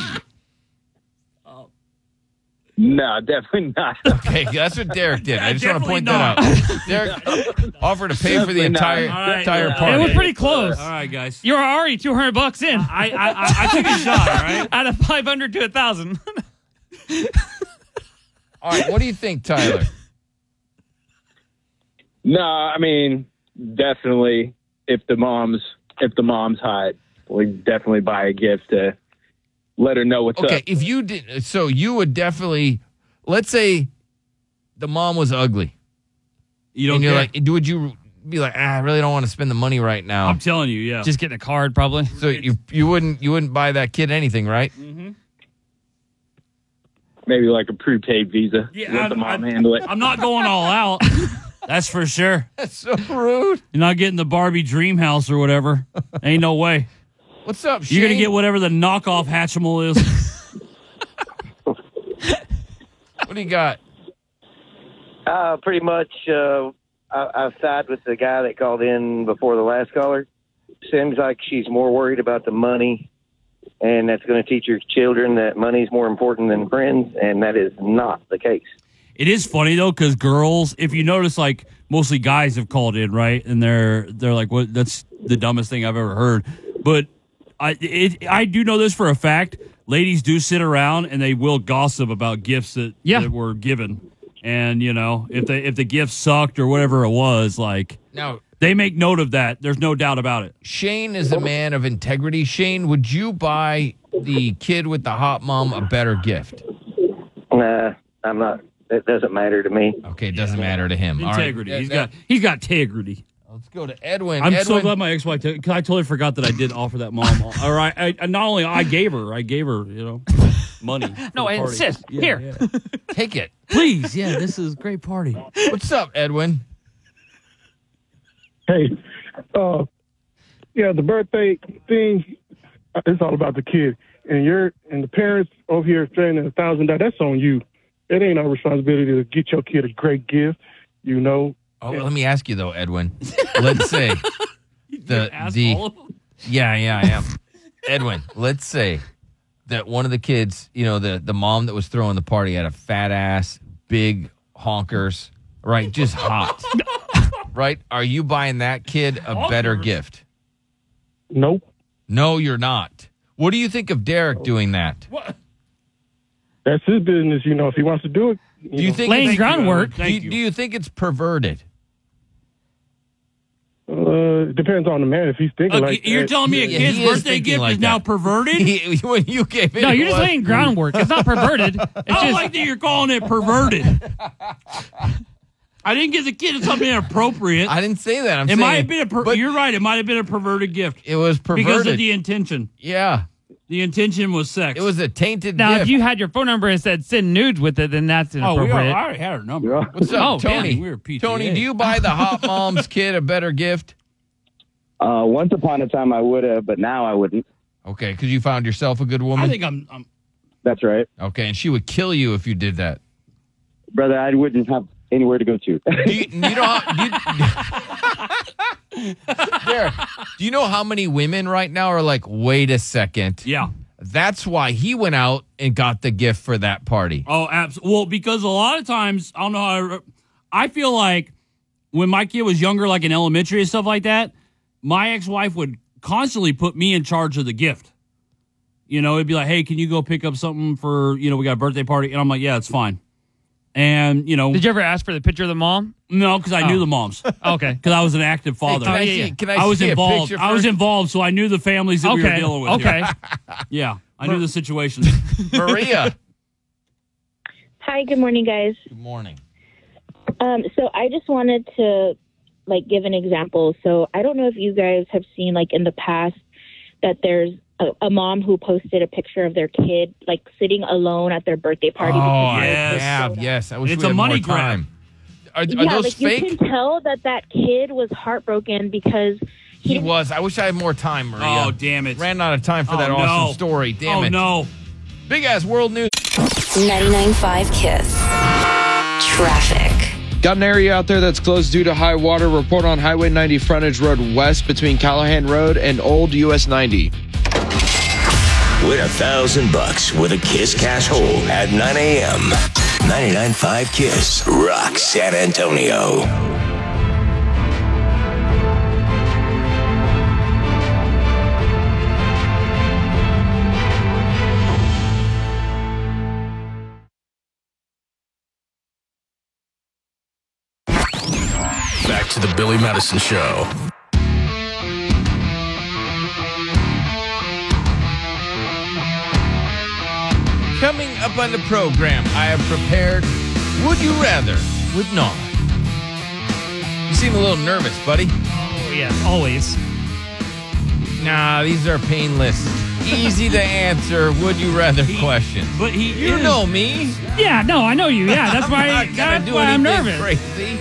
S20: Oh. No, definitely not.
S6: Okay, that's what Derek did. I just want to point that out. Derek offered to pay for the
S19: Definitely not.
S6: entire
S19: All right,
S6: entire
S19: yeah.
S6: party.
S19: It was
S10: pretty close.
S7: All right, guys.
S10: You were already 200 bucks in.
S7: I I, I, I took a shot, all right?
S10: Out of 500 to 1,000.
S6: All right, what do you think, Tyler?
S20: No, I mean definitely. If the mom's if the mom's hot, we definitely buy a gift to let her know what's
S6: okay,
S20: up.
S6: if you did, so you would definitely, let's say, the mom was ugly.
S7: You don't
S6: And you're
S7: care?
S6: like, would you be like, ah, I really don't want to spend the money right now?
S7: I'm telling you, yeah.
S6: Just
S10: getting a card, probably.
S6: So you you wouldn't you wouldn't buy that kid anything, right?
S20: Maybe like a prepaid Visa.
S7: Yeah,
S20: let
S7: I'm-
S20: the mom
S7: I'm-
S20: handle it.
S7: I'm not going all out. That's for sure.
S6: That's so rude.
S7: You're not getting the Barbie dream house or whatever. Ain't no way.
S6: What's up?
S7: You're going
S6: Shane?
S7: to get whatever the knockoff Hatchimal is.
S6: What do you got?
S9: Uh, pretty much, uh, I, I've side with the guy that called in before the last caller. Seems like she's more worried about the money, and that's going to teach your children that money's more important than friends, and that is not the case.
S7: It is funny though, because girls, if you notice, like mostly guys have called in, right? And they're they're like, "What? That's the dumbest thing I've ever heard." But I it, I do know this for a fact. Ladies do sit around and they will gossip about gifts that, that were given, and you know if they if the gift sucked or whatever it was, like
S6: Now-
S7: they make note of that. There's no doubt about it.
S6: Shane is a man of integrity. Shane, would you buy the kid with the hot mom a better gift?
S9: Nah, I'm not. It doesn't matter to me.
S6: Okay, it doesn't matter to him. All right.
S7: Integrity.
S6: Yeah,
S7: He's
S6: that-
S7: got he's got integrity.
S6: Let's go to Edwin.
S7: I'm
S6: Edwin,
S7: so glad my ex-wife. T- 'cause I totally forgot that I did offer that mom. All right, I, I- not only I gave her, I gave her, you know, money.
S6: No,
S7: for the
S6: I
S7: party.
S6: insist.
S7: Yeah,
S6: Here.
S7: yeah.
S6: take it.
S7: please. Yeah, this is a great party.
S6: What's up, Edwin?
S15: Hey, uh, yeah, the birthday thing, uh, it's all about the kid.
S21: and you're and the parents over here spending a thousand dollars, that's on you. It ain't our responsibility to get your kid a great gift, you know.
S6: Oh, let me ask you though, Edwin. Let's say the the yeah yeah yeah, Edwin. Let's say that one of the kids, you know, the the mom that was throwing the party had a fat ass, big honkers, right? Just hot, right? Are you buying that kid a better gift?
S21: Nope.
S6: No, you're not. What do you think of Derek doing that?
S21: That's his business, you know. If he wants to do it, you
S6: Do you
S21: know.
S6: think Thank
S7: uh,
S6: you. Do you, do you think it's perverted?
S21: Uh, it depends on the man if he's thinking like
S7: Uh, you're
S21: that.
S7: telling me a kid's birthday gift is now perverted?
S6: when you gave
S10: No, you're just laying groundwork. It's not perverted. It's
S7: I don't like that you're calling it perverted. I didn't give the kid something inappropriate. I
S6: didn't say that. I'm
S7: it might have
S6: saying-
S7: been a. Per- you're right. It might have been a perverted gift.
S6: It was
S7: because of
S6: perverted.
S7: the intention.
S6: Yeah,
S7: the intention was sex. It
S6: was a tainted
S10: Now, if you had your phone number and said send nudes with it, then that's
S7: Oh,
S10: inappropriate.
S7: we are, I already had her number.
S6: What's up,
S7: Oh,
S6: Tony?
S7: Damn, we were PTA.
S6: Tony, do you buy the hot mom's kid a better gift?
S22: Uh, once upon a time, I would have, but now I wouldn't.
S6: Okay, because you found yourself a good woman.
S7: I think I'm. I'm
S22: That's right,
S6: Okay, and she would kill you if you did that.
S22: brother. I wouldn't have anywhere to go to.
S6: You know, how, do, you, Derek, do you know how many women right now are like, wait a second?
S7: Yeah.
S6: That's why he went out and got the gift for that party.
S7: Oh, absolutely. Well, because a lot of times, I don't know. How I, re- I feel like when my kid was younger, like in elementary and stuff like that, my ex-wife would constantly put me in charge of the gift. You know, it'd be like, "Hey, can you go pick up something for you know we got a birthday party?" And I'm like, "Yeah, it's fine." And you know,
S10: Did you ever ask for the picture of the mom?
S7: no, because I
S10: Oh.
S7: knew the moms.
S10: Okay.
S7: because I was an active father.
S10: can I see- can I
S7: was
S10: see a
S7: involved.
S10: picture
S7: I was
S10: first?
S7: involved, so I knew the families that we were
S10: Okay,
S7: dealing with. here. yeah, I knew the situation.
S6: Maria,
S23: Hi, good morning, guys.
S6: Good morning.
S23: Um, so I just wanted to like give an example. So I don't know if you guys have seen like in the past that there's a, a mom who posted a picture of their kid like sitting alone at their birthday party. because
S6: Oh, I
S23: their kid
S6: have, yes. I wish
S7: Oh, It's
S6: we
S7: a
S6: had
S7: money
S6: more
S7: grab.
S6: time. Are, are
S23: yeah,
S6: those
S23: like
S6: fake?
S23: you can tell that that kid was heartbroken because
S6: He was. I wish I had more time, Maria.
S7: Oh, damn it.
S6: Ran out of time for
S7: Oh,
S6: that
S7: no.
S6: awesome story. Damn
S7: Oh,
S6: it.
S7: no.
S6: Big ass world news.
S8: 99.5 Kiss. Traffic.
S11: Got an area out there that's closed due to high water. Report on Highway 90 frontage road west between Callahan Road and Old US 90.
S1: Win a thousand bucks with a Kiss Cash hole at 9 a.m. 99.5 Kiss Rock San Antonio.
S2: Back to the Billy Madison Show.
S6: Coming up on the program, I have prepared Would You Rather with Nala. You seem a little nervous, buddy. Oh,
S10: yeah, always.
S6: Nah, these are painless, easy to answer Would You Rather questions.
S7: But he
S6: You
S10: is-
S6: know me.
S10: Yeah, no, I know you. Yeah, that's
S6: I'm
S10: why.
S6: not gonna
S10: that's
S6: do
S10: why I'm
S6: anything
S10: nervous.
S6: Crazy.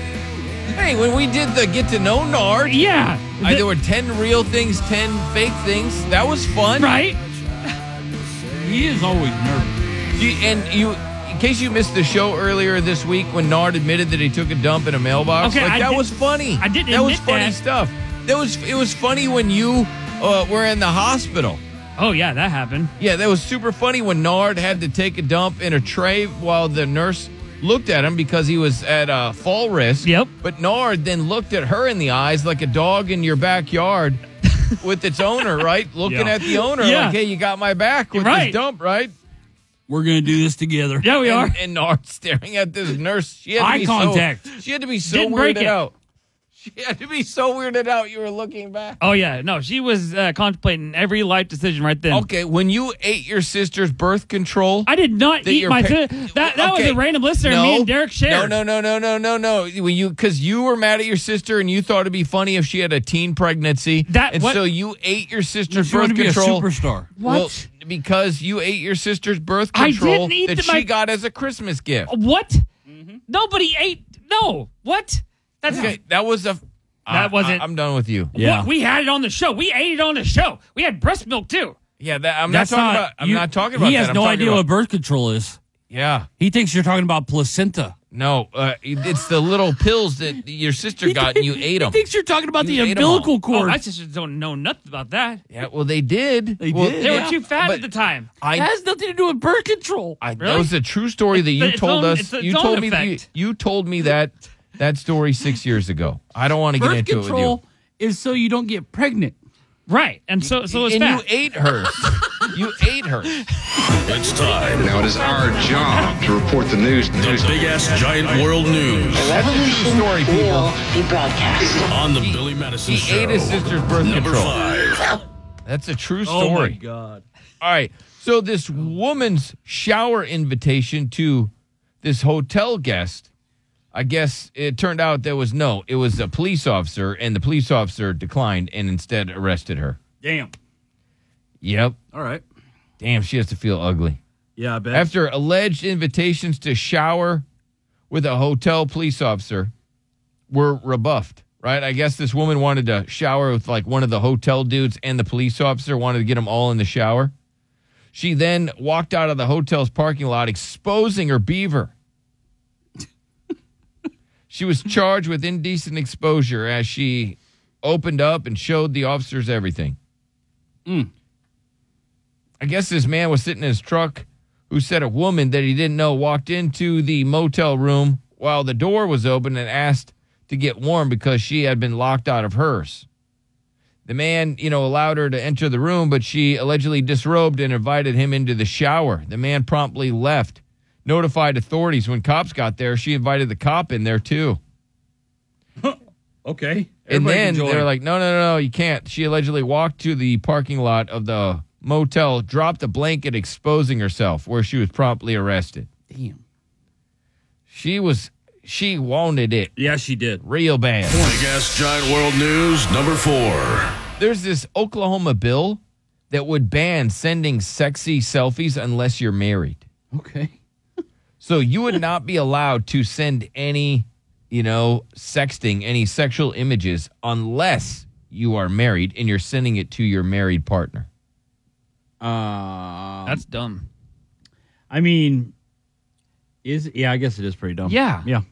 S6: Hey, when we did the get to know Nard,
S10: Yeah.
S6: I- there were ten real things, ten fake things. That was fun,
S10: Right?
S6: he is always nervous. You, and you, in case you missed the show earlier this week when Nard admitted that he took a dump in a mailbox,
S7: Okay,
S6: like,
S7: I
S6: that
S7: did-
S6: was funny.
S7: I didn't
S6: That was
S7: admit
S6: funny
S7: that.
S6: stuff. That was it was funny when you uh, were in the hospital.
S10: Oh yeah, that happened.
S6: Yeah, that was super funny when Nard had to take a dump in a tray while the nurse looked at him because he was at uh, fall risk. Yep. But Nard then looked at her in the eyes like a dog in your backyard with its owner, right? Looking
S7: Yeah.
S6: at the owner
S7: Yeah.
S6: like, hey, you got my back with
S7: Right.
S6: this dump, right?
S7: We're gonna do this together.
S6: Yeah, we are. And Nard staring at this nurse. She had to
S7: Eye
S6: be so-
S7: contact.
S6: she had to be so
S10: Didn't
S6: weirded
S10: break it.
S6: out. She had to be so weirded out. You were looking back.
S10: Oh yeah, no, she was uh, contemplating every life decision right then.
S6: Okay, when you ate your sister's birth control,
S10: I did not
S6: that
S10: eat
S6: your
S10: my.
S6: par-
S10: si- that that was
S6: Okay.
S10: a random listener.
S6: No.
S10: Me and Derek shared.
S6: No, no, no, no, no, no, no. When you because you were mad at your sister and you thought it'd be funny if she had a teen pregnancy. That and
S7: what-
S6: so you ate your sister's
S7: She
S6: birth
S7: wanted to be a
S6: control.
S7: superstar.
S6: Well,
S7: What?
S6: because you ate your sister's birth
S7: I
S6: control
S7: didn't eat
S6: that
S7: the-
S6: she
S7: my- Oh,
S6: got as a Christmas gift.
S10: What?
S7: Mm-hmm.
S10: Nobody ate. No. What? That's
S6: Okay, that was a.
S10: That wasn't-
S6: I, am done with you.
S10: What? We had it on the show. We ate it on the show. We had breast milk too.
S6: Yeah, that, I'm
S7: That's
S6: not talking about. I'm
S7: you-
S6: not talking about.
S7: He has
S6: that. I'm
S7: no
S6: talking
S7: idea
S6: about-
S7: what birth control is.
S6: Yeah.
S7: He thinks you're talking about placenta.
S6: No, uh, it- it's the little pills that your sister got and you ate them.
S7: thinks you're talking about
S6: You
S7: the
S6: ate 'em all.
S7: umbilical cord.
S10: Oh, I just don't know nothing about that.
S6: Yeah, well, they did.
S7: They did.
S10: They
S7: yeah.
S10: were too fat at the time.
S6: I- It has
S7: nothing to do with birth control.
S6: I, That was a true story that you
S10: It's- it's
S6: told
S10: own-
S6: us.
S10: it's its
S6: you
S10: own
S6: told me that you,
S10: effect.
S6: you told me that that story six years ago. I don't want to get
S7: birth
S6: into it with you.
S7: control is so you don't get pregnant.
S10: Right, and so so
S6: and you ate her. you ate her.
S2: It's time.
S24: Now it is our job to report the news.
S2: The big ass giant world news.
S6: That's a true story, people.
S2: Be broadcast on the Billy Madison Show.
S6: Ate his sister's birth
S2: Number
S6: control.
S2: five.
S6: That's a true story.
S2: Oh, my
S7: God.
S6: All right. So this woman's shower invitation to this hotel guest, I guess it turned out there was no, it was a police officer, and the police officer declined and instead arrested her.
S7: Damn.
S6: Yep.
S7: All right.
S6: Damn, she has to feel ugly.
S7: Yeah, I bet.
S6: After alleged invitations to shower with a hotel police officer were rebuffed, right? I guess this woman wanted to shower with like one of the hotel dudes and the police officer wanted to get them all in the shower. She then walked out of the hotel's parking lot exposing her beaver. she was charged with indecent exposure as she opened up and showed the officers everything.
S7: Mm.
S6: I guess this man was sitting in his truck who said a woman that he didn't know walked into the motel room while the door was open and asked to get warm because she had been locked out of hers. The man, you know, allowed her to enter the room, but she allegedly disrobed and invited him into the shower. The man promptly left, notified authorities. When cops got there, she invited the cop in there too.
S7: Okay.
S6: And
S7: Everybody
S6: then
S7: can join.
S6: they're like, no, no, no, no, you can't. She allegedly walked to the parking lot of the motel, dropped a blanket, exposing herself, where she was promptly arrested.
S7: Damn.
S6: She was, she wanted it.
S7: Yeah, she did.
S6: Real bad.
S2: Big ass giant world news. Number four.
S6: There's this Oklahoma bill that would ban sending sexy selfies unless you're married.
S7: Okay.
S6: So you would not be allowed to send any, you know, sexting, any sexual images unless you are married and you're sending it to your married partner.
S7: Uh,
S10: That's dumb.
S7: I mean, is yeah, I guess it is pretty dumb.
S10: Yeah.
S7: Yeah.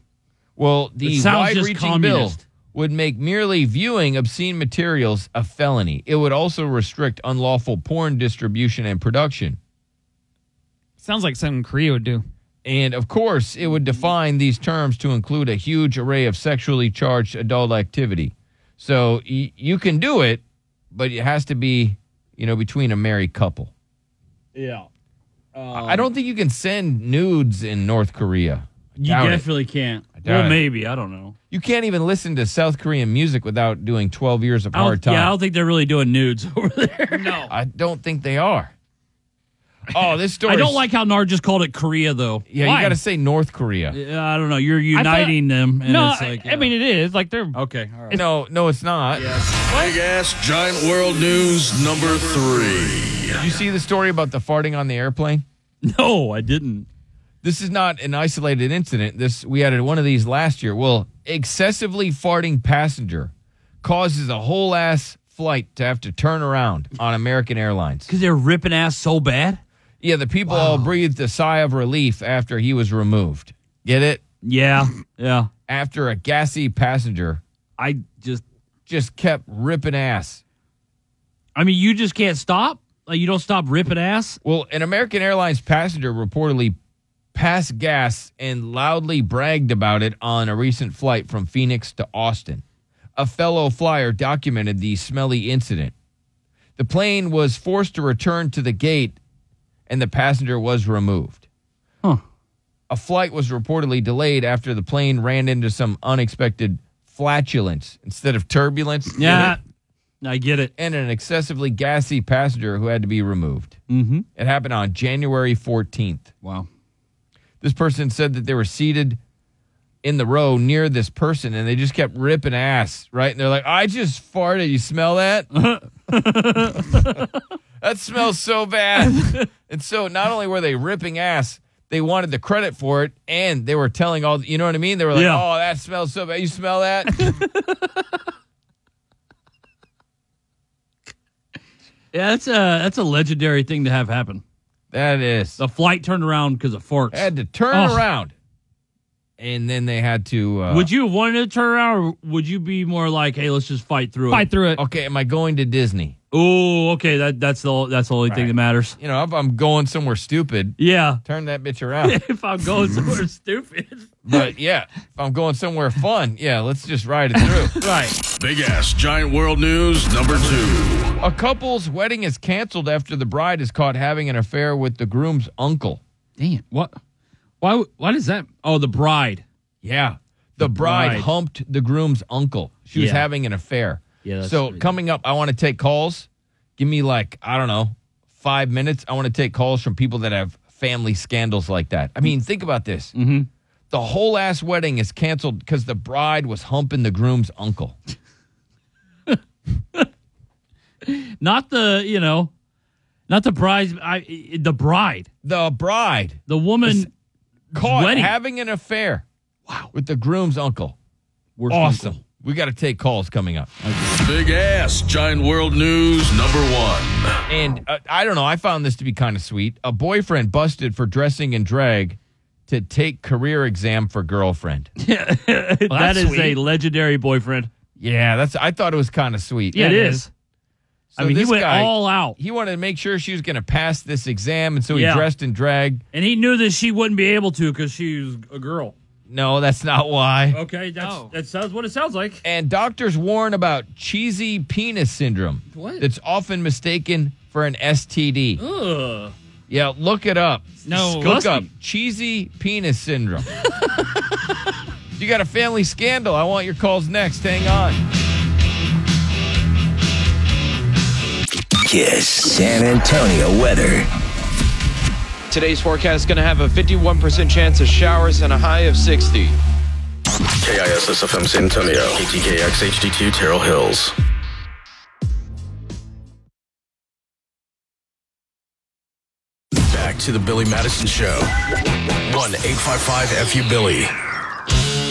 S6: Well, the
S7: It sounds just
S6: wide-reaching bill
S7: communist.
S6: would make merely viewing obscene materials a felony. It would also restrict unlawful porn distribution and production.
S10: Sounds like something Korea would do.
S6: And of course, it would define these terms to include a huge array of sexually charged adult activity. So y- you can do it, but it has to be, you know, between a married couple.
S7: Yeah.
S6: I I don't think you can send nudes in North Korea. I
S7: You
S6: doubt it.
S7: definitely can't.
S6: doubt
S7: Well,
S6: it.
S7: maybe I don't know.
S6: You can't even listen to South Korean music without doing 12 years of
S7: I don't-
S6: hard time.
S7: Yeah, I don't think they're really doing nudes over there.
S10: No.
S6: I don't think they are. Oh, this story.
S7: I don't like how Nar just called it Korea though.
S6: Yeah, you got to say North Korea.
S7: Yeah, I don't know. You're
S10: I thought-
S7: uniting them, and
S10: no,
S7: it's like uh,
S10: I, I mean it is like they're
S7: okay. All right.
S6: No, no, it's not.
S2: Big ass giant world news. Number three.
S6: Did you see the story about the farting on the airplane?
S7: No, I didn't.
S6: This is not an isolated incident. This we had one of these last year. Well, excessively farting passenger causes a whole ass flight to have to turn around on American Airlines.
S7: because they're ripping ass so bad.
S6: Yeah, the people all breathed a sigh of relief after he was removed. Get it?
S7: Yeah, yeah.
S6: After a gassy passenger,
S7: I just
S6: just kept ripping ass.
S7: I mean, you just can't stop. Like you don't stop ripping ass.
S6: Well, an American Airlines passenger reportedly passed gas and loudly bragged about it on a recent flight from Phoenix to Austin. A fellow flyer documented the smelly incident. The plane was forced to return to the gate and the passenger was removed.
S7: Huh.
S6: A flight was reportedly delayed after the plane ran into some unexpected flatulence instead of turbulence.
S7: Yeah, I get it.
S6: And an excessively gassy passenger who had to be removed.
S7: Mm-hmm.
S6: It happened on January 14th.
S7: Wow.
S6: This person said that they were seated in the row near this person and they just kept ripping ass, right? And they're like, I just farted. You smell that? that smells so bad. and so not only were they ripping ass, they wanted the credit for it and they were telling all, you know what I mean? They were like,
S7: Yeah.
S6: oh, that smells so bad. You smell that?
S7: Yeah, that's a that's a legendary thing to have happen.
S6: That is
S7: the flight turned around because of forks.
S6: Had to turn around. and then they had to. Uh,
S7: would you have wanted to turn around, or would you be more like, "Hey, let's just fight through
S10: Fight
S7: it"?
S10: through it.
S6: Okay, am I going to Disney?
S7: Oh, okay. That that's the that's the only thing that matters.
S6: You know, if I'm going somewhere stupid,
S7: yeah,
S6: turn that bitch around. Mm-hmm.
S7: if I'm going somewhere stupid,
S6: but yeah, if I'm going somewhere fun, yeah, let's just ride it through.
S7: right.
S2: Big ass giant world news number two.
S6: A couple's wedding is canceled after the bride is caught having an affair with the groom's uncle.
S7: Damn. What? Why? Why does that? Oh, the bride.
S6: Yeah. The, bride,
S7: bride.
S6: humped the groom's uncle. She was
S7: Yeah.
S6: having an affair.
S7: Yeah, that's
S6: so coming up, I want to take calls. Give me like, I don't know, five minutes. I want to take calls from people that have family scandals like that. I mean, think about this.
S7: Mm-hmm.
S6: The whole ass wedding is canceled because the bride was humping the groom's uncle.
S7: Not the you know, not the bride. I the bride.
S6: The bride.
S7: The woman.
S6: Caught
S7: wedding.
S6: having an affair. Wow. With the groom's uncle.
S7: Worst
S6: awesome. We got to take calls coming up.
S2: Big ass giant world news number one.
S6: And uh, I don't know. I found this to be kind of sweet. A boyfriend busted for dressing in drag to take career exam for girlfriend.
S7: that
S6: that's
S7: is
S6: sweet.
S7: a legendary boyfriend.
S6: Yeah, that's. I thought it was kind of sweet.
S7: Yeah, it is. I mean, he
S6: this
S7: went
S6: guy,
S7: all out,
S6: He wanted to make sure she was going to pass this exam, and so he
S7: Yeah.
S6: dressed in drag.
S7: and he knew that she wouldn't be able to because she was a girl.
S6: No, that's not why.
S7: Okay, that's that sounds what it sounds like.
S6: And doctors warn about cheesy penis syndrome.
S7: What?
S6: That's often mistaken for an STD.
S7: Ugh.
S6: Yeah, look it up.
S7: No,
S6: look
S7: disgusting.
S6: up cheesy penis syndrome. you got a family scandal. I want your calls next. Hang on.
S1: Kiss San Antonio weather.
S11: Today's forecast is going to have a 51% chance of showers and a high of 60.
S2: KISS FM San Antonio. KTKX HD2 Terrell Hills. Back to the Billy Madison Show. 1 855 FU Billy.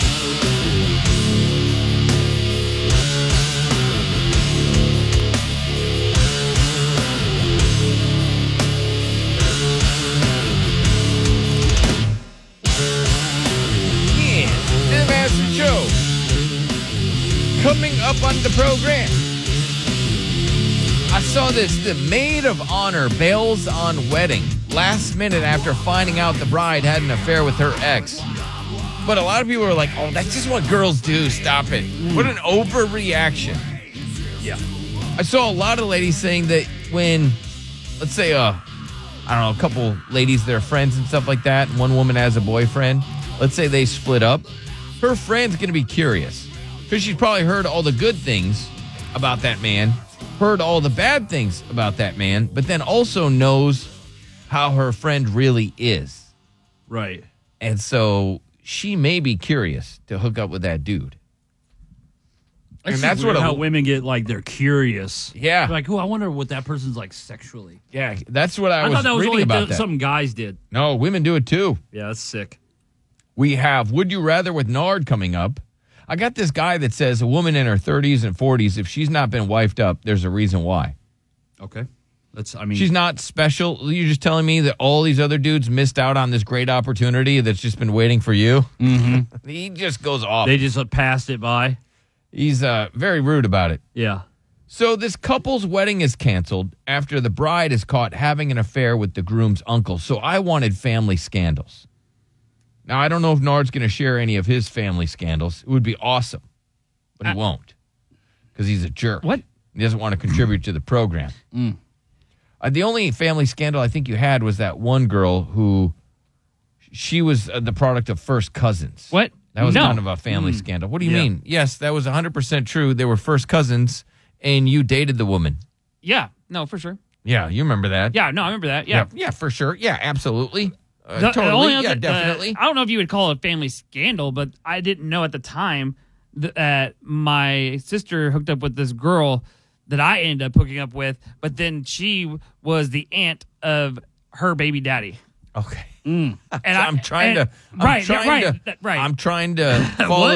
S6: Yeah, the Madison Show. Coming up on the program. I saw this. The maid of honor bails on wedding last minute after finding out the bride had an affair with her ex. But a lot of people are like, oh, that's just what girls do. Stop it. What an overreaction.
S2: Yeah.
S6: I saw a lot of ladies saying that when, let's say, uh, I don't know, a couple ladies, they're friends and stuff like that, and one woman has a boyfriend. Let's say they split up. Her friend's gonna be curious because she's probably heard all the good things about that man, heard all the bad things about that man, but then also knows how her friend really is.
S7: Right.
S6: And so she may be curious to hook up with that dude.
S7: That's
S6: and that's
S7: weird
S6: what a
S7: how women get like they're curious.
S6: Yeah.
S7: They're like, oh, I wonder what that person's like sexually.
S6: Yeah, that's what I,
S7: I
S6: was
S7: thought that was
S6: reading
S7: only
S6: about.
S7: th-
S6: that.
S7: something guys did.
S6: No, women do it too.
S7: Yeah, that's sick.
S6: We have Would You Rather with Nard coming up. I got this guy that says a woman in her 30s and 40s, if she's not been wifed up, there's a reason why.
S7: Okay. That's I mean
S6: She's not special. You're just telling me that all these other dudes missed out on this great opportunity that's just been waiting for you? Mm-hmm. he just goes off.
S7: they just uh, passed it by.
S6: He's uh, very rude about it.
S7: Yeah.
S6: So this couple's wedding is canceled after the bride is caught having an affair with the groom's uncle. So I wanted family scandals. Now I don't know if Nard's going to share any of his family scandals. It would be awesome, but he won't because he's a jerk. What? He doesn't want to contribute to the program. Uh, the only family scandal I think you had was that one girl who she was uh, the product of first cousins.
S10: What?
S6: That was
S10: No. Hmm.
S6: kind of a family scandal. What do you
S10: Yeah.
S6: mean? Yes, that was 100% true. They were first cousins and you dated the woman.
S10: Yeah. No, for sure.
S6: Yeah, you remember that.
S10: Yeah. No, I remember that. Yeah.
S6: Yeah, for sure. Yeah, absolutely. Uh,
S10: The- the
S6: totally.
S10: only
S6: yeah,
S10: other-
S6: definitely.
S10: uh, I don't know if you would call it family scandal, but I didn't know at the time th- that my sister hooked up with this girl that I ended up hooking up with, but then she was the aunt of her baby daddy.
S6: okay.
S10: And
S6: I'm trying
S10: and-
S6: to I'm
S10: right,
S6: trying
S10: right,
S6: to
S10: that- right.
S6: I'm trying to follow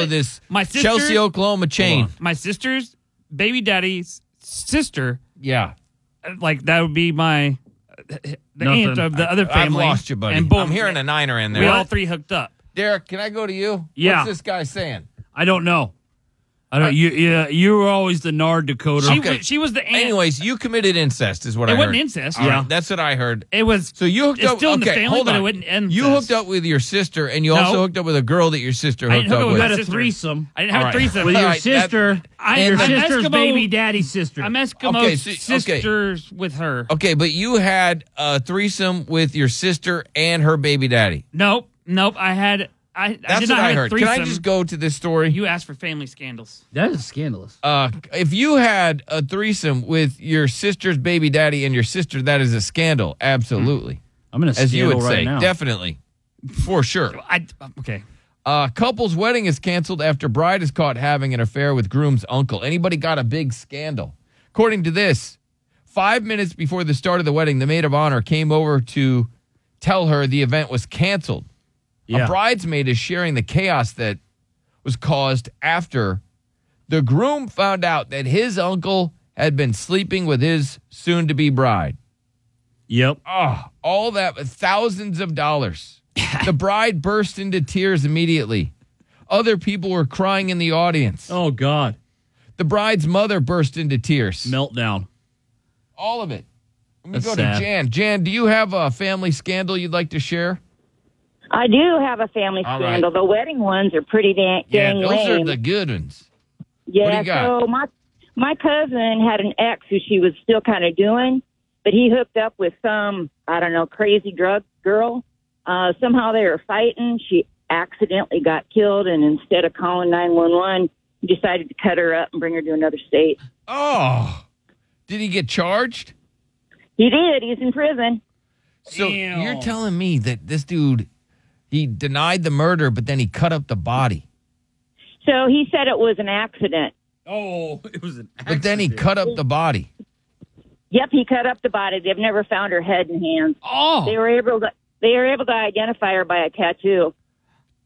S10: What?
S6: this
S10: My sister's-
S6: Chelsea Oklahoma chain.
S10: My sister's baby daddy's sister
S6: Yeah.
S10: like that would be my the
S6: Nothing.
S10: aunt of the other
S6: I- I've
S10: family.
S6: lost you, buddy.
S10: And boom,
S6: I'm hearing a niner in there.
S10: We all three hooked up.
S6: Derek, can I go to you?
S7: Yeah.
S6: What's this guy saying?
S7: I don't know. I don't. you yeah. You were always the Nard Dakota.
S6: She Okay. was-
S10: she was the aunt.
S6: Anyways, you committed incest, is what
S7: It
S6: I heard.
S7: wasn't incest.
S6: All right,
S7: Yeah.
S6: that's what I heard.
S10: It was.
S6: So you hooked
S7: it's
S6: up.
S7: still in the
S6: okay,
S7: family,
S6: hold
S7: but
S6: on.
S7: it wasn't
S6: You hooked up with your sister, and you also
S7: No.
S6: hooked up with a girl that your sister
S7: I
S6: hooked
S7: didn't hook up with
S6: with.
S7: my sister. threesome.
S10: I didn't have
S6: All
S10: a
S6: right.
S10: threesome.
S6: With your All right, that- sister and your
S10: I'm
S6: sister's baby
S7: daddy's sister.
S10: I'm Eskimo
S6: Okay, so- okay.
S10: sisters with her.
S6: Okay, but you had a threesome with your sister and her baby daddy.
S10: Nope, nope. I had. I, I
S6: That's
S10: did
S6: what
S10: not
S6: I
S10: have
S6: heard.
S10: A
S6: Can I
S10: threesome.
S6: just go to this story?
S10: You asked for family scandals.
S7: That is scandalous.
S6: Uh, if you had a threesome with your sister's baby daddy and your sister, that is a scandal. Absolutely.
S7: Mm. I'm gonna
S6: as you would
S7: scandal right
S6: say,
S7: now.
S6: definitely, for sure.
S10: I um, okay.
S6: Uh, couple's wedding is canceled after bride is caught having an affair with groom's uncle. Anybody got a big scandal? According to this, five minutes before the start of the wedding, the maid of honor came over to tell her the event was canceled.
S7: Yeah.
S6: A bridesmaid is sharing the chaos that was caused after the groom found out that his uncle had been sleeping with his soon to be bride.
S7: Yep.
S6: Oh, all that with thousands of dollars. the bride burst into tears immediately. Other people were crying in the audience.
S7: Oh God.
S6: The bride's mother burst into tears.
S7: Meltdown.
S6: All of it. Let me
S7: That's
S6: go
S7: sad.
S6: to Jan. Jan, do you have a family scandal you'd like to share?
S25: I do have a family
S6: All right.
S25: scandal. The wedding ones are pretty dang, dang
S6: those
S25: lame.
S6: are the good ones.
S25: yeah,
S6: do you got?
S25: so my my cousin had an ex who she was still kind of doing, but he hooked up with some I don't know crazy drug girl. Uh, somehow they were fighting. She accidentally got killed, and instead of calling nine one one, decided to cut her up and bring her to another state.
S6: Oh, did he get charged?
S25: He did. He's in prison.
S6: So you're telling me that this dude, he denied the murder, but then he cut up the body.
S25: So he said it was an accident.
S7: Oh, it was an
S6: But then he cut up the body.
S25: Yep, he cut up the body. They've never found her head and hands.
S6: Oh,
S25: they were able to they were able to identify her by a tattoo.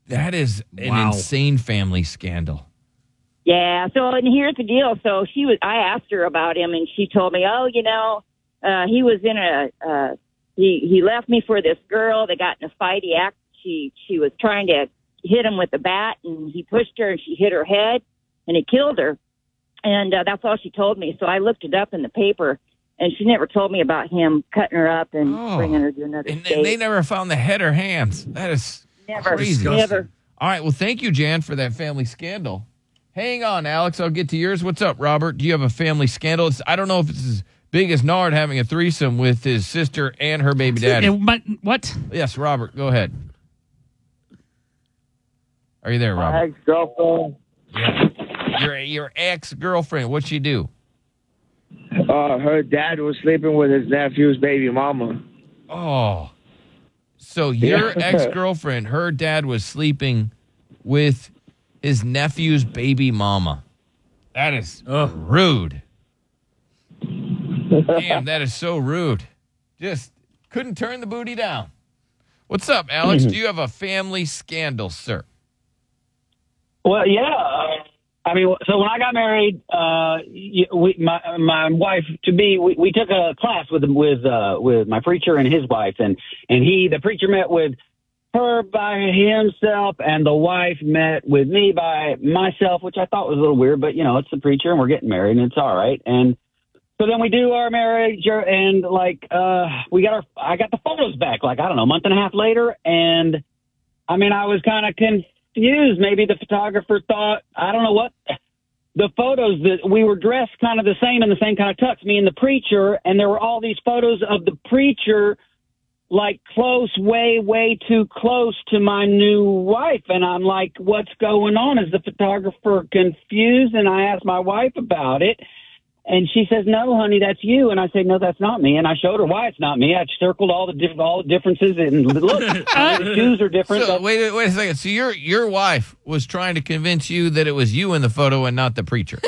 S6: That is an Wow. insane family scandal.
S25: Yeah. So and here's the deal. So she was. I asked her about him, and she told me, "Oh, you know, uh, he was in a uh, he he left me for this girl. They got in a fight. He act she she was trying to hit him with a bat, and he pushed her, and she hit her head, and it killed her. And uh, that's all she told me. So I looked it up in the paper, and she never told me about him cutting her up and
S6: Oh.
S25: bringing her to another
S6: And they,
S25: state.
S6: they never found the head or hands. That is
S25: Never.
S6: crazy.
S25: Never.
S6: All right. Well, thank you, Jan, for that family scandal. Hang on, Alex. I'll get to yours. What's up, Robert? Do you have a family scandal? It's, I don't know if it's as big as Nard having a threesome with his sister and her baby daddy.
S10: It- but- what?
S6: Yes, Robert, go ahead. Are you there, Robert?
S9: girlfriend.
S6: Your your ex girlfriend. What'd she do?
S9: Uh, her dad was sleeping with his nephew's baby mama.
S6: Oh. So your
S9: Yeah.
S6: ex girlfriend, her dad was sleeping with his nephew's baby mama. That is rude. Damn, that is so rude. Just couldn't turn the booty down. What's up, Alex?
S26: Mm-hmm.
S6: Do you have a family scandal, sir?
S26: Well, yeah. uh, I mean, so when I got married, uh, y- we, my my wife to be, we, we took a class with with uh, with my preacher and his wife, and and he, the preacher, met with her by himself, and the wife met with me by myself, which I thought was a little weird, but you know, it's the preacher, and we're getting married, and it's all right, and. So then we do our marriage, or- and like uh, we got our, I got the photos back, like I don't know, a month and a half later, and I mean, I was kind of confused. Maybe the photographer thought, I don't know what. The photos that we were dressed kind of the same in the same kind of tux, me and the preacher, and there were all these photos of the preacher like close, way, way too close to my new wife. And I'm like, what's going on? Is the photographer confused? And I asked my wife about it. And she says, "No, honey, that's you." And I say, "No, that's not me." And I showed her why it's not me. I circled all the diff- all the differences, and look, the Uh, shoes are different.
S6: So, wait, wait a second. So your your wife was trying to convince you that it was you in the photo and not the preacher.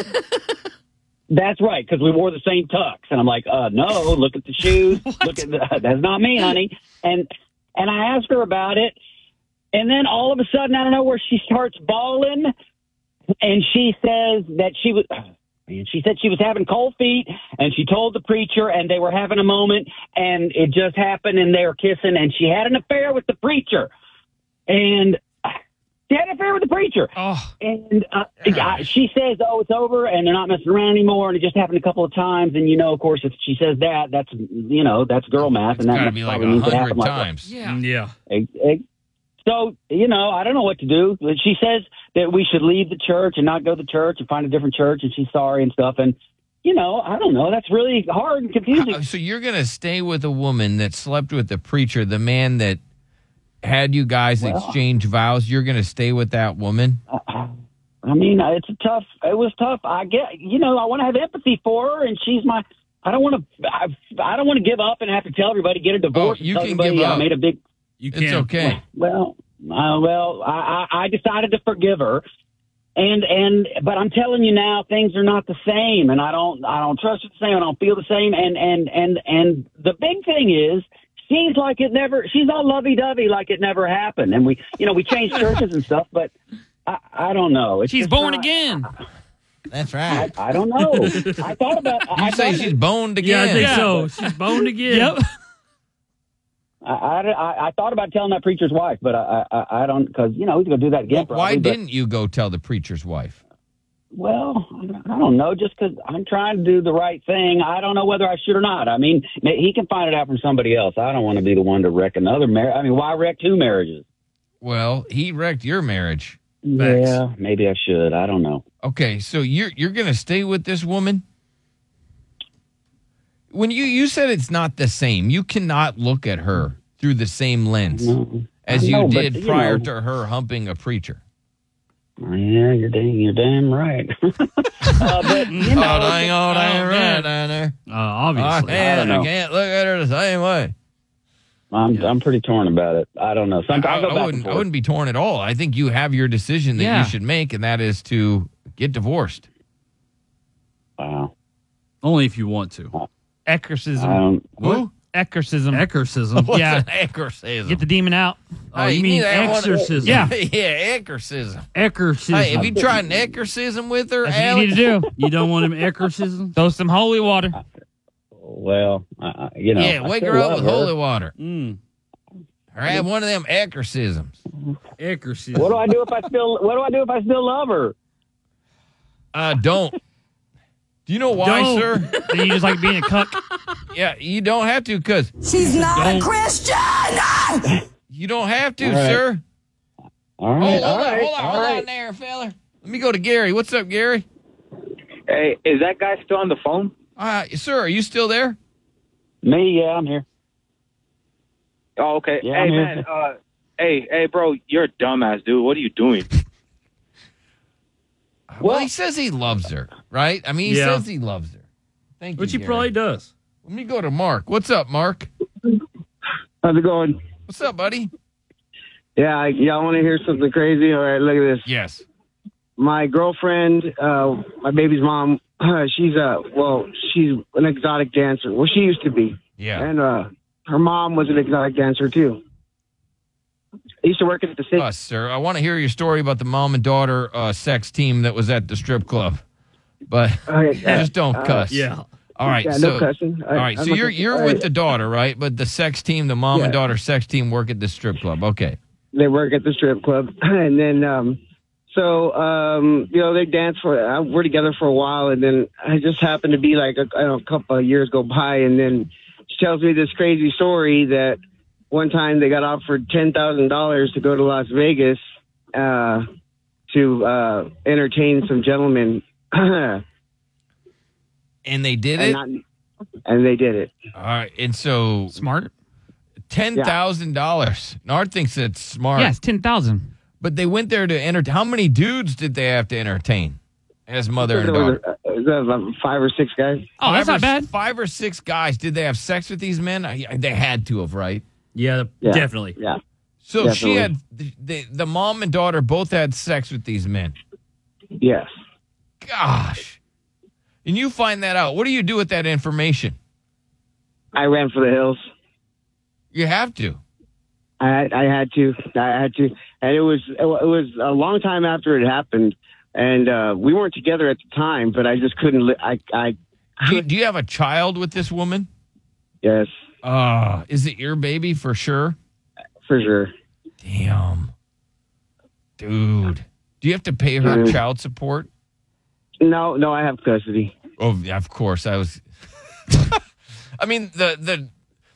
S26: That's right, because we wore the same tux, and I'm like, uh, no, look at the shoes, look at the, uh, that's not me, honey. And and I asked her about it, and then all of a sudden, I don't know where she starts bawling, and she says that she was. And she said she was having cold feet, and she told the preacher, and they were having a moment, and it just happened, and they were kissing, and she had an affair with the preacher, and she had an affair with the preacher,
S6: Oh.
S26: and uh, I- she says, "Oh, it's over, and they're not messing around anymore," and it just happened a couple of times, and you know, of course, if she says that, that's you know, that's girl math, and that
S6: gotta
S26: must
S6: be like
S26: probably means it
S6: 100
S26: happened like that.
S6: times.
S26: Yeah. Ex- ex- So, you know, I don't know what to do. But She says that we should leave the church and not go to church and find a different church, and she's sorry and stuff. And, you know, I don't know. That's really hard and confusing.
S6: So you're going to stay with a woman that slept with the preacher, the man that had you guys
S26: Well- Uh-uh.
S6: exchange vows. You're going to stay with that woman?
S26: I mean, uh, it's a tough, it was tough. I get, you know, I want to have empathy for her, and she's my, I don't want to, I, I don't want to give up and have to tell everybody, get a divorce.
S6: Oh, you
S26: and tell
S6: can
S26: everybody
S6: give
S26: I
S6: up.
S26: made a big,
S6: You It's okay.
S26: Well, uh, well, I, I I decided to forgive her, and and but I'm telling you now, things are not the same, and I don't I don't trust her the same, I don't feel the same, and and and and the big thing is. She's like it never. She's all lovey-dovey, like it never happened. And we, you know, we changed churches and stuff, but I, I don't know. It's
S10: She's
S26: just
S10: born
S26: not-
S10: again.
S6: That's right.
S26: I, I don't know. I thought about. I
S6: You say
S26: thought-
S6: she's boned
S26: Yeah, I
S6: again.
S26: think so.
S10: She's boned again. yep.
S26: I, I, I- I thought about telling that preacher's wife, but I I, I don't because you know he's going to do that
S6: Why
S26: again. probably, but-
S6: didn't you go tell the preacher's wife?
S26: Well, I don't know. Just because I'm trying to do the right thing, I don't know whether I should or not. I mean, ma- he can find it out from somebody else. I don't want to be the one to wreck another marriage. I mean, why wreck two marriages?
S6: Well, he wrecked your marriage.
S26: Yeah, maybe I should. I don't know.
S6: Okay, so you're you're going to stay with this woman? When you you said it's not the same. You cannot look at her through the same lens as
S26: I
S6: you
S26: know, but,
S6: did
S26: you
S6: prior
S26: know.
S6: to her humping a preacher.
S26: Yeah, you're damn, you're damn right. uh, but, you know,
S6: oh, dang, oh, dang, right, dang, there.
S26: obviously.
S6: Oh, man,
S26: I don't know.
S6: I can't look at her the same way.
S26: I'm I'm pretty torn about it. I don't know. Some,
S6: I,
S26: I'll go
S6: I
S26: back and
S6: wouldn't, I
S26: forth.
S6: wouldn't be torn at all. I think you have your decision that
S26: Yeah.
S6: you should make, and that is to get divorced.
S26: Wow.
S7: Only if you want to.
S6: Oh.
S10: Exorcism.
S6: Um,
S10: what? Exorcism.
S7: Exorcism.
S6: What's
S10: yeah.
S6: an exorcism?
S10: Get the demon out.
S6: Oh, you need to have one-
S10: Yeah.
S6: yeah, exorcism.
S10: Exorcism.
S6: Hey, if you tried an exorcism with her,
S10: That's what you
S6: Alex,
S10: need to do. You don't want him exorcism? Throw some holy water.
S26: Well, I I- you know.
S6: yeah,
S26: I
S6: wake
S26: still
S6: her up
S26: love
S6: with holy water, or have one of them exorcisms.
S7: Exorcism.
S26: What do I do if I still? What do I do if I still love her?
S6: Uh, don't. Do you know why,
S10: Don't.
S6: sir?
S10: Then you just like being a cuck.
S6: Yeah, you don't have to, cause
S8: She's not
S6: Don't.
S8: a Christian.
S6: you don't have to,
S26: All right.
S6: sir.
S26: All
S6: Oh,
S26: right,
S6: hold
S26: all
S6: on,
S26: right,
S6: hold on,
S26: all
S6: hold
S26: right.
S6: on there, fella. Let me go to Gary. What's up, Gary?
S19: Hey, is that guy still on the phone?
S6: Uh, sir, are you still there?
S26: Me, yeah, I'm here.
S19: Oh, okay.
S26: Yeah,
S19: hey,
S26: I'm here.
S19: man. Uh, hey, hey, bro, you're a dumbass, dude. What are you doing?
S6: Well, he says he loves her, right? I mean, he
S7: Yeah.
S6: says he loves her. Thank you.
S7: Which he
S6: Gary.
S7: probably does.
S6: Let me go to Mark. What's up, Mark?
S27: How's it going?
S6: What's up, buddy?
S27: Yeah, I, y'all want to hear something crazy? All right, look at this.
S6: Yes.
S27: My girlfriend, uh, my baby's mom, she's a well, she's an exotic dancer. Well, she used to be,
S6: Yeah.
S27: and uh, her mom was an exotic dancer too. I used to work at the city.
S6: Us, sir. I want to hear your story about the mom and daughter uh, sex team that was at the strip club, but just don't
S27: uh,
S6: cuss.
S27: yeah.
S6: All right.
S27: Yeah,
S6: so,
S27: no cussing. I-
S6: all right.
S27: I'm
S6: so
S27: not
S6: you're
S27: cussing.
S6: you're
S27: All
S6: with
S27: right.
S6: the daughter, right? But the sex team, the mom and
S27: Yeah.
S6: daughter sex team, work at the strip club. Okay.
S27: They work at the strip club, and then um, so um, you know they dance for. Uh, we're together for a while, and then I just happened to be like a, I don't know, a couple of years go by, and then she tells me this crazy story that one time they got offered ten thousand dollars to go to Las Vegas uh, to uh, entertain some gentlemen, and
S6: And they did
S27: And
S6: it.
S27: not- they did it.
S6: all right. And so
S10: smart.
S6: Ten thousand dollars. Nard thinks it's smart.
S10: Yes, ten thousand.
S6: But they went there to entertain. How many dudes did they have to entertain? As mother and
S27: There was,
S6: daughter. Oh,
S27: uh, there was, um, five or six guys.
S7: Oh,
S6: Five or- Five or six guys. Did they have sex with these men? I, I- they had to have, right?
S7: Yeah,
S27: Yeah.
S7: definitely.
S27: Yeah.
S6: So she
S27: Definitely.
S6: had the, the, the mom and daughter both had sex with these men.
S27: Yes.
S6: Gosh. And you find that out. What do you do with that information?
S27: I ran for the hills.
S6: You have to.
S27: I I had to. I had to, and it was it was a long time after it happened. and uh, we weren't together at the time, but I just couldn't. Li- I, I
S6: Do you, do you have a child with this woman?
S27: Yes.
S6: Uh, is it your baby for sure?
S27: For sure.
S6: Damn. Dude. Do you have to pay her
S27: Mm.
S6: child support?
S27: No, no, I have custody.
S6: Oh, yeah, of course. I was I mean, the the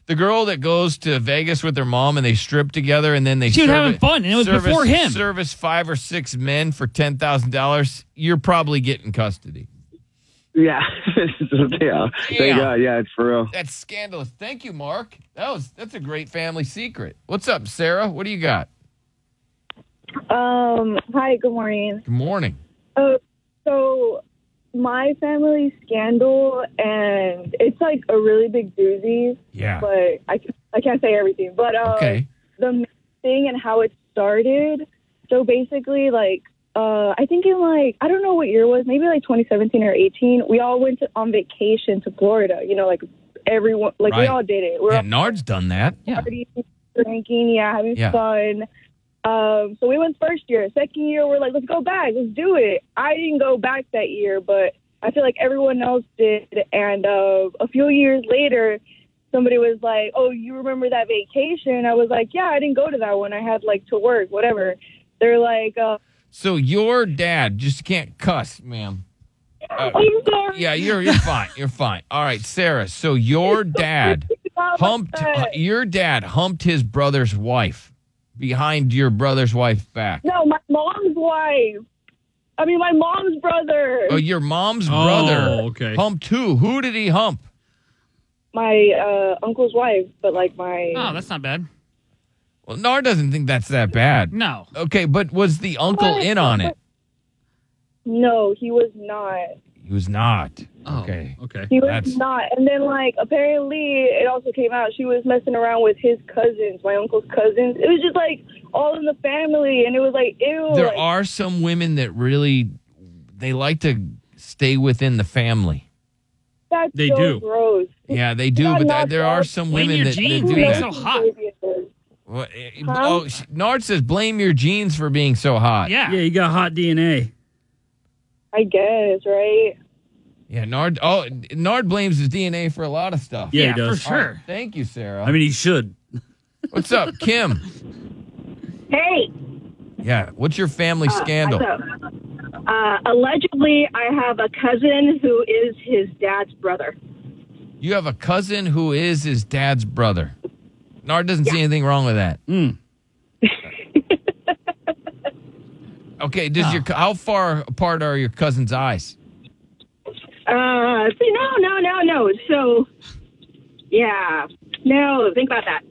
S6: the girl that goes to Vegas with her mom and they strip together and then they
S7: She was
S6: serve
S7: having
S6: it-
S7: fun, and it was
S6: service-
S7: before him.
S6: Service five or six men for ten thousand dollars. You're probably getting custody.
S27: Yeah. yeah. Thank God. Yeah, it's for real.
S6: That's scandalous. Thank you, Mark. That was that's a great family secret. What's up, Sarah? What do you got?
S14: Um, hi, good morning.
S6: Good morning.
S14: Uh, so, my family scandal, and it's like a really big doozy.
S6: Yeah.
S14: But I, ca- I can't say everything. But uh,
S6: Okay.
S14: the main thing and how it started. So, basically, like, uh, I think in like, I don't know what year it was, maybe like 2017 or 18, we all went to, on vacation to Florida, you know, like everyone, like we
S6: Right.
S14: all did it. We We're
S6: yeah,
S14: all
S6: Nard's done that.
S14: partying, drinking, yeah, having
S6: Yeah.
S14: fun. Um, so we went first year. Second year, we're like, let's go back, let's do it. I didn't go back that year, but I feel like everyone else did. And uh, a few years later, somebody was like, oh, you remember that vacation? I was like, yeah, I didn't go to that one. I had like to work, whatever. They're like, uh,
S6: So your dad just can't cuss, ma'am. Uh,
S14: I'm sorry.
S6: Yeah, you're you're fine. You're fine. All right, Sarah. So your dad humped your dad humped his brother's wife behind your brother's wife back.
S14: no, my mom's wife. I mean, my mom's brother.
S6: Oh, your mom's brother.
S28: okay.
S6: Humped who? Who did he hump?
S14: my uh, uncle's wife, but like my.
S7: Oh, that's not bad.
S6: Well, Nar doesn't think that's that bad.
S7: No.
S6: Okay, but was the uncle in on it?
S14: No, he was not.
S6: He was not. okay. Okay.
S14: He was
S6: That's
S14: not. And then, like, apparently, it also came out she was messing around with his cousins, my uncle's cousins. It was just like all in the family, and it was like, ew.
S6: there
S14: like,
S6: are some women that really they like to stay within the family.
S14: that's
S6: they
S14: so
S6: do.
S14: gross.
S6: Yeah, they do, but there- there are some women that, that do that.
S14: hot.
S6: What- eh, Oh, sh- Nard says blame your genes for being so hot.
S14: Yeah.
S29: Yeah, you got hot DNA.
S14: I guess, right?
S6: Yeah, Nard. Oh, Nard blames his DNA for a lot of stuff.
S29: Yeah, he Yeah, does. for
S6: All right,
S29: sure.
S6: thank you, Sarah.
S29: I mean, he should.
S6: what's up, Kim?
S30: Hey.
S6: Yeah, what's your family
S30: uh,
S6: scandal?
S30: what's up? Uh, allegedly, I have a cousin who is his dad's brother.
S6: You have a cousin who is his dad's brother. Nard doesn't see anything wrong with that.
S30: Hmm.
S6: okay, does
S30: Ah.
S6: your co- how far apart are your cousin's eyes?
S30: Uh, see, no, no, no, no. So, yeah, no. Think about that.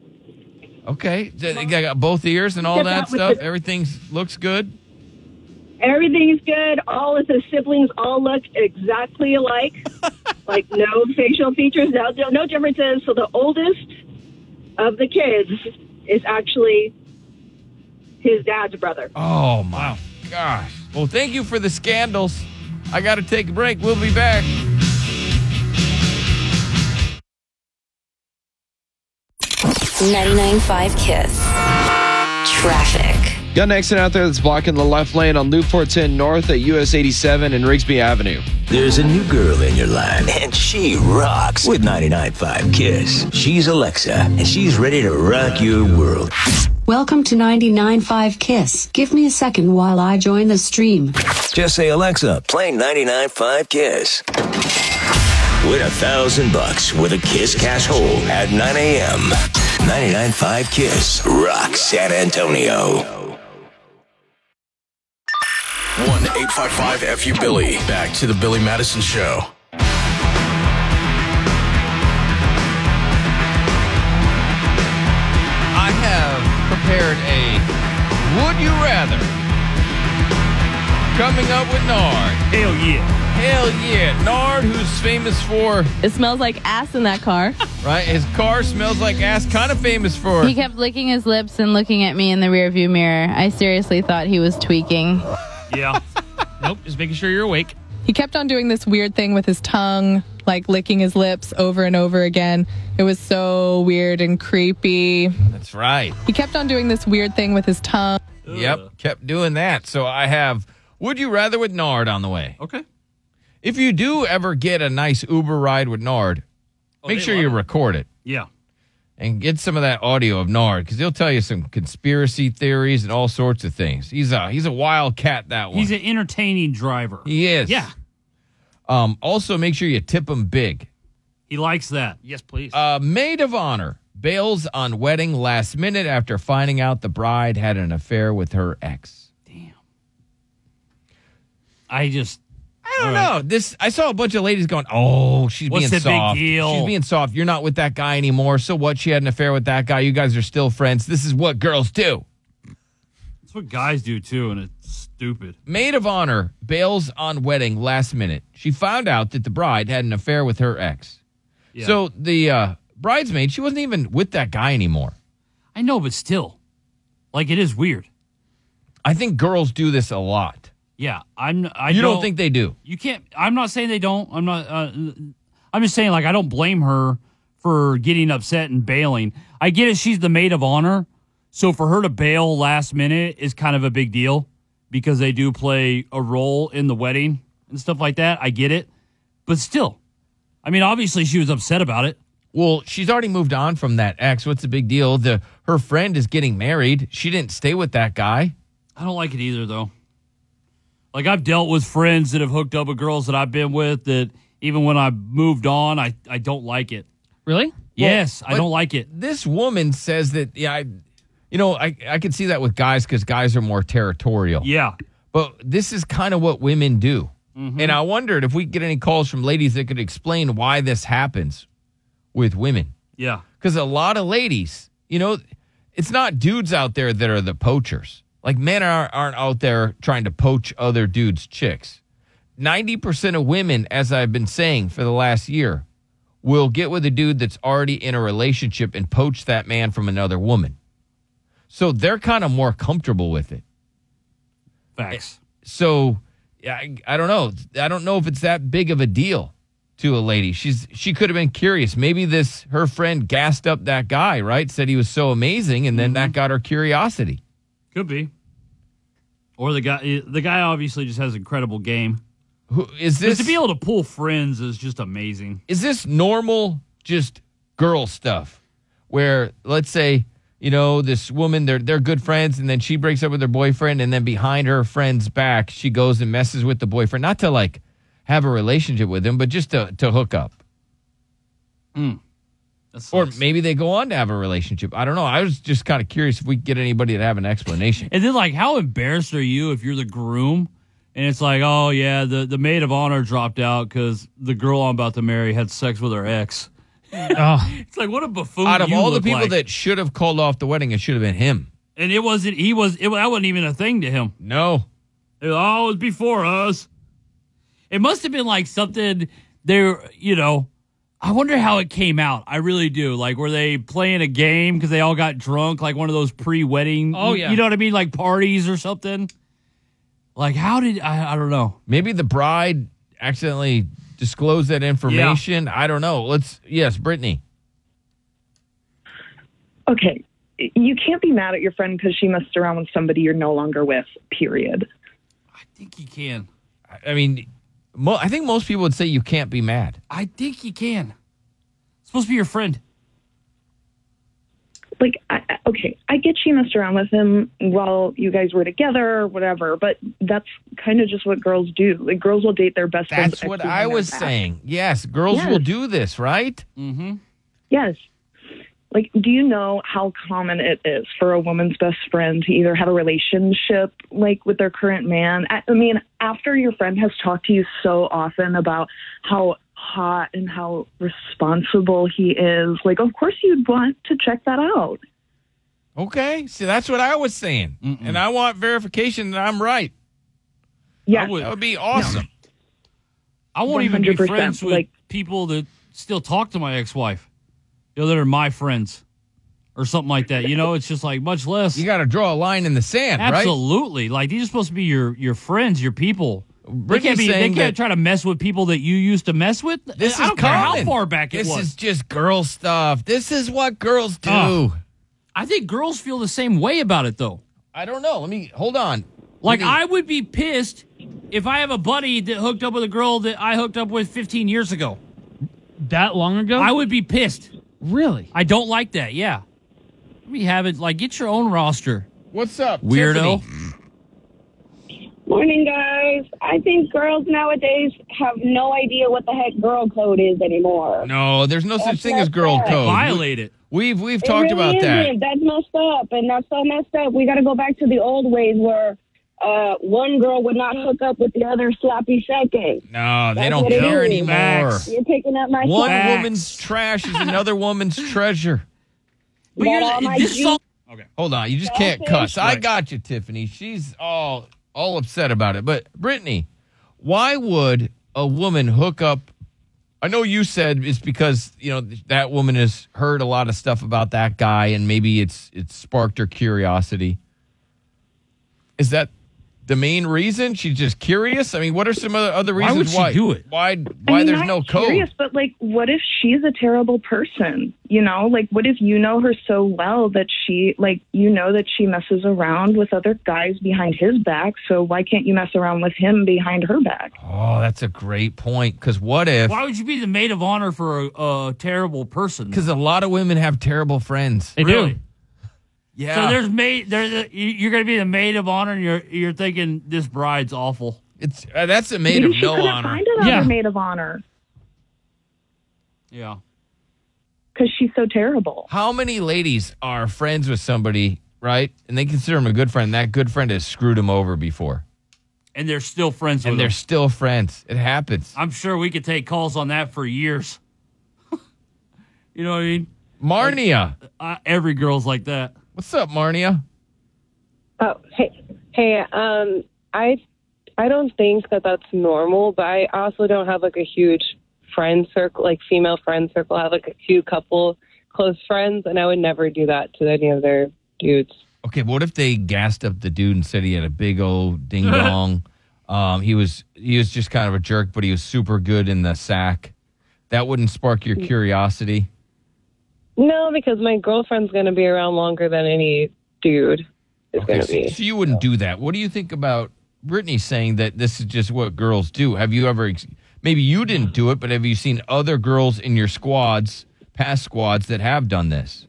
S6: Okay, d- they got both ears and all
S30: Step
S6: that
S30: out with
S6: stuff.
S30: the-
S6: Everything looks good.
S30: Everything's good. All of his siblings all look exactly alike. like no facial features, no, no differences. So the oldest of the kids is actually his dad's brother.
S6: Oh my gosh. Well, thank you for the scandals. I got to take a break. We'll be back.
S8: Ninety-nine-five Kiss. Traffic.
S11: Got an accident out there that's blocking the left lane on Loop 410 North at US 87 and Rigsby Avenue.
S1: There's a new girl in your life, and she rocks with 99.5 Kiss. She's Alexa, and she's ready to rock your world.
S3: Welcome to 99.5 Kiss. Give me a second while I join the stream.
S1: Just say, Alexa, play 99.5 Kiss. Win a thousand bucks with a Kiss Cash hole at 9 a.m. 99.5 Kiss rocks San Antonio.
S2: 1 855 FU Billy. Back to the Billy Madison Show.
S6: I have prepared a Would You Rather coming up with Nard. Hell yeah. Hell yeah. Nard, who's famous for.
S23: It smells like ass in that car.
S6: Right? His car smells like ass, kind of famous for.
S23: He kept licking his lips and looking at me in the rearview mirror. I seriously thought he was tweaking.
S7: Yeah. nope. Just making sure you're awake.
S23: He kept on doing this weird thing with his tongue, like licking his lips over and over again. It was so weird and creepy.
S6: That's right.
S23: He kept on doing this weird thing with his tongue.
S6: Yep. Kept doing that. So I have Would you rather with Nard on the way?
S7: Okay.
S6: If you do ever get a nice Uber ride with Nard, make sure you record Oh, it
S7: Yeah.
S6: and get some of that audio of Nard because he'll tell you some conspiracy theories and all sorts of things. He's a he's a wild cat that one.
S7: He's an entertaining driver.
S6: he is. Yeah. Um, also, make sure you tip him big.
S7: He likes that. Yes, please.
S6: Uh, maid of honor bails on wedding last minute after finding out the bride had an affair with her ex.
S7: I just.
S6: I don't know. This I saw a bunch of ladies going, "Oh, she's
S7: What's
S6: being
S7: the big
S6: soft.
S7: deal?"
S6: She's being soft. You're not with that guy anymore. So what? She had an affair with that guy. You guys are still friends. This is what girls do."
S7: That's what guys do too, and it's stupid.
S6: Maid of honor bails on wedding last minute. She found out that the bride had an affair with her ex.
S7: Yeah.
S6: So the uh, bridesmaid, she wasn't even with that guy anymore.
S7: I know, but still, like it is weird.
S6: I think girls do this a lot.
S7: Yeah, I'm. I
S6: you don't think they do?
S7: you can't? I'm not saying they don't. I'm not. Uh, I'm just saying like I don't blame her for getting upset and bailing. I get it. She's the maid of honor, so for her to bail last minute is kind of a big deal because they do play a role in the wedding and stuff like that. I get it, but still, I mean, obviously she was upset about it.
S6: Well, she's already moved on from that ex. What's the big deal? The her friend is getting married. She didn't stay with that guy.
S7: I don't like it either, though. Like I've dealt with friends that have hooked up with girls that I've been with that even when I moved on, I, I don't like it.
S10: Really?
S7: Yes, I
S6: but
S7: don't like it.
S6: This woman says that yeah, I, you know, I I could see that with guys because guys are more territorial.
S7: Yeah,
S6: but this is kind of what women do. And I wondered if we could get any calls from ladies that could explain why this happens with women.
S7: Yeah.
S6: Because a lot of ladies, you know, it's not dudes out there that are the poachers. Like men are, aren't out there trying to poach other dudes' chicks. 90% of women, as I've been saying for the last year, will get with a dude that's already in a relationship and poach that man from another woman. So they're kind of more comfortable with it.
S7: Facts.
S6: So I, I don't know. I don't know if it's that big of a deal to a lady. She's she could have been curious. Maybe this her friend gassed up that guy, right? Said he was so amazing, and then that got her curiosity.
S7: Could be. Or the guy the guy obviously just has incredible game.
S6: Who is this
S7: to be able to pull friends is just amazing.
S6: Is this normal just girl stuff? Where let's say, you know, this woman, they're they're good friends, and then she breaks up with her boyfriend, and then behind her friend's back, she goes and messes with the boyfriend. Not to like have a relationship with him, but just to, to hook up. Or maybe they go on to have a relationship. I don't know. I was just kind of curious if we could get anybody to have an explanation.
S7: And then like how embarrassed are you if you're the groom and it's like, "Oh yeah, the the maid of honor dropped out cuz the girl I'm about to marry had sex with her ex." It's like what a buffoon
S6: Out of
S7: you
S6: all the
S7: look
S6: people
S7: like.
S6: that should have called off the wedding, it should have been him.
S7: And it wasn't. He was. It, that wasn't even a thing to him.
S6: No.
S7: It was always before us. It must have been like something there. You know, I wonder how it came out. I really do. Like, were they playing a game because they all got drunk, like one of those pre-wedding?
S10: Oh, yeah.
S7: You know what I mean, like parties or something. Like, how did I? I don't know.
S6: Maybe the bride accidentally disclosed that information. I don't know. Let's yes, Brittany.
S21: Okay. You can't be mad at your friend because she messed around with somebody you're no longer with, period.
S7: think you can.
S6: I- I mean, mo- I think most people would say you can't be mad.
S7: I think you can. It's supposed to be your friend.
S21: Like, I, I- okay, I get she messed around with him while you guys were together or whatever, but that's kind of just what girls do. Like, girls will date their best friends.
S6: That's what
S21: exes
S6: I
S21: and their
S6: was
S21: back.
S6: saying. Yes, girls
S21: Yes.
S6: will do this, right?
S7: Mm-hmm.
S21: Yes. Like, do you know how common it is for a woman's best friend to either have a relationship like with their current man? I, I mean, after your friend has talked to you so often about how hot and how responsible he is, like, of course you'd want to check that out.
S6: Okay. See, that's what I was saying, and I want verification that I'm right.
S21: Yeah,
S6: that would be awesome.
S7: I won't even be
S21: 100%,
S7: friends with
S21: like-
S7: people that still talk to my ex-wife. You know, that are my friends or something like that. You know, it's just like much less. You
S6: got to draw a line in the sand, right?
S7: Absolutely. Like these are supposed to be your your friends, your people. They
S6: Ricky's
S7: can't, be, they
S6: saying
S7: can't
S6: that-
S7: try to mess with people that you used to mess with.
S6: This
S7: I
S6: is
S7: don't care how
S6: common.
S7: far back it
S6: This
S7: was.
S6: is just girl stuff. This is what girls do.
S7: Ugh. I think girls feel the same way about it, though.
S6: I don't know. Let me hold on.
S7: Like
S6: Let me-
S7: I would be pissed if I have a buddy that hooked up with a girl that I hooked up with 15 years ago, that long ago, I would be pissed.
S31: Really?
S7: I don't like that. Yeah, we have it. Like, get your own roster.
S6: What's up,
S7: weirdo?
S14: Morning, guys. I think girls nowadays have no idea what the heck girl code is anymore.
S6: No, there's no such
S14: That's
S6: thing
S14: not
S6: as girl
S14: fair.
S6: code.
S14: Violate
S7: it.
S6: We've we've
S14: It
S6: talked
S14: really
S6: about that.
S14: isn't. That's messed up, and that's so messed up. We got to go back to the old ways where uh, one girl would not hook up with the other sloppy second.
S6: No, they
S14: That's
S6: don't
S14: what it
S6: care
S14: is.
S6: anymore.
S14: You're picking up my
S6: One
S14: slack.
S6: woman's trash is another woman's treasure.
S14: But you're- Not all my this is all-
S6: okay, hold on. You just can't cuss. I got you, Tiffany. She's all all upset about it. But Brittany, why would a woman hook up? I know you said it's because you know th- that woman has heard a lot of stuff about that guy, and maybe it's it's sparked her curiosity. Is that the main reason? She's just curious. I mean, what are some other other
S7: Why
S6: reasons
S7: would she
S6: why
S7: do it?
S6: Why why
S21: I'm
S6: there's
S21: not
S6: no code?
S21: curious, but like, what if she's a terrible person? You know, like, what if you know her so well that she, like, you know that she messes around with other guys behind his back? So why can't you mess around with him behind her back?
S6: Oh, that's a great point. Because what if?
S7: Why would you be the maid of honor for a, a terrible person?
S6: Because a lot of women have terrible friends.
S7: They do. Really?
S6: Yeah.
S7: So there's maid. There's a, you- you're going to be the maid of honor, and you're you're thinking this bride's awful.
S6: It's uh, that's the maid
S21: Maybe she couldn't find another
S7: Yeah.
S21: maid of honor
S7: Yeah.
S21: because she's so terrible.
S6: How many ladies are friends with somebody, right? And they consider them a good friend. That good friend has screwed them over before,
S7: And they're still friends with
S6: and they're
S7: her.
S6: still friends. It happens.
S7: I'm sure we could take calls on that for years. you know what I mean?
S6: Marnia.
S7: uh, every girl's like that.
S6: What's up, Marnia?
S23: Oh, hey, hey. Um, I, I don't think that that's normal, but I also don't have like a huge friend circle, like female friend circle. I have like a few couple close friends, and I would never do that to any of their dudes.
S6: Okay, what if they gassed up the dude and said he had a big old ding dong? um, he was he was just kind of a jerk, but he was super good in the sack. That wouldn't spark your curiosity.
S23: No, because my girlfriend's gonna be around longer than any dude is
S6: Okay,
S23: gonna
S6: so,
S23: be.
S6: so you wouldn't do that. What do you think about Brittany saying that this is just what girls do? Have you ever, ex- maybe you didn't do it, but have you seen other girls in your squads, past squads, that have done this?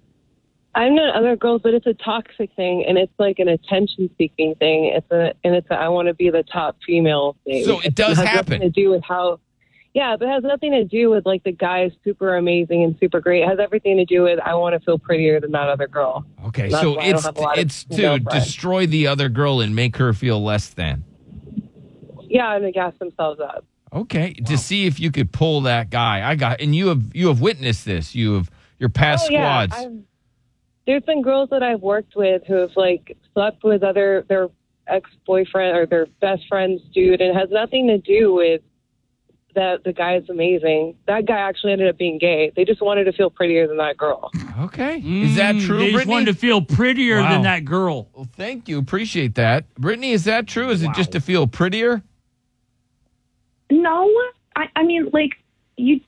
S23: I've known other girls, but it's a toxic thing, and it's like an attention-seeking thing. It's a and it's a I want to be the top female thing.
S6: So it does
S23: has
S6: happen.
S23: Nothing to do with how, yeah, but it has nothing to do with like the guy is super amazing and super great. It has everything to do with I want to feel prettier than that other girl.
S6: Okay,
S23: That's
S6: so
S23: why I don't
S6: it's
S23: have a lot of
S6: it's to
S23: girlfriends.
S6: destroy the other girl and make her feel less than.
S23: Yeah, and they gas themselves up.
S6: Okay, to see if you could pull that guy. I got, and you have you have witnessed this. You have your past
S23: Oh,
S6: squads.
S23: I've, there's been girls that I've worked with who have like slept with other their ex boyfriend or their best friend's dude, and it has nothing to do with that the guy is amazing. That guy actually ended up being gay. They just wanted to feel prettier than that girl.
S6: Okay, is that
S23: Mm,
S6: true?
S23: they just
S6: Brittany?
S23: wanted to
S7: feel prettier
S23: than
S7: that girl.
S6: Well, thank you, appreciate that, Brittany. Is that true? Is it just to feel prettier?
S21: No, I, I mean, like, you,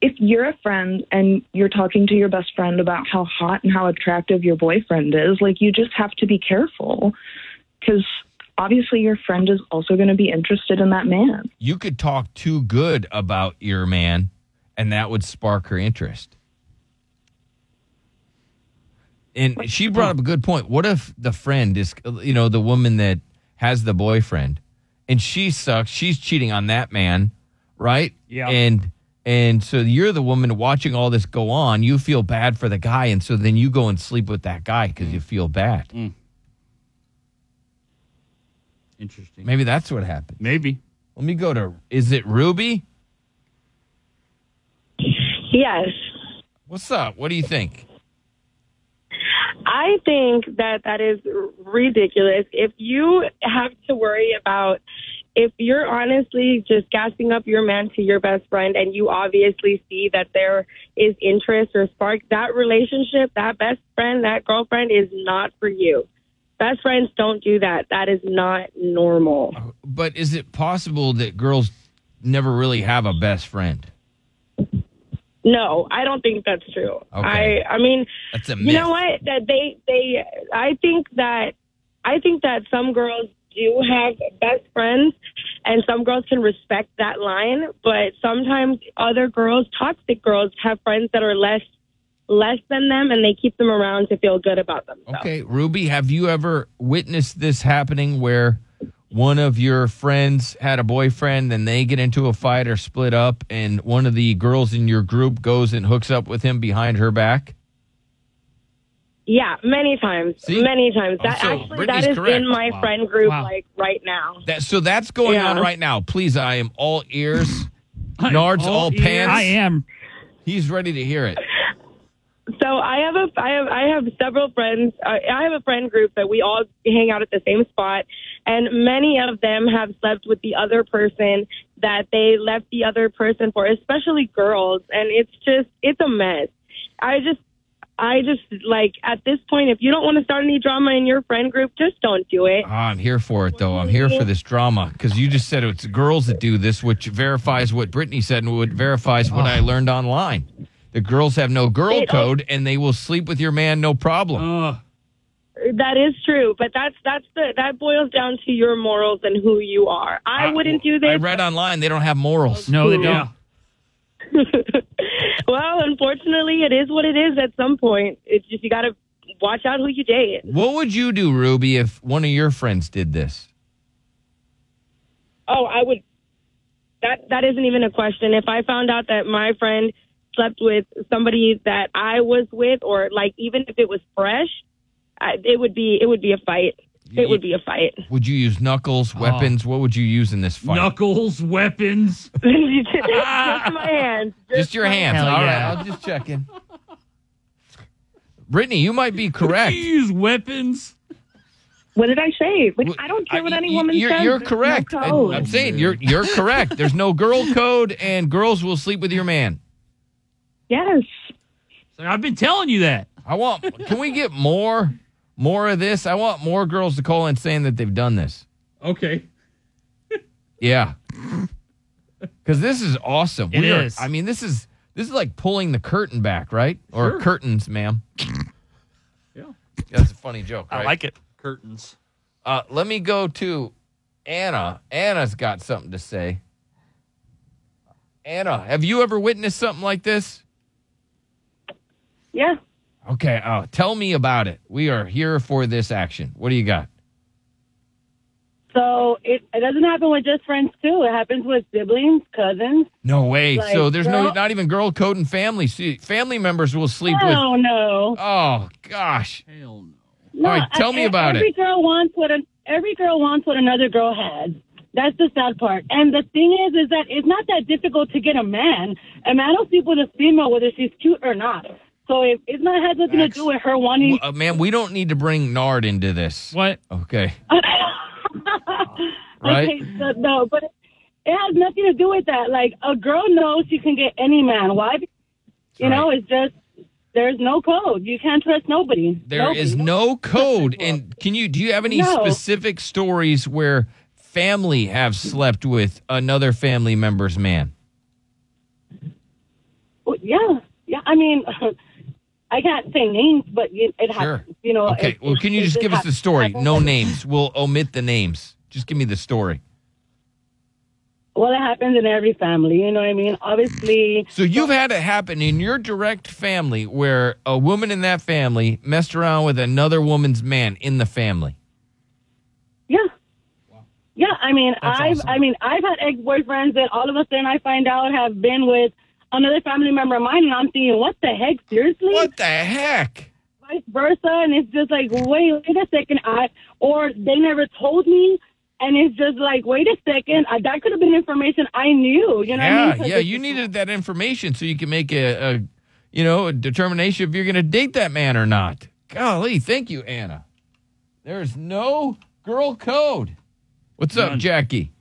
S21: if you're a friend and you're talking to your best friend about how hot and how attractive your boyfriend is, like, you just have to be careful because obviously your friend is also going to be interested in that man.
S6: You could talk too good about your man, and that would spark her interest. And she brought up a good point. What if the friend is, you know, the woman that has the boyfriend, and she sucks. She's cheating on that man, right? Yeah. And and so you're the woman watching all this go on. You feel bad for the guy, and so then you go and sleep with that guy because you feel bad.
S7: Interesting.
S6: Maybe that's what happened.
S7: Maybe.
S6: Let me go to. Is it Ruby?
S18: Yes.
S6: What's up? What do you think?
S18: I think that that is ridiculous. If you have to worry about if you're honestly just gassing up your man to your best friend and you obviously see that there is interest or spark, that relationship, that best friend, that girlfriend is not for you. Best friends don't do that. That is not normal.
S6: But is it possible that girls never really have a best friend?
S18: No, I don't think that's true.
S6: Okay.
S18: I I mean,
S6: That's a
S18: you know
S6: myth.
S18: what? That they they I think that I think that some girls do have best friends, and some girls can respect that line, but sometimes other girls, toxic girls, have friends that are less less than them, and they keep them around to feel good about themselves.
S6: Okay, Ruby, have you ever witnessed this happening where one of your friends had a boyfriend and they get into a fight or split up and one of the girls in your group goes and hooks up with him behind her back?
S18: Yeah, many times, many times. That
S6: so
S18: actually,
S6: Brittany's
S18: that is
S6: correct.
S18: in my
S6: Wow.
S18: friend group
S6: Wow.
S18: like right now.
S6: That so that's going
S18: Yeah.
S6: on right now. Please, I am all ears. Nard's all,
S18: all ears.
S6: pants.
S18: I
S32: am.
S6: He's ready to hear it.
S18: So I have a I have I have several friends. I, I have a friend group that we all hang out at the same spot, and many of them have slept with the other person that they left the other person for, especially girls. And it's just it's a mess. I just I just like at this point, if you don't want to start any drama in your friend group, just don't do it.
S6: Ah, I'm here for it, though. I'm here for this drama because you just said it's girls that do this, which verifies what Brittany said and what verifies what I learned online. The girls have no girl
S18: It-
S6: code and they will sleep with your man no problem.
S18: That is true, but that's that's the that boils down to your morals and who you are.
S6: Uh,
S18: I wouldn't do this.
S6: I read online they don't have morals.
S32: No, they don't.
S18: well, unfortunately, it is what it is. At some point, it's just you got to watch out who you date.
S6: What would you do, Ruby, if one of your friends did this?
S18: Oh, I would. That that isn't even a question. If I found out that my friend slept with somebody that I was with, or like even if it was fresh, I, it would be it would be a fight. It would be a fight.
S6: Would you use knuckles, weapons? What would you use in this fight?
S7: Oh. Knuckles, weapons.
S18: just
S5: Ah!
S18: my hands.
S6: Just your hands. All right, I'll just check in. Brittany, you might be correct. you
S7: use weapons.
S14: What did I say? Like, I don't care what any woman
S6: you're,
S14: says.
S6: you're
S14: There's no
S6: correct. And
S14: code.
S6: I'm saying you're you're correct. There's no girl code, and girls will sleep with your man.
S14: Yes.
S7: I've been telling you that.
S6: I want. Can we get more more of this? I want more girls to call in saying that they've done this.
S7: Okay.
S6: Yeah, because this is awesome.
S7: It
S6: We are-
S7: is.
S6: I mean, this is this is like pulling the curtain back, right? Or
S7: Sure.
S6: curtains, ma'am. yeah, that's a funny joke.
S7: I
S6: right?
S7: like it. Curtains.
S6: Uh, let me go to Anna. Anna's got something to say. Anna, have you ever witnessed something like this?
S33: Yeah.
S6: Okay, uh, tell me about it. We are here for this action. What do you got?
S34: So it, it doesn't happen with just friends too. It happens with siblings, cousins.
S6: No way.
S34: Like,
S6: so there's no,
S34: girl-
S6: not even girl code and family. See, family members will sleep with.
S34: Hell no.
S6: Oh gosh. Hell no. All right, tell
S34: I-
S6: me about
S34: e-, every
S6: it.
S34: girl wants what an, every girl wants what another girl has. That's the sad part. And the thing is, is that it's not that difficult to get a man. A man will sleep with a female whether she's cute or not. So it, it's not has nothing to do with her wanting.
S6: Uh, ma'am, we don't need to bring Nard into this.
S32: What?
S6: Okay.
S34: Okay, so, no, but it has nothing to do with that. Like a girl knows she can get any man. Why? You know, it's just there's no code. You can't trust nobody.
S6: There is no code. And can you do you have any
S34: No.
S6: specific stories where family have slept with another family member's man?
S34: Well, yeah, yeah. I mean, I can't say names, but it, it
S6: Sure.
S34: happens. You know.
S6: Okay.
S34: it-
S6: Well, can you
S34: it
S6: just give us the
S34: happens.
S6: story? No names. We'll omit the names. Just give me the story.
S34: Well, it happens in every family. You know what I mean? Obviously.
S6: So you've had it happen in your direct family where a woman in that family messed around with another woman's man in the family.
S34: Yeah. Yeah, I mean, I've I mean, I've had ex-boyfriends that all of a sudden I find out have been with another family member of mine, and I'm thinking, what the heck? Seriously? What
S6: the heck?
S34: Vice versa, and it's just like, wait, wait a second, I or they never told me, and it's just like, wait a second, I, that could have been information I knew. You know?
S6: yeah,
S34: what I mean? 'Cause
S6: yeah. You needed that information so you can make a, a you know, a determination if you're going to date that man or not. Golly, thank you, Anna. There's no girl code. What's up, Jackie?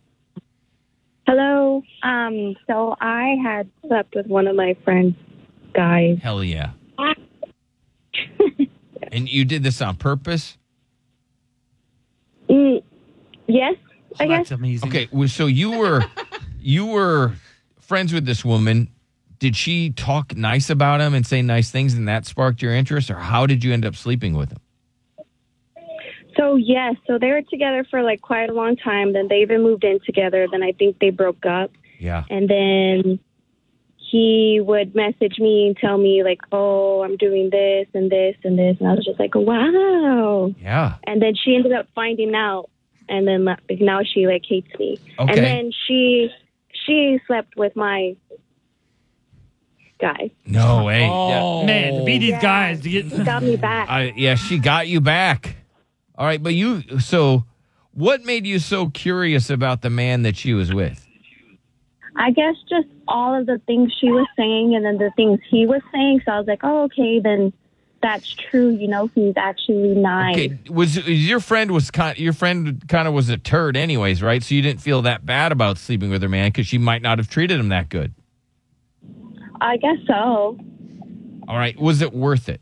S15: Hello. Um, so I had slept with one of my friends' guys.
S6: Hell yeah. and you did this on purpose?
S15: Mm, yes, I guess.
S6: amazing. Okay, well, so you were you were friends with this woman. Did she talk nice about him and say nice things, and that sparked your interest, or how did you end up sleeping with him?
S15: So So yes, so they were together for like quite a long time. Then they even moved in together. Then I think they broke up.
S6: Yeah.
S15: And then he would message me and tell me like, "Oh, I'm doing this and this and this," and I was just like, "Wow."
S6: Yeah.
S15: And then she ended up finding out, and then like, now she like hates me.
S6: Okay.
S15: And then she she slept with my guy.
S6: No way.
S35: Oh, man, to beat these
S15: guys to get got me back.
S6: I, yeah, she got you back. All right, but you so what made you so curious about the man that she was with?
S15: I guess just all of the things she was saying and then the things he was saying. So I was like, oh, okay, then that's true. You know, he's actually nine.
S6: Okay, was your friend was kind your friend kind of was a turd anyways, right? So you didn't feel that bad about sleeping with her man cuz she might not have treated him that good.
S15: I guess so.
S6: All right, was it worth it?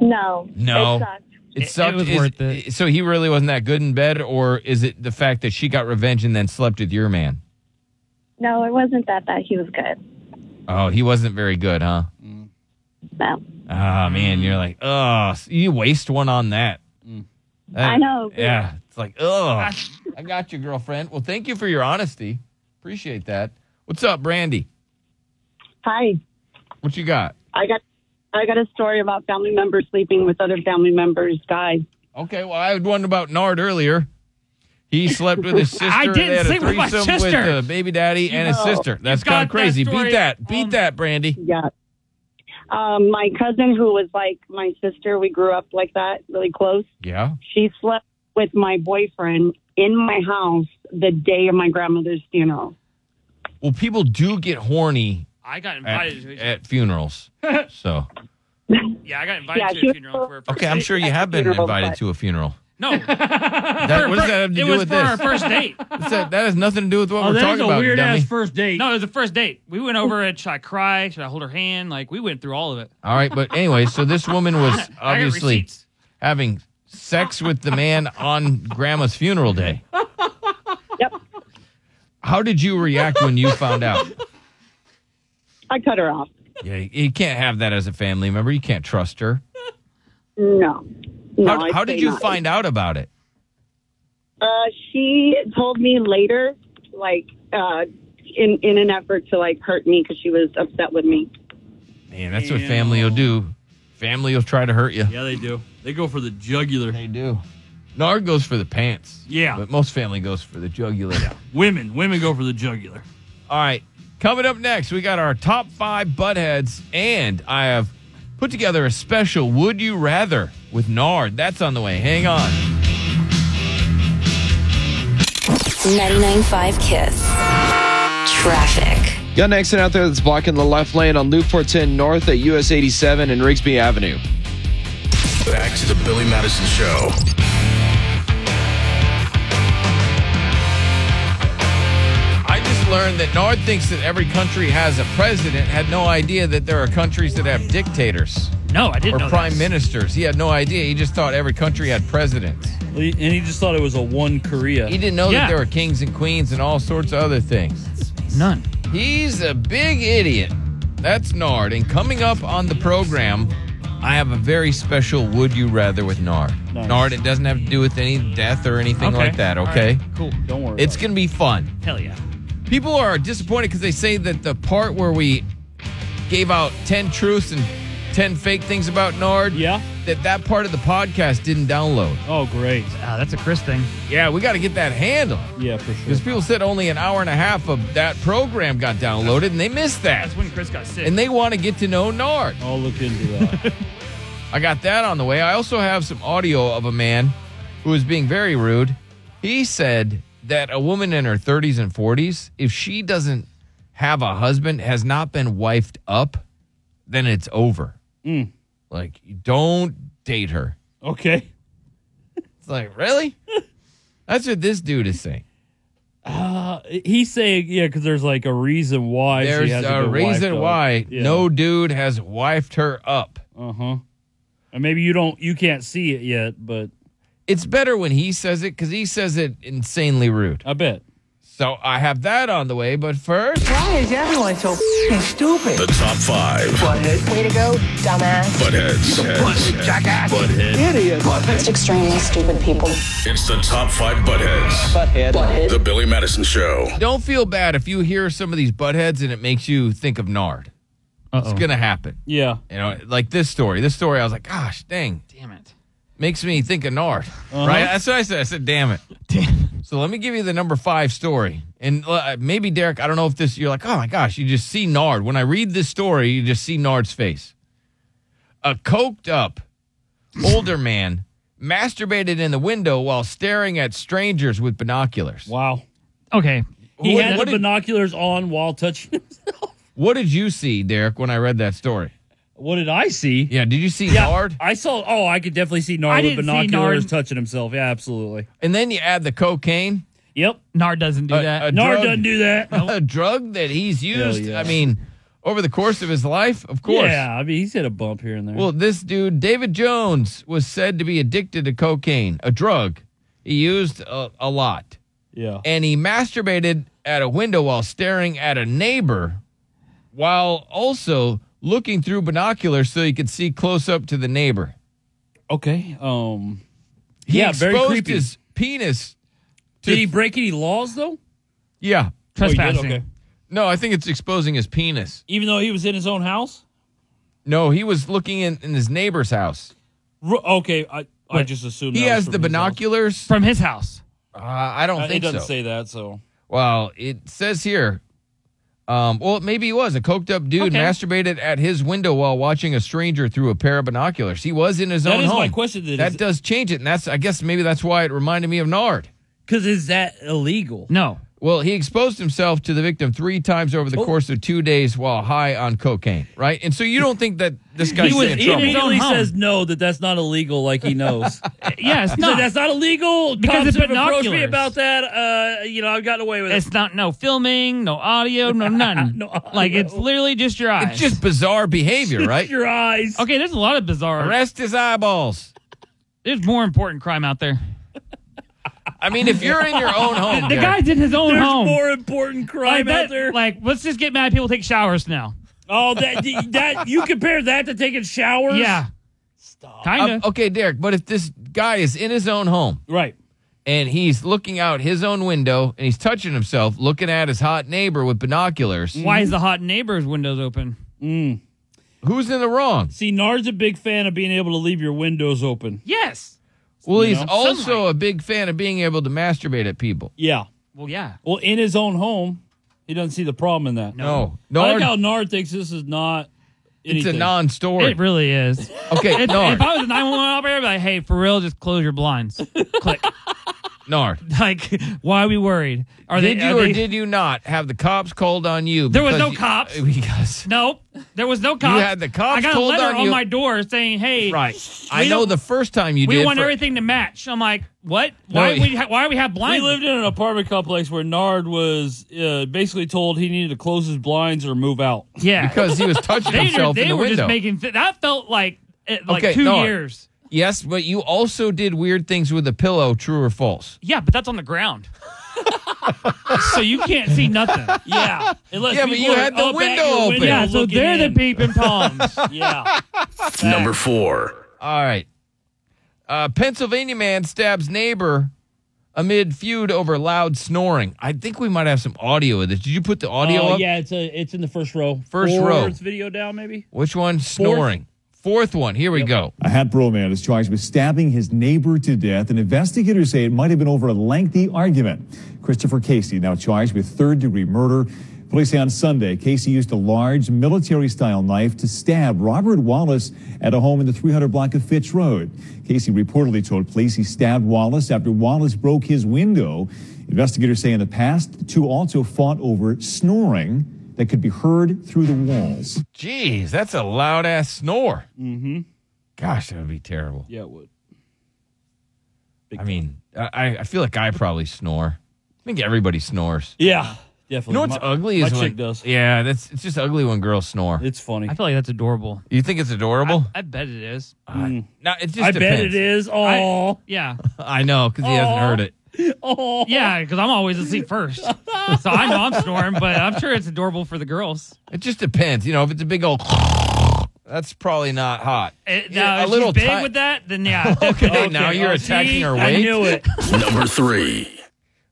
S15: No.
S6: No.
S15: It sucked.
S6: It sucked. was worth it. So he really wasn't that good in bed or is it the fact that she got revenge and then slept with your man?
S15: No, it wasn't that bad. He was good.
S6: Oh, he wasn't very good, huh?
S15: No.
S6: Oh man, you're like, oh, you waste one on that.
S7: Mm.
S6: That- I know. Yeah, it's like, oh, I got you, girlfriend. Well, thank you for your honesty. Appreciate that. What's up, Brandy?
S14: Hi.
S6: What you got?
S14: I got I got a story about family members sleeping with other family members' guys.
S6: Okay, well, I had one about Nard earlier. He slept with his sister.
S14: I
S6: and
S14: didn't
S6: they had a
S14: sleep with my
S6: threesome
S14: sister.
S6: with the baby daddy and his
S14: No.
S6: sister. That's
S14: You've got
S6: kind of
S14: that
S6: crazy.
S14: story
S6: Beat that. Beat that, Brandy.
S14: Yeah. Um, my cousin, who was like my sister, we grew up like that, really close.
S6: Yeah.
S14: She slept with my boyfriend in my house the day of my grandmother's funeral.
S6: Well, people do get horny
S10: I got
S6: at,
S10: invited. to
S6: at funerals. So
S10: yeah, I got invited
S14: Yeah,
S10: to a
S14: she was-
S10: funeral for a first
S6: okay, I'm
S10: date.
S6: sure you have been
S10: funeral,
S6: invited
S10: but-
S6: to a funeral.
S10: No.
S6: That, what does that have to
S10: it
S6: do
S10: was
S6: with
S10: for
S6: this?
S10: our first date. Oh,
S6: What's that, that has nothing to do with what we're talking about. dummy.
S10: first date. No, it was the first date. We went over it. Should I cry? Should I hold her hand? Like we went through all of it.
S6: All right, but anyway, so this woman was obviously
S10: receipts.
S6: having sex with the man on grandma's funeral day. Yep. How did you react when you found out?
S14: I cut her off.
S6: Yeah, you can't have that as a family member. You can't trust her.
S14: No. no
S6: how
S14: I'd
S6: how did
S14: say
S6: you
S14: not.
S6: find out about it?
S14: Uh, she told me later, like uh, in in an effort to like hurt me because she was upset with me.
S6: Man, that's what family will do. Family will try to hurt you.
S35: Yeah, they do. They go for the jugular. They
S6: do. Nard goes for the pants.
S35: Yeah.
S6: But most family goes for the jugular.
S35: Women, women go for the jugular.
S6: All right. Coming up next, we got our top five buttheads, and I have put together a special Would You Rather with Nard. That's on the way. Hang on.
S8: 995 Kiss. Traffic.
S11: Got an accident out there that's blocking the left lane on Loop 410 North at US 87 and Rigsby Avenue.
S2: Back to the Billy Madison Show.
S6: I just learned that Nard thinks that every country has a president, had no idea that there are countries that have dictators.
S10: No, I didn't
S6: Or
S10: know
S6: prime
S10: this.
S6: ministers. He had no idea. He just thought every country had presidents.
S7: And he just thought it was a one Korea.
S6: He didn't know
S7: Yeah.
S6: that there were kings and queens and all sorts of other things.
S10: None.
S6: He's a big idiot. That's Nard. And coming up on the program, I have a very special Would You Rather with Nard. Nard, it doesn't have to do with any death or anything like that,
S7: All right.
S6: okay?
S7: Cool. Don't worry.
S6: It's going to be fun.
S10: Hell yeah.
S6: People are disappointed because they say that the part where we gave out 10 truths and 10 fake things about Nard, yeah. that that part of the podcast didn't download.
S7: Oh, great.
S10: Ah, that's a Chris thing.
S6: Yeah, we got to get that handled.
S7: Yeah, for sure.
S6: Because people said only an hour and a half of that program got downloaded, and they missed that.
S10: That's when Chris got sick.
S6: And they want to get to know Nard.
S7: I'll look into that.
S6: I got that on the way. I also have some audio of a man who was being very rude. He said that a woman in her 30s and 40s, if she doesn't have a husband, has not been wifed up, then it's over.
S7: Hmm.
S6: Like, don't date her.
S7: Okay.
S6: It's like, really? That's what this dude is saying.
S7: Uh, he's saying, yeah, because there's like a reason why. she
S6: There's
S7: hasn't
S6: a
S7: been wiped
S6: reason
S7: out.
S6: why
S7: Yeah.
S6: no dude has wifed her up.
S7: Uh huh. And maybe you don't, you can't see it yet, but
S6: It's better when he says it because he says it insanely rude.
S7: I bet.
S6: So I have that on the way, but first.
S14: Why is everyone so stupid?
S2: The top five. Butthead.
S14: Way to go, dumbass.
S2: Buttheads. Butthead. Jackass. Butthead.
S14: Idiot. It's extremely stupid people.
S2: It's the top five buttheads.
S14: Butthead. Butthead.
S2: The Billy Madison Show.
S6: Don't feel bad if you hear some of these buttheads and it makes you think of Nard. It's gonna happen.
S7: Yeah.
S6: You know, like this story. This story, I was like, gosh, dang,
S10: Damn it.
S6: makes me think of Nard.
S10: Uh-huh.
S6: Right? That's what I said. I said, damn it. So let me give you the number five story, and uh, maybe Derek, I don't know if this. You're like, oh my gosh, you just see Nard. When I read this story, you just see Nard's face. A coked up older man masturbated in the window while staring at strangers with binoculars.
S7: Wow.
S10: Okay.
S7: He
S6: What-
S7: had
S6: what
S7: the
S6: did-
S7: binoculars on while touching himself.
S6: What did you see, Derek, when I read that story?
S7: What did I see?
S6: Yeah, did you see Nard?
S7: I saw. Oh, I could definitely see
S10: I
S7: Nard with
S10: didn't see
S7: binoculars
S10: Nard.
S7: touching himself. Yeah, absolutely.
S6: And then you add the cocaine.
S7: Yep.
S10: Nard doesn't do
S6: A-
S10: that.
S6: a
S7: Nard
S6: drug-
S7: doesn't do that.
S6: A drug that he's used.
S7: yeah.
S6: I mean, over the course of his life, of course.
S7: Yeah, I mean he's hit a bump here and there.
S6: Well, this dude, David Jones, was said to be addicted to cocaine, a drug he used a, a lot.
S7: yeah.
S6: And he masturbated at a window while staring at a neighbor while also looking through binoculars so he could see close up to the neighbor.
S7: Okay. Um.
S6: He
S7: yeah,
S6: exposed
S7: very creepy.
S6: his penis. To,
S7: Did he break any laws though?
S6: Yeah.
S7: Oh, he did? Okay.
S6: No, I think it's exposing his penis.
S7: Even though he was in his own house.
S6: No, he was looking in, in his neighbor's house.
S7: R- okay. I I
S6: Wait,
S7: just assumed
S6: He
S7: that was
S6: has
S7: from
S6: the
S7: his house.
S6: binoculars.
S10: From his house.
S6: Uh, I don't
S7: Uh, it
S6: think
S7: doesn't
S6: so.
S7: say that. So
S6: Well, it says here. Um, well, maybe he was a coked up dude
S7: Okay.
S6: masturbated at his window while watching a stranger through a pair of binoculars. He was in his
S7: That
S6: own
S7: is
S6: home.
S7: my question, then.
S6: That
S7: Is-
S6: does change it, and that's I guess maybe that's why it reminded me of Nard.
S7: because is that illegal?
S10: No.
S6: Well, he exposed himself to the victim three times over
S7: Oh.
S6: the course of two days while high on cocaine, right? And so you don't think that this guy's
S7: he was,
S6: in
S7: he
S6: trouble?
S7: immediately says no that that's not illegal. Like he knows.
S10: Yeah, it's
S7: He said,
S10: not.
S7: that's not illegal.
S10: Because
S7: Cops
S10: it's
S7: have approached me
S10: binoculars.
S7: about that. Uh, you know, I've gotten away with it.
S10: It's not no filming, no audio, no none. like it's literally just your eyes.
S6: It's just bizarre behavior, right?
S7: your eyes.
S10: Okay, there's a lot of bizarre.
S6: Arrest his eyeballs.
S10: There's more important crime out there.
S6: I mean, if you're in your own home,
S10: the
S6: Derek-
S10: guy's in his own
S7: There's
S10: home.
S7: more important crime
S10: like, that-
S7: out there.
S10: like, let's just get mad. People take showers now.
S7: oh, that that you compare that to taking showers?
S10: Yeah,
S6: Um,
S10: kind of.
S6: okay, Derek, but if this guy is in his own home
S7: Right.
S6: and he's looking out his own window and he's touching himself, looking at his hot neighbor with binoculars,
S10: Why is the hot neighbor's windows open?
S7: Mm.
S6: who's in the wrong?
S7: See, Nard's a big fan of being able to leave your windows open.
S10: Yes.
S6: Well, he's
S7: You know?
S6: also a big fan of being able to masturbate at people.
S7: Yeah.
S10: Well, yeah.
S7: Well, in his own home, he doesn't see the problem in that.
S6: No.
S7: I
S6: Nard,
S7: like how Nard thinks this is not.
S6: it's a
S7: anything.
S6: non story.
S10: It really is.
S6: Okay,
S10: If,
S6: Nard.
S10: if I was a 911 operator, I'd be like, hey, for real, just close your blinds. Click.
S6: Nard.
S10: Like, why are we worried? Are
S6: did
S10: they?
S6: you
S10: are
S6: or
S10: they-
S6: did you not have the cops called on you?
S10: There was
S6: because
S10: no
S6: you-
S10: cops.
S6: Because
S10: No, there was no cops.
S6: had the cops
S10: I got a
S6: told
S10: letter
S6: on
S10: on,
S6: you-
S10: my door saying, "Hey,
S6: right, I
S10: we
S6: know
S10: don't-
S6: the first time you
S10: we
S6: did.
S10: want
S6: for-
S10: everything to match." I'm like, "What? Why
S6: No,
S10: we ha- why we have
S7: We
S10: blinds?"
S7: lived in an apartment complex where Nard was uh, basically told he needed to close his blinds or move out.
S10: yeah,
S6: because he was touching
S10: they,
S6: himself
S10: they
S6: in the
S10: were
S6: window.
S10: just making th- that felt like eh, like
S6: Okay,
S10: two
S6: no.
S10: years.
S6: Yes, but you also did weird things with a pillow, true or false?
S10: Yeah, but that's on the ground, so you can't see nothing.
S7: Yeah, unless
S6: Yeah, but
S7: people
S6: you
S7: are
S6: had the
S7: up at
S6: window
S7: your
S6: open.
S10: Yeah, so
S7: looking
S10: they're
S7: in.
S10: the peeping toms.
S7: yeah.
S2: Number four.
S6: All right. Uh, Pennsylvania man stabs neighbor amid feud over loud snoring. I think we might have some audio of this. Did you put the audio
S7: Oh
S6: up?
S7: yeah, it's a, it's in the first row.
S6: First
S7: Fourth
S6: row.
S7: video down maybe.
S6: Which one? Snoring. Fourth, one. Here we go.
S36: A Hatboro man is charged with stabbing his neighbor to death, and investigators say it might have been over a lengthy argument. Christopher Casey now charged with third degree murder. Police say on Sunday, Casey used a large military style knife to stab Robert Wallace at a home in the 300 block of Fitch Road. Casey reportedly told police he stabbed Wallace after Wallace broke his window. Investigators say in the past, the two also fought over snoring that could be heard through the walls.
S6: Jeez, that's a loud ass snore. Mm-hmm. Gosh, that would be terrible.
S7: Yeah, it would.
S6: I mean, I, I feel like I probably snore. I think everybody snores.
S7: Yeah,
S6: You
S7: definitely.
S6: know what's
S7: My-
S6: ugly
S7: my
S6: is
S7: chick
S6: when,
S7: does.
S6: yeah, that's it's just ugly when girls snore.
S7: It's funny.
S10: I feel like that's adorable.
S6: You think it's adorable?
S10: I bet it is.
S6: Uh, no, it just
S7: I bet it
S6: depends.
S7: is. Oh,
S10: Yeah,
S6: I know because he hasn't
S7: Aw.
S6: heard it.
S10: Oh. Yeah, because I'm always asleep first. so I know I'm snoring, but I'm sure it's adorable for the girls.
S6: It just depends. You know, if it's a big old that's probably not hot.
S10: It,
S6: Yeah,
S10: eh, now,
S6: a
S10: if
S6: little
S10: she's big
S6: tight.
S10: with that, then yeah. definitely.
S6: Okay, now you're
S10: Oh,
S6: attacking
S10: see?
S6: her weight.
S10: I knew it.
S6: Number three.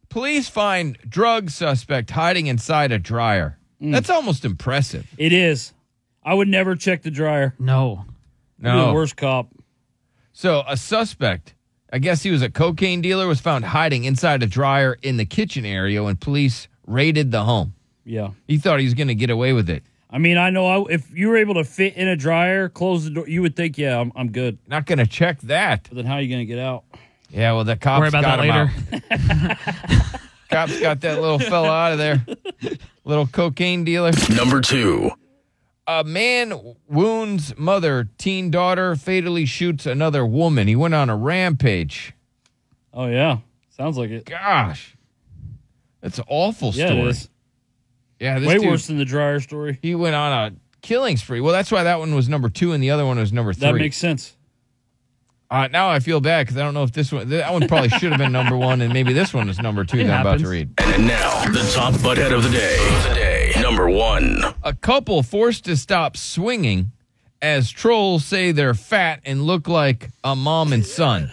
S6: Police find drug suspect hiding inside a dryer.
S10: Mm.
S6: That's almost impressive.
S17: It is. I would never check the dryer.
S10: No.
S17: You're
S6: No.
S17: the worst cop.
S6: So a suspect, I guess he was a cocaine dealer, was found hiding inside a dryer in the kitchen area when police raided the home.
S17: Yeah.
S6: He thought he was going to get away with it.
S17: I mean, I know I, if you were able to fit in a dryer, close the door, you would think, yeah, I'm, I'm good.
S6: Not going to check that.
S17: But then how are you going to get out?
S6: Yeah, well, the cops
S17: Worry about
S6: got
S17: that
S6: him
S17: later.
S6: out. cops got that little fella out of there. Little cocaine dealer.
S2: Number two.
S6: A man wounds mother, teen daughter, fatally shoots another woman. He went on a rampage.
S17: Oh, yeah. Sounds like it.
S6: Gosh. That's an awful
S17: Yeah, it
S6: story.
S17: is.
S6: Yeah, this
S17: Way
S6: dude-
S17: worse than the dryer story.
S6: He went on a killing spree. Well, that's why that one was number two and the other one was number three.
S17: That makes sense.
S6: Uh, now I feel bad because I don't know if this one, that one probably should have been number one, and maybe this one is number two It that I'm about to happens. read.
S2: And now, the top butthead of the day. The day. Number one.
S6: A couple forced to stop swinging as trolls say they're fat and look like a mom and son.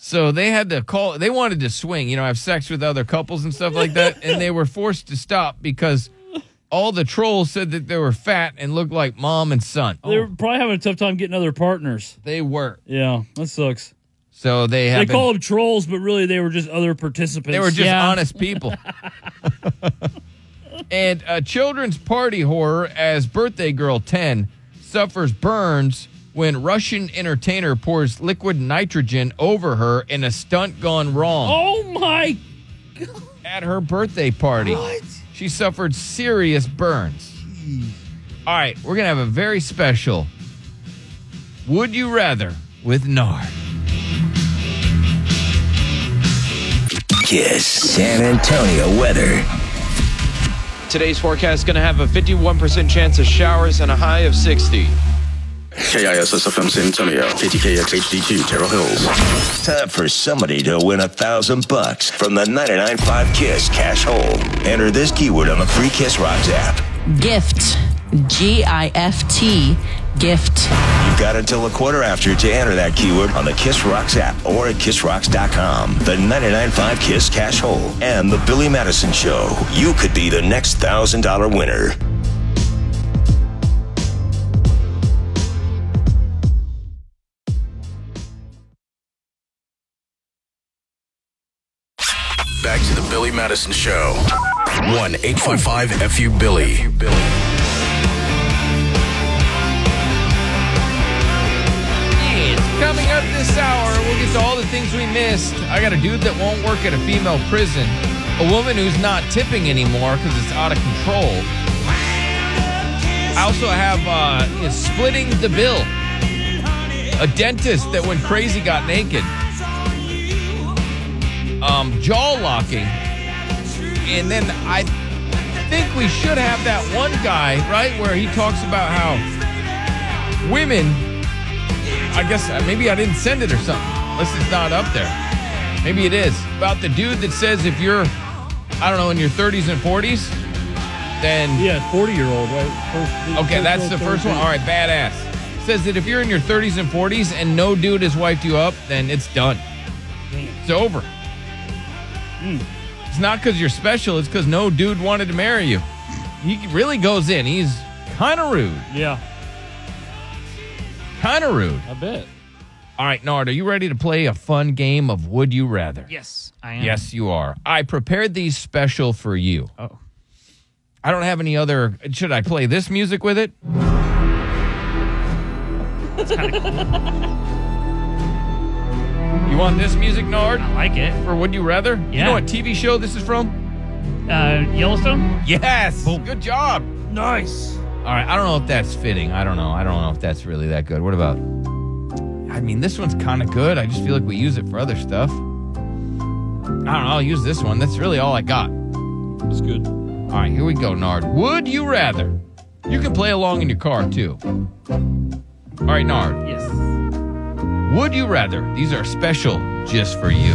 S6: So they had to call, they wanted to swing, you know, have sex with other couples and stuff like that. And they were forced to stop because all the trolls said that they were fat and looked like mom and son.
S17: They were probably having a tough time getting other partners.
S6: Oh. They were.
S17: Yeah, that sucks.
S6: So they
S17: They
S6: have.
S17: call them trolls, but really they were just other participants.
S6: They were just honest people. and a children's party horror as birthday girl 10 suffers burns when Russian entertainer pours liquid nitrogen over her in a stunt gone wrong
S17: Oh my!
S6: at her birthday party. She suffered serious burns. All right, we're going to have a very special Would You Rather with Nard.
S2: Kiss San Antonio weather.
S11: Today's forecast is going to have a 51% chance of showers and a high of 60.
S2: KISSFM San Antonio, KTKX HD2, Terrell Hills.
S1: Time for somebody to win a thousand bucks from the 99.5 Kiss Cash Hole. Enter this keyword on the free Kiss Rocks app.
S16: Gift. G I F T. Gift.
S1: You've got until a quarter after to enter that keyword on the Kiss Rocks app or at kissrocks.com. The 99.5 Kiss Cash Hole and the Billy Madison Show. You could be the next thousand dollar winner.
S2: Back to the Billy Madison Show. 1 855 FU Billy.
S6: It's coming up this hour. We'll get to all the things we missed. I got a dude that won't work at a female prison, a woman who's not tipping anymore because it's out of control. I also have uh, is splitting the bill, a dentist that went crazy got naked, um, jaw locking, and then I think we should have that one guy right where he talks about how women I guess uh, maybe I didn't send it or something. Unless it's not up there. Maybe it is. About the dude that says if you're, I don't know, in your 30s and 40s, then.
S17: Yeah, 40 year old, right?
S6: okay, that's the first one. All right, badass. Says that if you're in your 30s and 40s and no dude has wiped you up, then it's done. It's over. Hmm. It's not because you're special, it's because no dude wanted to marry you. He really goes in. He's kind of rude.
S17: Yeah.
S6: Kind of rude.
S17: I bet.
S6: All right, Nard, are you ready to play a fun game of Would You Rather?
S10: Yes, I am.
S6: Yes, you are. I prepared these special for you.
S10: Oh.
S6: I don't have any other. Should I play this music with it?
S10: It's kind of cool.
S6: You want this music, Nard? I
S10: like it.
S6: For Would You Rather? You
S10: Yeah.
S6: know what TV show this is from?
S10: Uh, Yellowstone?
S6: Yes. Good job.
S17: Nice.
S6: All right, I don't know if that's fitting. I don't know. I don't know if that's really that good. What about? I mean, this one's kind of good. I just feel like we use it for other stuff. I don't know. I'll use this one. That's really all I got.
S17: That's good.
S6: All right, here we go, Nard. Would you rather? You can play along in your car, too. All right, Nard.
S10: Yes.
S6: Would you rather? These are special just for you.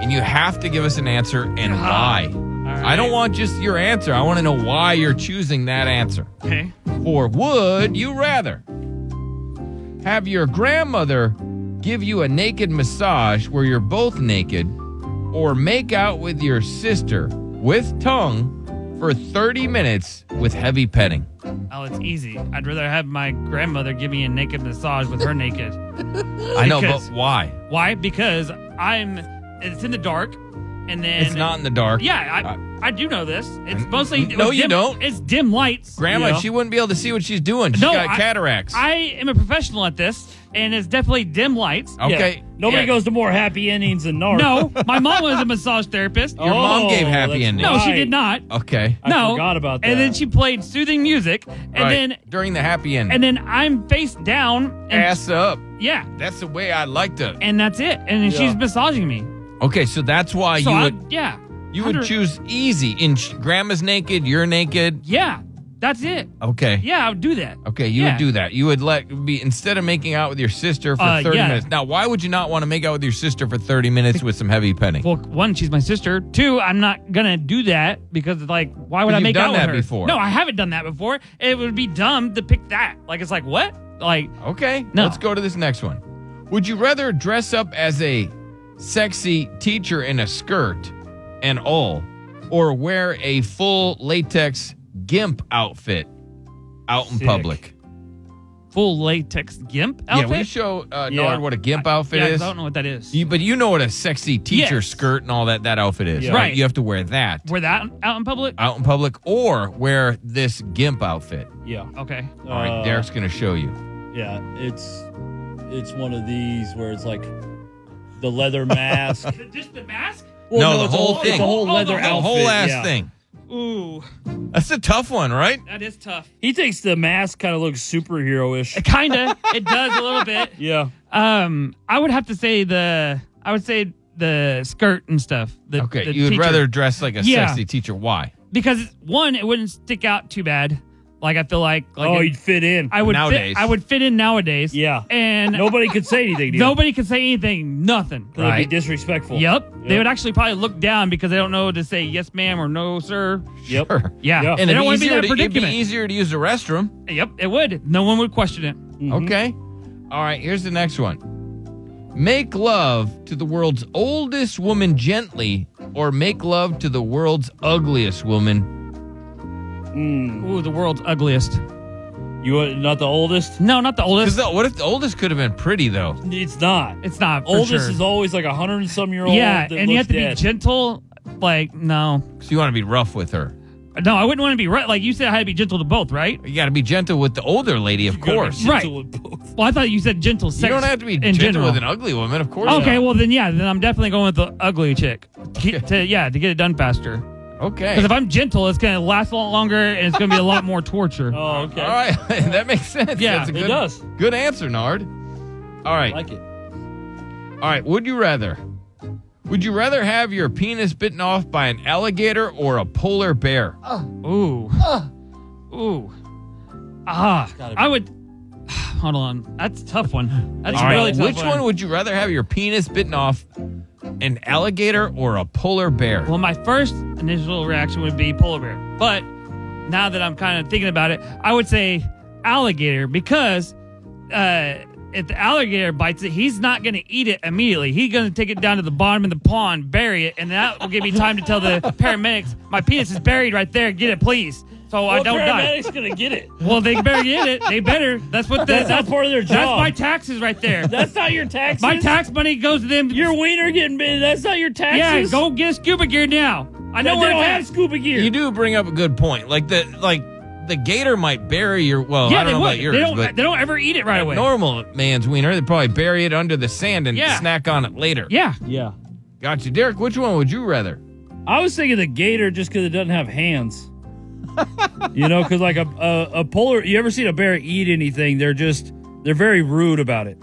S6: and you have to give us an answer and why. I don't want just your answer. I want to know why you're choosing that answer.
S10: Okay.
S6: Or would you rather have your grandmother give you a naked massage where you're both naked or make out with your sister with tongue for 30 minutes with heavy petting?
S10: Oh, it's easy. I'd rather have my grandmother give me a naked massage with her naked.
S6: I know, but
S10: Because-
S6: why?
S10: Why? Because I'm. It's in the dark, and then
S6: It's not in the dark.
S10: Yeah, I I do know this. It's mostly
S6: No,
S10: it's
S6: you
S10: dim-
S6: don't.
S10: It's dim lights.
S6: Grandma,
S10: you know?
S6: she wouldn't be able to see what she's doing. She
S10: no,
S6: got
S10: I-
S6: cataracts.
S10: I, am a professional at this, and it's definitely dim lights.
S6: Okay.
S10: Yeah.
S17: Nobody
S6: Yeah.
S17: goes to more happy endings than Oh, Nard.
S10: No, my mom was a massage therapist.
S6: Your mom gave happy endings.
S10: No, she did not.
S6: Okay.
S10: no, And then she played soothing music, and
S6: Right.
S10: then
S6: during the happy ending,
S10: and then I'm face down, and
S6: ass up.
S10: yeah,
S6: That's the way I like to.
S10: and that's it. And then
S6: Yeah.
S10: she's massaging me.
S6: Okay, so that's why
S10: so
S6: you
S10: I,
S6: would
S10: yeah,
S6: you would
S10: Hundred-
S6: choose easy. In sh- grandma's naked, you're naked.
S10: Yeah, that's it.
S6: Okay.
S10: Yeah, I would do that.
S6: Okay, you
S10: Yeah.
S6: would do that. You would let be instead of making out with your sister for
S10: Uh,
S6: thirty
S10: yeah.
S6: minutes. Now, why would you not want to make out with your sister for thirty minutes with some heavy petting?
S10: Well, one, she's my sister. Two, I'm not gonna do that because like, why would
S6: But
S10: I
S6: you've
S10: make
S6: done
S10: out with
S6: that
S10: her?
S6: before.
S10: No, I haven't done that before. It would be dumb to pick that. Like, it's like what? Like,
S6: Okay, let's go to this next one. Would you rather dress up as a sexy teacher in a skirt and all, or wear a full latex gimp outfit out in
S10: Sick.
S6: public?
S10: full latex gimp
S6: Yeah,
S10: outfit.
S6: we show uh,
S10: Yeah.
S6: Nard what a gimp outfit
S10: yeah, 'cause
S6: is.
S10: I don't know what that is.
S6: You, but you know what a sexy teacher
S10: Yes.
S6: skirt and all that that outfit is,
S10: Yeah.
S6: right?
S10: Right.
S6: You have to wear that
S10: Wear that out in public?
S6: out in public, or wear this gimp outfit.
S17: Yeah.
S10: Okay.
S17: Uh,
S6: All right, Derek's gonna show you.
S17: Yeah, it's it's one of these where it's like the leather mask.
S10: Just the mask? Oh,
S17: Well,
S6: no, the
S17: it's a
S6: whole thing,
S17: It's a whole leather
S6: the
S17: outfit.
S6: whole ass
S17: yeah.
S6: thing.
S10: Ooh,
S6: That's a tough one, right?
S10: that is tough.
S17: He thinks the mask kind of looks superhero-ish.
S10: Kinda. it does a little bit.
S17: Yeah.
S10: Um, I would have to say the. I would say the skirt and stuff. The,
S6: Okay,
S10: the
S6: you would
S10: teacher.
S6: rather dress like a
S10: Yeah.
S6: sexy teacher. Why?
S10: because one, it wouldn't stick out too bad. Like I feel like, like
S17: oh,
S10: it-
S17: you'd fit in.
S10: I would
S17: nowadays.
S10: Fit, I would fit in nowadays.
S17: Yeah.
S10: and
S17: Nobody could say anything to you.
S10: nobody could say anything, nothing.
S17: That'd be disrespectful.
S10: Yep. They would actually probably look down because they don't know to say yes, ma'am, or no, sir.
S17: Yep.
S10: Yeah.
S6: And
S10: They
S6: it'd
S10: don't
S6: be
S10: want to be
S6: easier
S10: in that
S6: to, it'd be
S10: predicament.
S6: easier to use the restroom.
S10: Yep, it would. No one would question it.
S17: Mm-hmm.
S6: Okay. All right, here's the next one. Make love to the world's oldest woman gently, or make love to the world's ugliest woman.
S10: Ooh, the world's ugliest.
S17: Mm. You want- not the oldest?
S10: No, not the oldest.
S6: 'Cause the- what if the oldest could have been pretty though?
S17: It's not.
S10: It's not. for
S17: Oldest
S10: sure.
S17: is always like a hundred and some year old.
S10: Yeah,
S17: that
S10: and you have
S17: looks
S10: to
S17: dead.
S10: be gentle. Like no,
S6: So you want to be rough with her.
S10: no, I wouldn't want to be right. Like you said, I had to be gentle to both, right?
S6: You got to be gentle with the older lady, of course.
S10: Right. Well, I thought you said gentle sex.
S6: You don't have to be
S10: in
S6: gentle
S10: general.
S6: with an ugly woman, of course.
S10: Okay,
S6: not.
S10: well then, yeah, then I'm definitely going with the ugly chick. To get- to- yeah, to get it done faster.
S6: Okay.
S10: Because if I'm gentle, it's gonna last a lot longer, and it's gonna be a lot more torture.
S17: Oh, okay.
S6: All right, that makes sense.
S10: Yeah,
S6: That's a
S10: it
S6: good,
S17: does.
S6: Good answer, Nard. All right.
S17: like it.
S6: All right, would you rather? Would you rather have your penis bitten off by an alligator or a polar bear?
S10: Ooh. Ooh. Ah,
S17: gotta be-
S10: I would. Hold on, that's a tough one. That's
S6: All
S10: a
S6: right,
S10: really tough.
S6: which one. would you rather have your penis bitten off? An alligator or a polar bear?
S10: Well, my first initial reaction would be polar bear, but now that I'm kind of thinking about it, I would say alligator because uh, if the alligator bites it, he's not going to eat it immediately. He's going to take it down to the bottom of the pond, bury it, and that will give me time to tell the paramedics my penis is buried right there. Get it, please, so I
S17: What
S10: don't die.
S17: paramedic's gonna get it?
S10: Well, they better get it. They better. That's what. The,
S17: That's not part of their job.
S10: That's my taxes right there.
S17: That's not your taxes.
S10: my tax money goes to them.
S17: Your wiener getting bit. That's not your
S10: yeah,
S17: taxes.
S10: go get a scuba gear now. I know
S17: They
S10: where
S17: don't
S10: it's
S17: have
S10: at.
S17: scuba gear.
S6: You do bring up a good point. Like the like the gator might bury your well,
S10: yeah,
S6: I don't
S10: they
S6: know
S10: would.
S6: about yours,
S10: they don't.
S6: but
S10: they don't ever eat it right away.
S6: normal man's wiener, they probably bury it under the sand and
S10: Yeah.
S6: snack on it later.
S10: Yeah.
S17: yeah.
S6: Gotcha. Derek, which one would you rather?
S17: I was thinking the gator just because it doesn't have hands. you know, because like a, a a polar. You ever seen a bear eat anything? They're just they're very rude about it.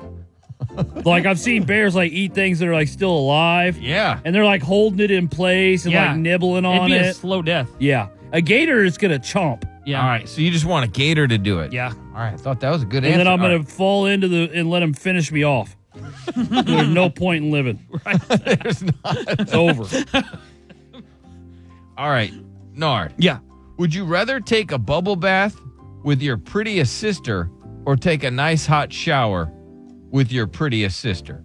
S17: like I've seen bears like eat things that are like still alive.
S6: Yeah.
S17: and they're like holding it in place and
S10: Yeah.
S17: like nibbling
S10: It'd
S17: on
S10: be
S17: it.
S10: a slow death.
S17: yeah, a gator is gonna chomp,
S10: Yeah.
S6: All right, so you just want a gator to do it.
S10: Yeah.
S6: All right, I thought that was a good
S17: and
S6: answer.
S17: then I'm
S6: All
S17: gonna
S6: right.
S17: fall into the and let him finish me off.
S7: There's no point in living. Right.
S6: There's not.
S7: It's over.
S6: All right, Nard.
S10: Yeah.
S6: Would you rather take a bubble bath with your prettiest sister or take a nice hot shower with your prettiest sister?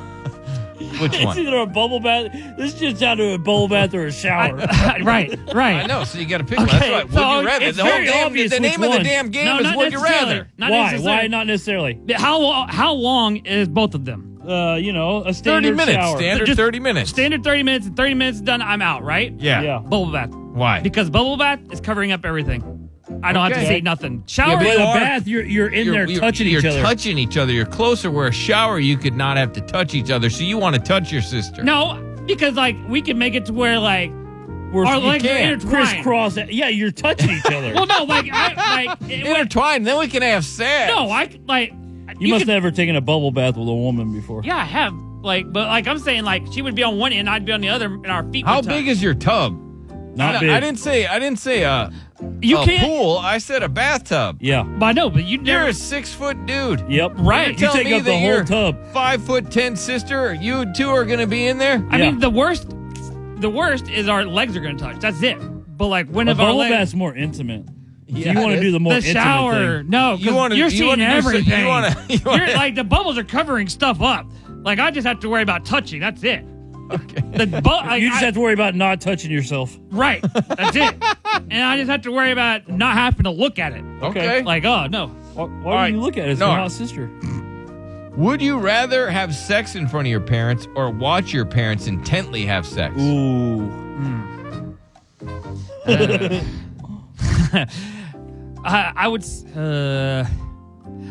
S6: Which
S7: It's
S6: one?
S7: either a bubble bath. This just down to a bubble bath or a shower.
S10: right, right.
S6: I know, so you got to pick one. That's right. Would you rather?
S7: it's
S6: The whole
S7: very
S6: damn,
S7: obvious
S6: the
S7: which
S6: name of the
S7: one.
S6: damn game
S7: No,
S6: is
S7: not
S6: Would you
S7: necessarily.
S6: rather?
S7: Not Why? necessarily. Why not necessarily?
S10: How how long is both of them?
S7: Uh, you know, a standard
S6: minutes,
S7: shower.
S6: standard 30 minutes.
S10: Standard 30 minutes and 30 minutes done, I'm out, right?
S6: Yeah. Yeah.
S10: Bubble bath.
S6: Why?
S10: Because bubble bath is covering up everything. I don't have
S6: Okay.
S10: to see nothing.
S6: Yeah,
S10: Shower
S6: but
S10: is-
S6: you are-
S10: You're- you're-
S6: you're- you're
S10: you're touch-
S6: touching each other. You're closer. Where a shower, you could not have to touch each other. So you want to touch your sister.
S10: No, because like we can make it to where like our legs are intertwined.
S7: crisscross. Yeah, you're touching each other.
S10: Well, no, like I, like it-
S6: intertwined. Then we can have sex.
S10: no, I like
S7: You, must have never taken a bubble bath with a woman before.
S10: yeah, I have like, but like I'm saying, like she would be on one end, I'd be on the other, and our feet.
S6: How
S10: would touch.
S6: big is your tub?
S7: Not
S6: I,
S7: big.
S6: I didn't say. I didn't say a.
S10: You
S6: a
S10: can't-
S6: pool. I said a bathtub.
S7: Yeah.
S10: But I know, but you
S6: You're a six foot dude.
S7: Yep.
S10: Right.
S6: You're
S10: You
S6: telling
S10: take
S6: me
S10: up the
S6: that
S10: whole
S6: your
S7: tub.
S6: Five foot ten sister. You two are going to be in there.
S10: I mean, the worst, the worst is our legs are going to touch. That's it. But like, when
S7: a
S10: have our
S7: bubble
S10: legs?
S7: bath's more intimate.
S6: Yeah,
S7: you want
S6: it
S7: to do
S6: is.
S7: the more
S10: the
S7: intimate
S10: shower.
S7: thing.
S10: No, 'cause
S7: You wanna-
S10: you're
S7: you
S10: seeing
S7: wanna do so- you
S10: everything.
S7: wanna- you wanna-
S10: You're- like the bubbles are covering stuff up. Like I just have to worry about touching. That's it. Okay. The bu- I,
S7: you just
S10: I-
S7: have to worry about not touching yourself.
S10: right. That's it. and I just have to worry about not having to look at it.
S6: Okay.
S10: Like oh no.
S7: Why,
S10: All
S7: why
S10: right.
S7: do you look at it as
S6: No.
S7: your hot sister?
S6: Would you rather have sex in front of your parents or watch your parents intently have sex?
S7: Ooh.
S10: I, I would. s- Uh,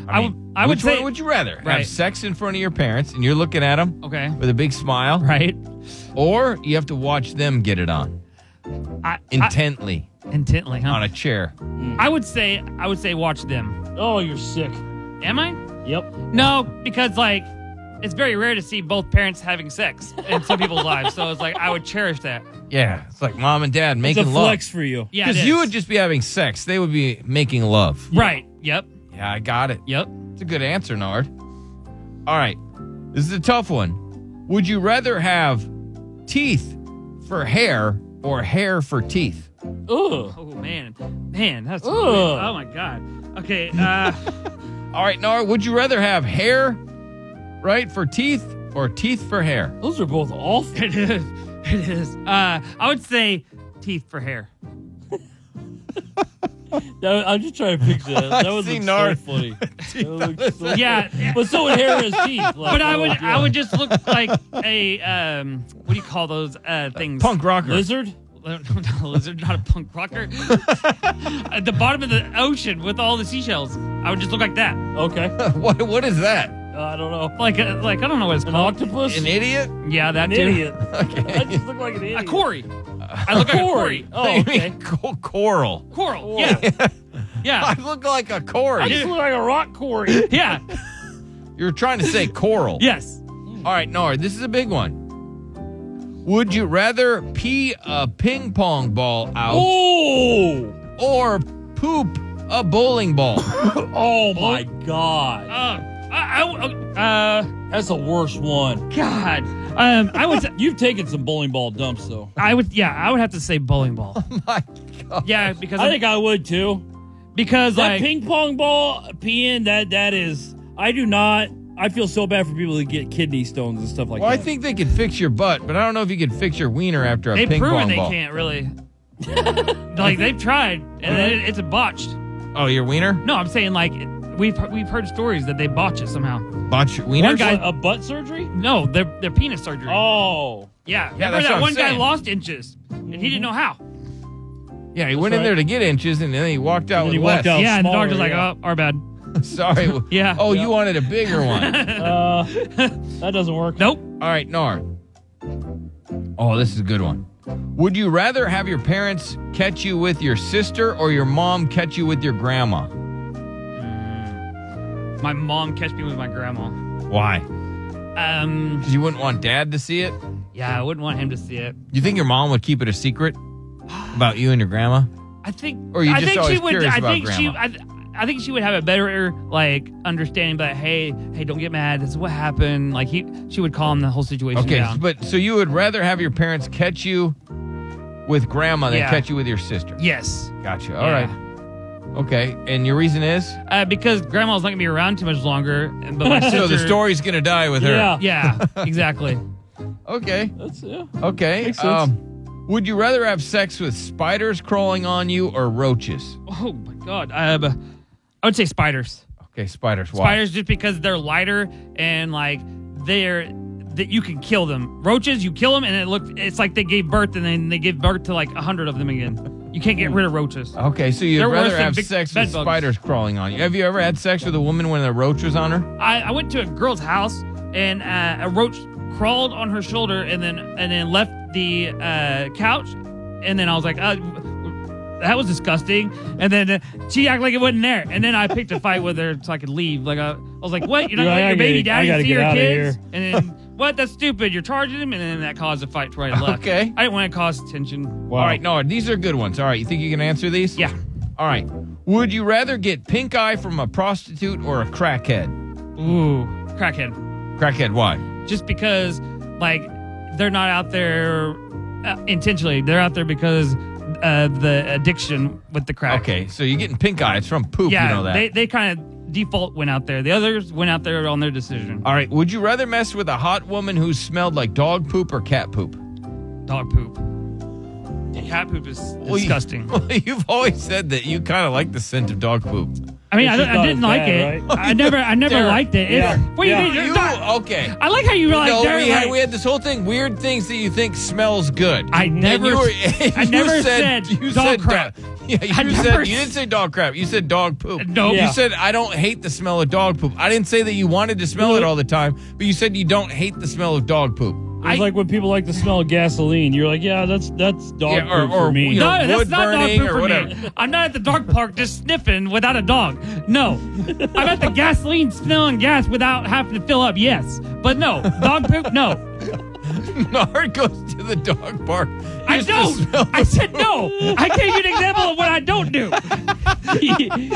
S10: I, would. I would
S6: Which
S10: say.
S6: one would you rather
S10: Right.
S6: have sex in front of your parents and you're looking at them
S10: Okay.
S6: with a big smile,
S10: right?
S6: Or you have to watch them get it on
S10: I,
S6: intently
S10: intently huh?
S6: on a chair.
S10: I would say. I would say watch them.
S7: Oh, you're sick.
S10: Am I?
S7: Yep.
S10: No, because like it's very rare to see both parents having sex in some people's lives. So it's like I would cherish that.
S6: Yeah, it's like mom and dad making
S7: it's a
S6: love.
S7: flex for you.
S10: Yeah, it
S6: because you
S10: is.
S6: would just be having sex; they would be making love.
S10: Right. Yep.
S6: Yeah, I got it.
S10: Yep.
S6: It's a good answer, Nard. All right, this is a tough one. Would you rather have teeth for hair or hair for teeth?
S7: Ugh.
S10: Oh man, man, that's
S7: Ugh.
S10: oh my god. Okay. Uh,
S6: All right, Nard, would you rather have hair, right, for teeth or teeth for hair?
S7: Those are both awful.
S10: it is. It is. Uh, I would say teeth for hair.
S7: That- I'm just trying to picture that. That
S6: I
S7: would
S6: see
S7: look
S6: Nard.
S7: so funny. That would look so
S10: Yeah.
S7: But so would hair and teeth. Like,
S10: But I
S7: oh,
S10: would,
S7: yeah.
S10: I would just look like a um, what do you call those uh things?
S6: Punk rocker.
S7: Lizard?
S10: Not a lizard, not a punk rocker. At the bottom of the ocean with all the seashells, I would just look like that.
S7: Okay. Uh,
S6: what, what is that?
S7: I don't know.
S10: Like, a, like I don't know what it's
S7: An
S10: called.
S7: octopus?
S6: An idiot?
S10: Yeah, that
S7: An
S10: too.
S7: idiot. I
S6: Okay.
S7: just look like an idiot.
S10: A quarry. I look like a quarry.
S7: Oh, okay.
S6: Co- coral.
S10: Coral. Yeah.
S6: I
S10: Yeah.
S6: look like a
S7: I
S6: coral.
S7: just look like a rock quarry.
S10: Yeah.
S6: You're trying to say coral.
S10: Yes.
S6: All right, Nard, this is a big one. Would you rather pee a ping pong ball out
S7: Oh,
S6: or poop a bowling ball?
S7: oh my God.
S10: Uh, I, I, uh,
S7: That's the worst one.
S10: God. Um, I would, s-
S7: You've taken some bowling ball dumps though.
S10: I would, yeah, I would have to say bowling ball.
S6: my God.
S10: Yeah, because
S7: I
S10: I'm-
S7: think I would too.
S10: because
S7: That
S10: like
S7: ping pong ball peeing that that is. I do not. I feel so bad for people that get kidney stones and stuff like
S6: Well, I
S7: that.
S6: think they could fix your butt, but I don't know if you could fix your wiener after a
S10: they've
S6: ping
S10: proven
S6: pong
S10: they
S6: ball.
S10: can't really. like they've tried and it, it's a botched.
S6: Oh, your wiener?
S10: No, I'm saying like we've we've heard stories that they botch it somehow.
S6: Botch your wiener?
S10: One guy-
S7: a butt surgery.
S10: No, their their penis surgery.
S7: Oh,
S10: yeah, remember
S6: that's what
S10: that
S6: I'm
S10: one guy
S6: saying.
S10: lost inches and he didn't know how.
S6: Yeah, he went in
S7: right.
S6: there to get inches and then he walked
S7: then
S6: out with
S7: he walked
S6: less.
S7: out.
S10: yeah, and the
S7: smaller,
S10: doctor's like,
S7: yeah.
S10: "Oh, our bad."
S6: Sorry.
S10: Yeah.
S6: Oh,
S7: Yeah.
S6: you wanted a bigger one.
S7: uh, that doesn't work.
S10: Nope.
S6: All right, Nard. Oh, this is a good one. Would you rather have your parents catch you with your sister or your mom catch you with your grandma?
S10: My mom catch me with my grandma.
S6: Why?
S10: Um,
S6: Because you wouldn't want dad to see it?
S10: yeah, I wouldn't want him to see it.
S6: You think your mom would keep it a secret about you and your grandma?
S10: I think.
S6: Or you
S10: I
S6: just
S10: think she
S6: always
S10: would.
S6: curious
S10: I
S6: about
S10: think she.
S6: grandma?
S10: I, th- I think she would have a better like understanding. But hey, hey, don't get mad. This is what happened. Like he, she would calm the whole situation
S6: Okay,
S10: down.
S6: but so you would rather have your parents catch you with grandma than
S10: Yeah.
S6: catch you with your sister?
S10: Yes.
S6: Gotcha. All
S10: Yeah.
S6: right. Okay, and your reason is?
S10: Uh, because grandma's not gonna be around too much longer. But my sister,
S6: so the story's going to die with her.
S10: Yeah. Exactly.
S6: Okay.
S10: That's yeah.
S6: Okay.
S10: Makes sense.
S6: Um, would you rather have sex with spiders crawling on you or roaches?
S10: Oh my god. Uh, I would say spiders.
S6: Okay, spiders. Why?
S10: Spiders just because they're lighter and like they're that you can kill them. Roaches, you kill them and it look it's like they gave birth and then they give birth to like a hundred of them again. You can't get rid of roaches.
S6: Okay, so you'd
S10: They're worse
S6: rather
S10: than
S6: have
S10: big
S6: sex with
S10: bed bugs.
S6: spiders crawling on you. Have you ever had sex with a woman when a roach was on her?
S10: I, I went to a girl's house and uh, a roach crawled on her shoulder and then and then left the uh, couch and then I was like, uh, that was disgusting. And then uh, she acted like it wasn't there. And then I picked a fight with her so I could leave. Like uh, I, I was like, what? You're not gonna
S17: You're like,
S10: let
S17: I
S10: your baby
S17: gotta- I
S10: daddy
S17: gotta
S10: see
S17: get
S10: your
S17: outta
S10: kids?
S17: here.
S10: And then what? That's stupid. You're charging him. And then that caused a fight right and left.
S6: Okay.
S10: I didn't want to cause tension.
S6: All right, no, these are good ones. All right, you think you can answer these?
S10: Yeah.
S6: All right. Would you rather get pink eye from a prostitute or a crackhead?
S10: Ooh, crackhead.
S6: Crackhead, why?
S10: just because like they're not out there uh, intentionally they're out there because uh, the addiction with the crack
S6: Okay, so you're getting pink eye. It's from poop,
S10: yeah
S6: you know that.
S10: they, they kind of default went out there the others went out there on their decision
S6: All right, would you rather mess with a hot woman who smelled like dog poop or cat poop?
S10: dog poop cat poop is
S6: you-
S10: disgusting
S6: Well, you've always said that you kind of like the scent of dog poop.
S10: i mean I, don't- I didn't like it i never i never
S6: Derek.
S10: liked it It's- what do you mean?
S6: You-
S10: It's not-
S6: okay.
S10: I like how you were like,
S6: No,
S10: Derek,
S6: we, had,
S10: like-
S6: we had this whole thing weird things that you think smells good.
S10: I
S6: And
S10: never
S6: you were-
S10: s- I
S6: you
S10: never said
S6: you
S10: dog
S6: said
S10: crap.
S6: yeah,
S10: I
S6: you said
S10: never
S6: you didn't say dog crap. You said dog poop.
S10: No. Yeah.
S6: you said I don't hate the smell of dog poop. I didn't say that you wanted to smell it all the time, but you said you don't hate the smell of dog poop.
S17: It's like when people like the smell of gasoline. You're like, yeah, that's that's dog
S6: Yeah, or-
S17: poop for
S6: or,
S17: me.
S10: no, that's not dog poop
S17: or
S10: for me.
S17: whatever.
S10: I'm not at the dog park just sniffing without a dog. No, I'm at the gasoline smelling gas without having to fill up. Yes, but no, dog poop. No,
S6: Nard goes to the dog park.
S10: I don't. I said no. I gave you an example of what I don't do.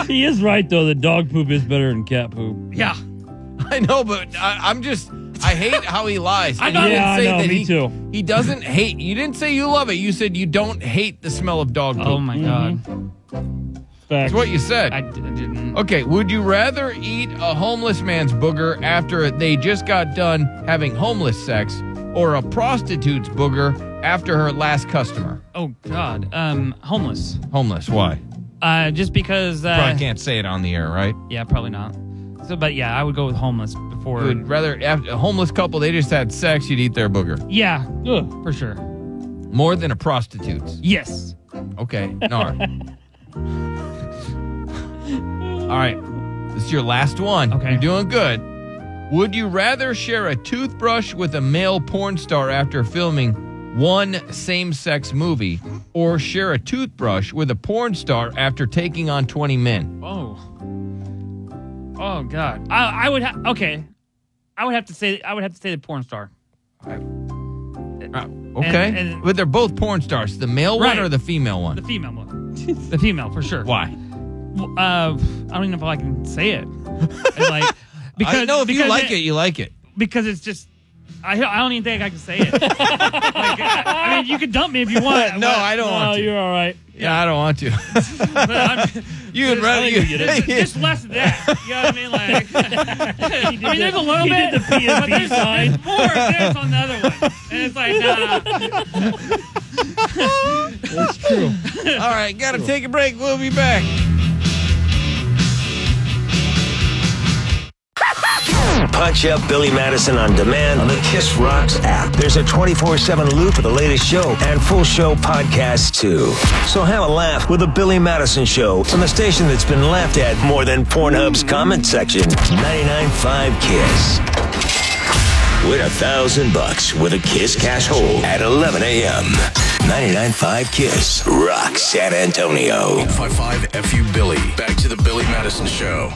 S17: he is right though. The dog poop is better than cat poop.
S10: Yeah.
S6: I know, but I, I'm just. I hate how he lies.
S17: I
S6: And
S17: know.
S6: you didn't
S17: Yeah, I know,
S6: that
S17: me
S6: he,
S17: too.
S6: He doesn't hate. You didn't say you love it. You said you don't hate the smell of dog poop. Mm-hmm.
S10: Oh my god.
S17: That's
S6: what you said.
S10: I, d- I didn't.
S6: Okay, would you rather eat a homeless man's booger after they just got done having homeless sex or a prostitute's booger after her last customer?
S10: Oh god. Um, homeless.
S6: Homeless, why?
S10: Uh, just because. Uh,
S6: Probably can't say it on the air, right?
S10: Yeah, probably not. So, but yeah, I would go with homeless before.
S6: You would rather after a homeless couple they just had sex, you'd eat their booger
S10: Yeah, for sure.
S6: more than a prostitute's.
S10: Yes.
S6: Okay, Nar. All right, this is your last one. Okay, you're doing good. Would you rather share a toothbrush with a male porn star after filming one same-sex movie, or share a toothbrush with a porn star after taking on 20 men?
S10: Oh. Oh God. I I would ha- okay. I would have to say I would have to say the porn star. Uh,
S6: uh, Okay,
S10: And- and-
S6: but they're both porn stars. The male
S10: Right.
S6: one or the female one?
S10: The female one. the female for sure.
S6: Why?
S10: Well, uh, I don't even know if I can say it. It's like because
S6: I know if you
S10: because
S6: like it, you like it.
S10: because it's just. I, I don't even think I can say it. Like, I, I mean, you can dump me if you want.
S6: No, I don't want to.
S17: you're all right.
S6: Yeah, I don't want to. you would rather you,
S10: Just, just less of that. You know what I mean? Like, I mean, there's a little
S17: he
S10: bit,
S17: did the PNP
S10: but there's,
S17: sign.
S10: there's more. There's on the other one, and it's like, nah.
S17: That's true.
S6: All right, gotta take a break. We'll be back.
S1: Punch up Billy Madison on demand on the Kiss Rocks app. There's a 24 7 loop of the latest show and full show podcast, too. So have a laugh with The Billy Madison Show on the station that's been laughed at more than Pornhub's comment section 99.5 Kiss. Win a thousand bucks with a Kiss Cash Hole at 11 a.m. 99.5 Kiss Rock San Antonio.
S2: 855 FU Billy. Back to the Billy Madison Show.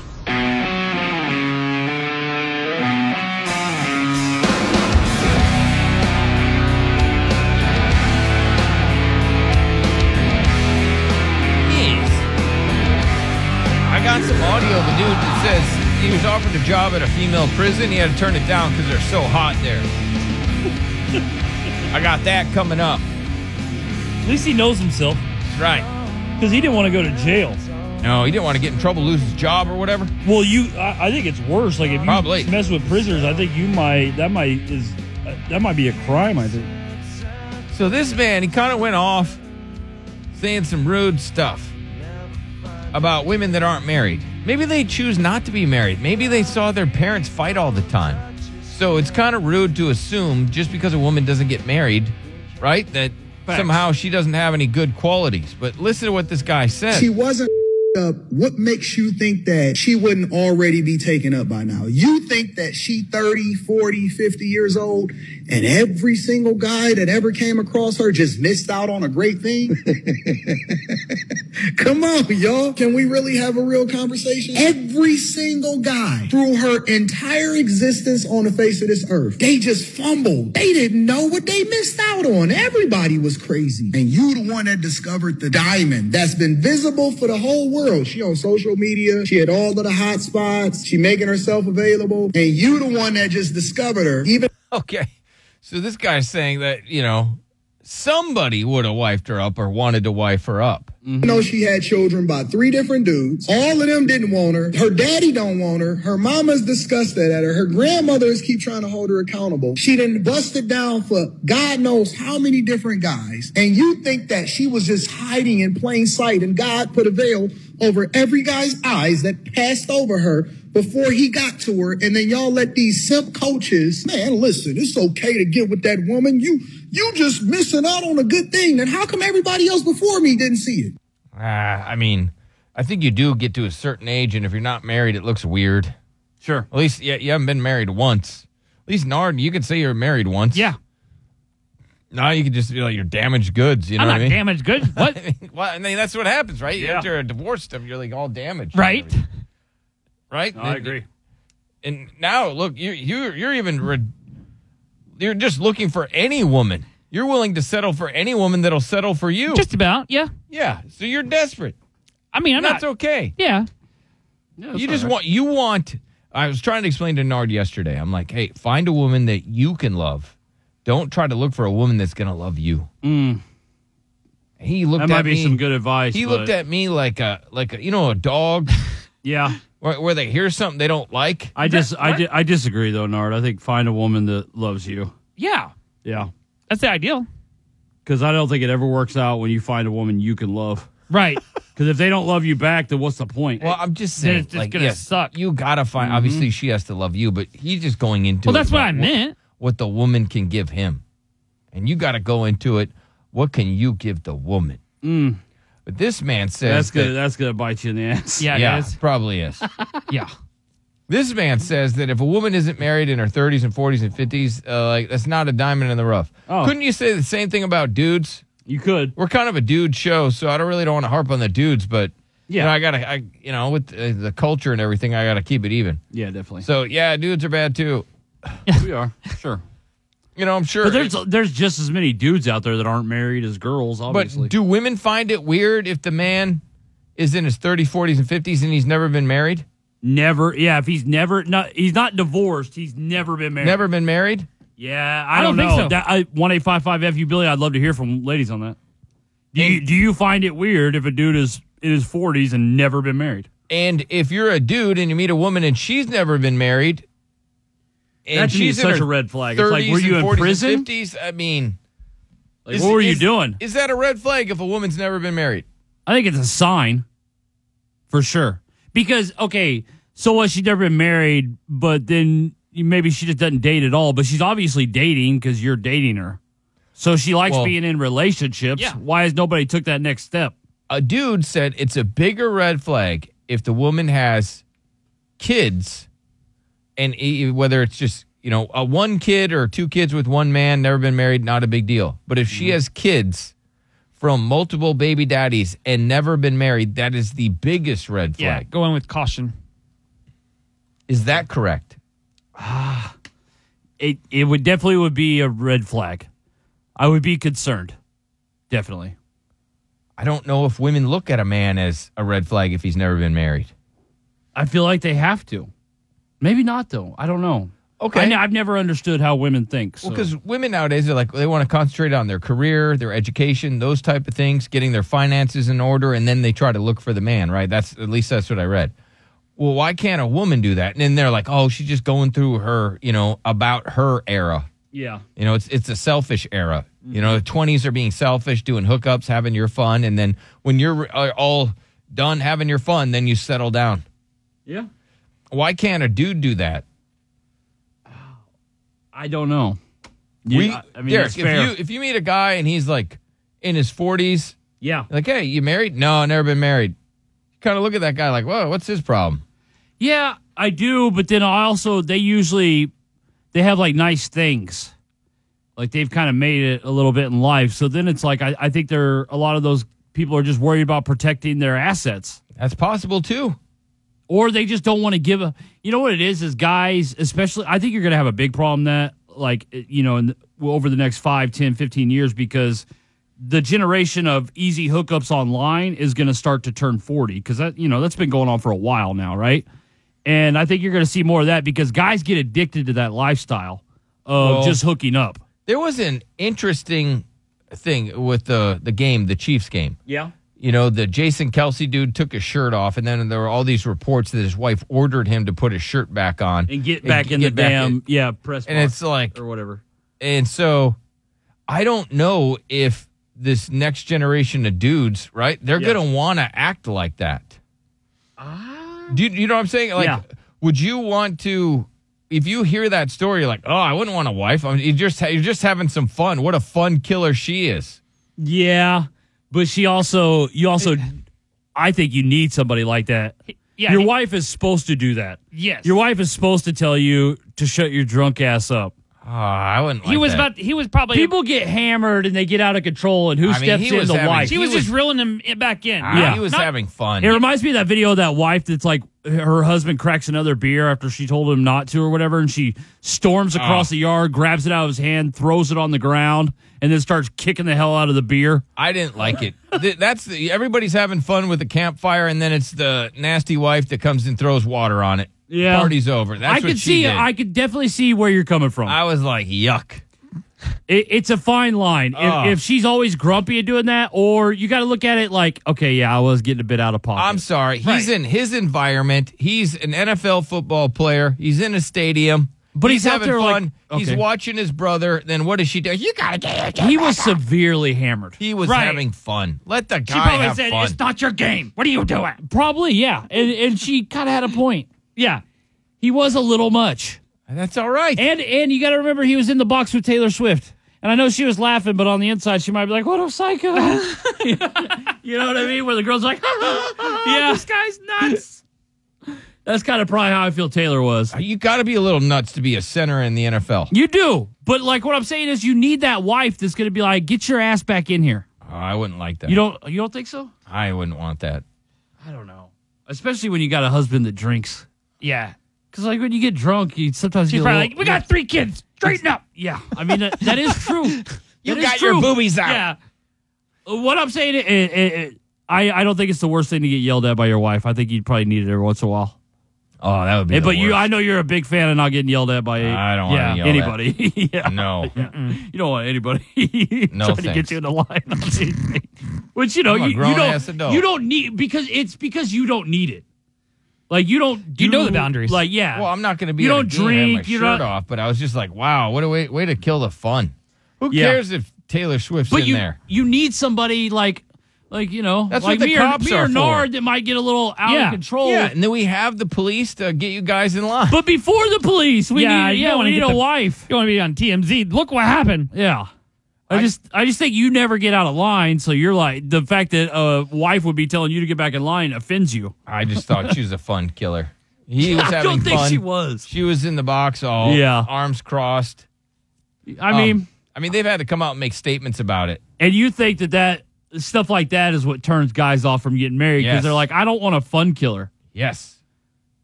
S6: I got some audio of a dude that says he was offered a job at a female prison. He had to turn it down because they're so hot there. I got that coming up.
S7: At least he knows himself.
S6: That's right.
S7: Because he didn't want to go to jail.
S6: No, he didn't want to get in trouble, lose his job or whatever.
S7: Well, you, I, I think it's worse. Like if you
S6: Probably.
S7: mess with prisoners, I think you might. That might is uh, that might be a crime. I think.
S6: So this man, he kind of went off saying some rude stuff about women that aren't married. Maybe they choose not to be married. Maybe they saw their parents fight all the time. So it's kind of rude to assume just because a woman doesn't get married, right, that somehow she doesn't have any good qualities. But listen to what this guy said.
S22: She wasn't up. What makes you think that she wouldn't already be taken up by now? You think that she 30, 40, 50 years old and every single guy that ever came across her just missed out on a great thing? Come on, y'all. Can we really have a real conversation? Every single guy through her entire existence on the face of this earth, they just fumbled. They didn't know what they missed out on. Everybody was crazy. And you the one that discovered the diamond that's been visible for the whole world. She on social media. She had all of the hot spots. She making herself available. And you the one that just discovered her. Even
S6: Okay. So this guy's saying that, you know, somebody would have wifed her up or wanted to wife her up.
S22: I know she had children by three different dudes. All of them didn't want her. Her daddy don't want her. Her mama's disgusted at her. Her grandmothers keep trying to hold her accountable. She done busted down for God knows how many different guys. And you think that she was just hiding in plain sight and God put a veil over every guy's eyes that passed over her before he got to her. And then y'all let these simp coaches, man, listen, it's okay to get with that woman. You, you just missing out on a good thing. Then how come everybody else before me didn't see it?
S6: Ah, I mean, I think you do get to a certain age, and if you're not married, it looks weird. Sure. At least yeah, you haven't been married once. At least Nard, you could say you're married once. Yeah. Now you could just be like you're damaged goods. You know
S10: I'm
S6: what
S10: not
S6: I mean?
S10: damaged goods. What?
S6: well, I mean that's what happens, right?
S10: Yeah.
S6: After a divorce, stuff you're like all damaged, and
S10: Right.
S6: everything. Right.
S10: No, I
S6: And- And now look, you you you're even re- you're just looking for any woman. You're willing to settle for any woman that'll settle for you.
S10: Just about. Yeah.
S6: Yeah. So you're desperate.
S10: I mean, I'm
S6: That's
S10: not.
S6: okay.
S10: Yeah.
S6: you just want you want I was trying to explain to Nard yesterday. I'm like, hey, find a woman that you can love. Don't try to look for a woman that's gonna love you. He looked
S7: Mm. That might
S6: at
S7: be
S6: me-
S7: some good advice,
S6: He
S7: but-
S6: looked at me like a like a you know a dog.
S7: yeah.
S6: Where, where they hear something they don't like.
S7: I just I, di- I disagree though, Nard. I think find a woman that loves you.
S10: Yeah.
S7: Yeah,
S10: That's the ideal.
S7: because I don't think it ever works out when you find a woman you can love.
S10: Right.
S7: Because if they don't love you back, then what's the point?
S6: Well, I'm just saying, like, yes, You gotta find. Obviously, she has to love you, but he's just going into.
S10: Well,
S6: it
S10: that's what
S6: about
S10: I meant.
S6: What the woman can give him, and you got to go into it. What can you give the woman? But this man says
S7: that's
S6: that-
S7: gonna that's gonna bite you in the ass.
S6: probably is.
S10: yeah.
S6: This man says that if a woman isn't married in her 30s and 40s and 50s, uh, like that's not a diamond in the rough.
S7: Oh.
S6: Couldn't you say the same thing about dudes?
S7: You could.
S6: We're kind of a dude show, so I don't really don't want to harp on the dudes, but yeah,
S7: Yeah.
S6: you know, I gotta, I you know, with uh, the culture and everything, I gotta keep it even.
S7: Yeah, definitely.
S6: So yeah, dudes are bad too.
S7: we are sure.
S6: You know, I'm sure.
S7: But there's there's just as many dudes out there that aren't married as girls. Obviously,
S6: But do women find it weird if the man is in his 30s, 40s, and 50s and he's never been married?
S7: Never. Yeah, if he's never not he's not divorced. He's never been married.
S6: Never been married?
S7: Yeah, I,
S10: I
S7: don't,
S10: don't think
S7: know.
S10: so.
S7: That, I, one eight five five FU Billy. I'd love to hear from ladies on that. Do you, do you find it weird if a dude is in his forties and never been married?
S6: And if you're a dude and you meet a woman and she's never been married,
S7: That to me is
S6: in
S7: such
S6: her
S7: a red flag. It's like,
S6: 30s
S7: were you
S6: and
S7: in
S6: 40s and
S7: prison?
S6: 50s. I mean,
S7: Like, what were you doing?
S6: Is that a red flag if a woman's never been married?
S7: I think it's a sign, for sure. Because okay, so what? She's never been married, but then you- maybe she just doesn't date at all. But she's obviously dating because you're dating her, so she likes
S6: Well-
S7: being in relationships. Why has nobody took that next step?
S6: A dude said it's a bigger red flag if the woman has kids, and e- whether it's just you know a one kid or two kids with one man, never been married, not a big deal. But if
S10: Mm-hmm.
S6: she has kids from multiple baby daddies and never been married, that is the biggest red flag.
S10: Yeah. Go in with caution.
S6: Is that correct?
S7: It it would definitely would be a red flag. I would be concerned, definitely.
S6: I don't know if women look at a man as a red flag if he's never been married.
S7: I feel like they have to. Maybe not though. I don't know. Okay. I, ne- I've never understood how women think. So.
S6: because women nowadays are like they want to concentrate on their career, their education, those type of things, getting their finances in order, and then they try to look for the man. Right? That's at least that's what I read. Well, why can't a woman do that? And then they're like, oh, she's just going through her, you know, about her era.
S7: yeah.
S6: You know, it's it's a selfish era. You know, the twenties are being selfish, doing hookups, having your fun, and then when you're uh, all done having your fun, then you settle down.
S7: Yeah.
S6: Why can't a dude do that?
S7: I don't know.
S6: We,
S7: Yeah, I mean,
S6: Derek,
S7: it's
S6: if
S7: fair.
S6: you if you meet a guy and he's like in his forties,
S7: yeah,
S6: like hey, you married? No, never been married. Kind of look at that guy like, whoa, what's his problem?
S7: Yeah, I do, but then I also they usually they have like nice things. Like they've kind of made it a little bit in life. So then it's like I, I think they're a lot of those people are just worried about protecting their assets.
S6: That's possible too.
S7: Or they just don't want to give a you know what it is is guys, especially I think you're gonna have a big problem that like eh, you know, in the, over the next five, ten, fifteen years because the generation of easy hookups online is going to start to turn 40 because that you know that's been going on for a while now right and i think you're going to see more of that because guys get addicted to that lifestyle of
S6: Well-
S7: just hooking up
S6: There was an interesting thing with the the game, the Chiefs game.
S7: yeah
S6: you know, the Jason Kelsey dude took his shirt off, and then there were all these reports that his wife ordered him to put his shirt back on
S7: and get back in
S6: get
S7: the
S6: back
S7: damn
S6: in.
S7: yeah press
S6: And
S7: box
S6: it's like,
S7: or whatever
S6: and so I don't know if this next generation of dudes, right? They're
S7: Yeah.
S6: gonna want to act like that. Do you, you know what I'm saying? Like,
S7: Ah. Yeah.
S6: would you want to? If you hear that story, you're like, oh, I wouldn't want a wife. I mean, you just you're just having some fun. What a fun killer she is.
S7: yeah but she also you also i think you need somebody like that
S10: yeah,
S7: your
S10: he-
S7: wife is supposed to do that
S10: Yes.
S7: your wife is supposed to tell you to shut your drunk ass up
S6: oh, i wouldn't
S10: he was about. He was probably.
S7: people get hammered and they get out of control and who
S10: I mean,
S7: steps
S10: he
S7: in
S10: was
S7: the
S10: having-
S7: wife
S10: She was, just reeling him i- back in.
S7: Ah, Yeah.
S6: He was
S7: Not-
S6: having fun.
S7: it reminds me of that video of that wife that's like her husband cracks another beer after she told him not to or whatever and she storms across
S6: Oh.
S7: the yard grabs it out of his hand throws it on the ground and then starts kicking the hell out of the beer
S6: I didn't like it. Th- That's the, everybody's having fun with the campfire, and then it's the nasty wife that comes and throws water on it.
S7: Yeah.
S6: party's over. That's
S7: i
S6: what
S7: could
S6: she
S7: see
S6: did.
S7: i could definitely see where you're coming from
S6: I was like, yuck. Ah.
S7: It, it's a fine line. If,
S6: Ugh.
S7: if she's always grumpy and doing that, or you got to look at it like, okay, yeah, I was getting a bit out of pocket.
S6: I'm sorry. He's in his environment. He's an NFL football player. He's in a stadium.
S7: But he's out
S6: having
S7: there, like-
S6: fun. He's
S7: okay.
S6: watching his brother. Then what does she do? You gotta get
S7: he was severely hammered.
S6: He was
S7: Right.
S6: having fun. Let the guy
S10: She probably
S6: have
S10: said,
S6: fun.
S10: "It's not your game. What are you doing?"
S7: Probably, yeah. And, and she kind of had a point. Yeah. He was a little much.
S6: That's all right.
S7: And and you got to remember he was in the box with Taylor Swift. And I know she was laughing, but on the inside she might be like, "What a psycho." you know what I mean? Where the girl's like, "Yeah, this guy's nuts." That's kind of probably how I feel Taylor was.
S6: you got to be a little nuts to be a center in the NFL.
S7: You do. But like what I'm saying is you need that wife that's going to be like, "Get your ass back in here."
S6: Oh, I wouldn't like that.
S7: You don't you don't think so?
S6: I wouldn't want that.
S7: I don't know. Especially when you got a husband that drinks.
S10: Yeah.
S7: Cuz like when you get drunk, you sometimes
S10: She's
S7: get a
S10: probably
S7: little-
S10: like, "We got three kids. Straighten up."
S7: Yeah, I mean that, that is true.
S10: You
S7: That is
S10: got your
S7: true.
S10: boobies out.
S7: Yeah. Uh, What I'm saying, it, it, it- I I don't think it's the worst thing to get yelled at by your wife. I think you'd probably need it every once in a while.
S6: Oh, that would be.
S7: Hey,
S6: the
S7: but you,
S6: worst.
S7: I know you're a big fan of not getting yelled at by.
S6: I don't
S7: yeah,
S6: want to yell at
S7: anybody. yeah,
S6: No.
S7: you don't want anybody
S6: No
S7: trying to
S6: thanks.
S7: get you in the line. Which you know
S6: I'm a
S7: you, you
S6: grown-ass
S7: don't
S6: adult.
S7: you don't need because it's because you don't need it. Like you don't do,
S10: You know the boundaries.
S7: Like yeah,
S6: Well, I'm not going to be.
S7: You
S6: at a
S7: don't
S6: game and have
S7: drink.
S6: My
S7: You're
S6: shirt
S7: not.
S6: off, but I was just like, wow, what a way way to kill the fun. Who
S7: Yeah.
S6: cares if Taylor Swift's
S7: but
S6: in
S7: you
S6: there?
S7: you need somebody like like you know
S6: That's
S7: like
S6: what the
S7: me
S6: cops
S7: or, me
S6: are
S7: or
S6: for.
S7: Nard that might get a little out
S6: Yeah.
S7: of control.
S6: Yeah, and then we have the police to get you guys in line.
S7: But before the police, we
S10: Yeah,
S7: need
S10: you
S7: yeah
S10: don't
S7: we
S10: wanna
S7: need
S10: get
S7: a
S10: the-
S7: wife.
S10: You want to be on TMZ? Look what happened.
S7: Yeah. I, just I just think you never get out of line, so you're like the fact that a wife would be telling you to get back in line offends you.
S6: I just thought she was a fun killer. He was
S7: I
S6: having
S7: don't think
S6: fun.
S7: she was.
S6: She was in the box, all
S7: Yeah.
S6: arms crossed.
S7: I
S6: Um,
S7: mean,
S6: I mean, they've had to come out and make statements about it.
S7: and you think that that stuff like that is what turns guys off from getting married because
S6: Yes.
S7: they're like, I don't want a fun killer.
S6: Yes,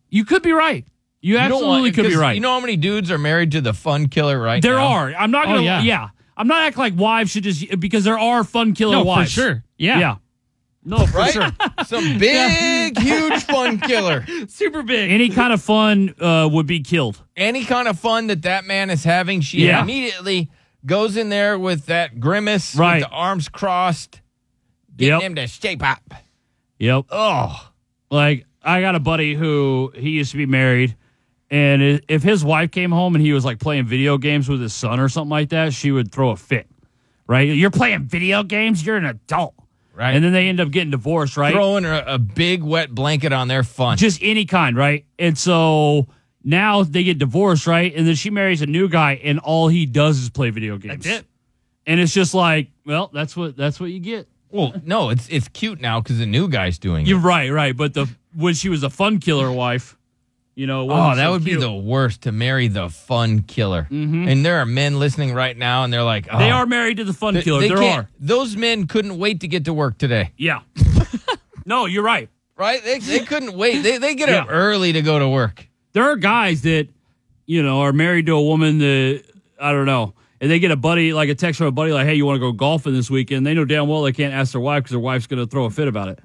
S7: You could be right. You,
S6: don't
S7: absolutely
S6: want-
S7: could be
S6: 'cause
S7: right.
S6: You know how many dudes are married to the fun killer right
S7: There
S6: now?
S7: are. I'm not
S10: Oh,
S7: gonna. yeah.
S10: yeah.
S7: I'm not acting like wives should just because there are fun killer
S10: No, for
S7: wives.
S10: sure. Yeah.
S7: Yeah.
S10: No, for
S6: right?
S10: sure.
S6: Some big, huge fun killer.
S10: Super big.
S7: Any kind of fun uh, would be killed.
S6: Any kind of fun that that man is having, she
S7: Yeah.
S6: immediately goes in there with that grimace, with
S7: Right.
S6: the arms crossed, getting
S7: Yep.
S6: him to shape up.
S7: Yep. Oh, like I got a buddy who he used to be married, and i- if his wife came home and he was like playing video games with his son or something like that, she would throw a fit. Right? You're playing video games. You're an adult. Right. And then they end up getting divorced. Right.
S6: Throwing a, a big wet blanket on their fun.
S7: Just any kind, right? And so now they get divorced, right? And then she marries a new guy, and all he does is play video games. That's it. And it's just like, well, that's what that's what you get.
S6: Well, no, it's it's cute now because the new guy's doing
S7: You're
S6: it.
S7: right, right. But the when she was a fun killer wife, you know, it wasn't
S6: Oh, that
S7: so
S6: would
S7: cute.
S6: be the worst to marry the fun killer.
S7: Mhm.
S6: And there are men listening right now, and they're like,
S7: They
S6: "Oh,
S7: are married to the fun
S6: they-
S7: killer.
S6: they
S7: there
S6: can't-
S7: are.
S6: Those men couldn't wait to get to work today.
S7: Yeah. no, you're right.
S6: Right? They, they couldn't wait. They they get up
S7: Yeah.
S6: early to go to work.
S7: There are guys that, you know, are married to a woman that I don't know. And they get a buddy, like a text from a buddy, like, "Hey, you want to go golfing this weekend?" They know damn well they can't ask their wife because their wife's going to throw a fit about it.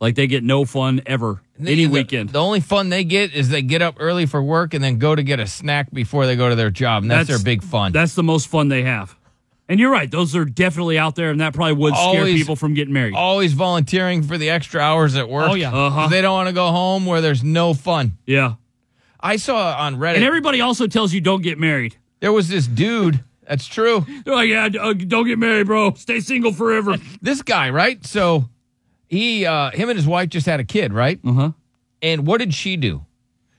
S7: Like they get no fun ever any
S6: the-
S7: weekend.
S6: The only fun they get is they get up early for work and then go to get a snack before they go to their job. And that's, their big fun.
S7: That's the most fun they have. And you're right; those are definitely out there, and that probably would scare
S6: Always-
S7: people from getting married.
S6: Always volunteering for the extra hours at work.
S7: Oh, yeah. Uh-huh.
S6: They don't want to go home where there's no fun.
S7: Yeah.
S6: I saw on Reddit.
S7: And everybody also tells you don't get married.
S6: There was this dude. That's true.
S7: They're like, yeah, d- uh, don't get married, bro. Stay single forever.
S6: this guy, right? So he, uh, him and his wife just had a kid, right? Uh
S7: huh.
S6: And what did she do?
S7: Uh-huh.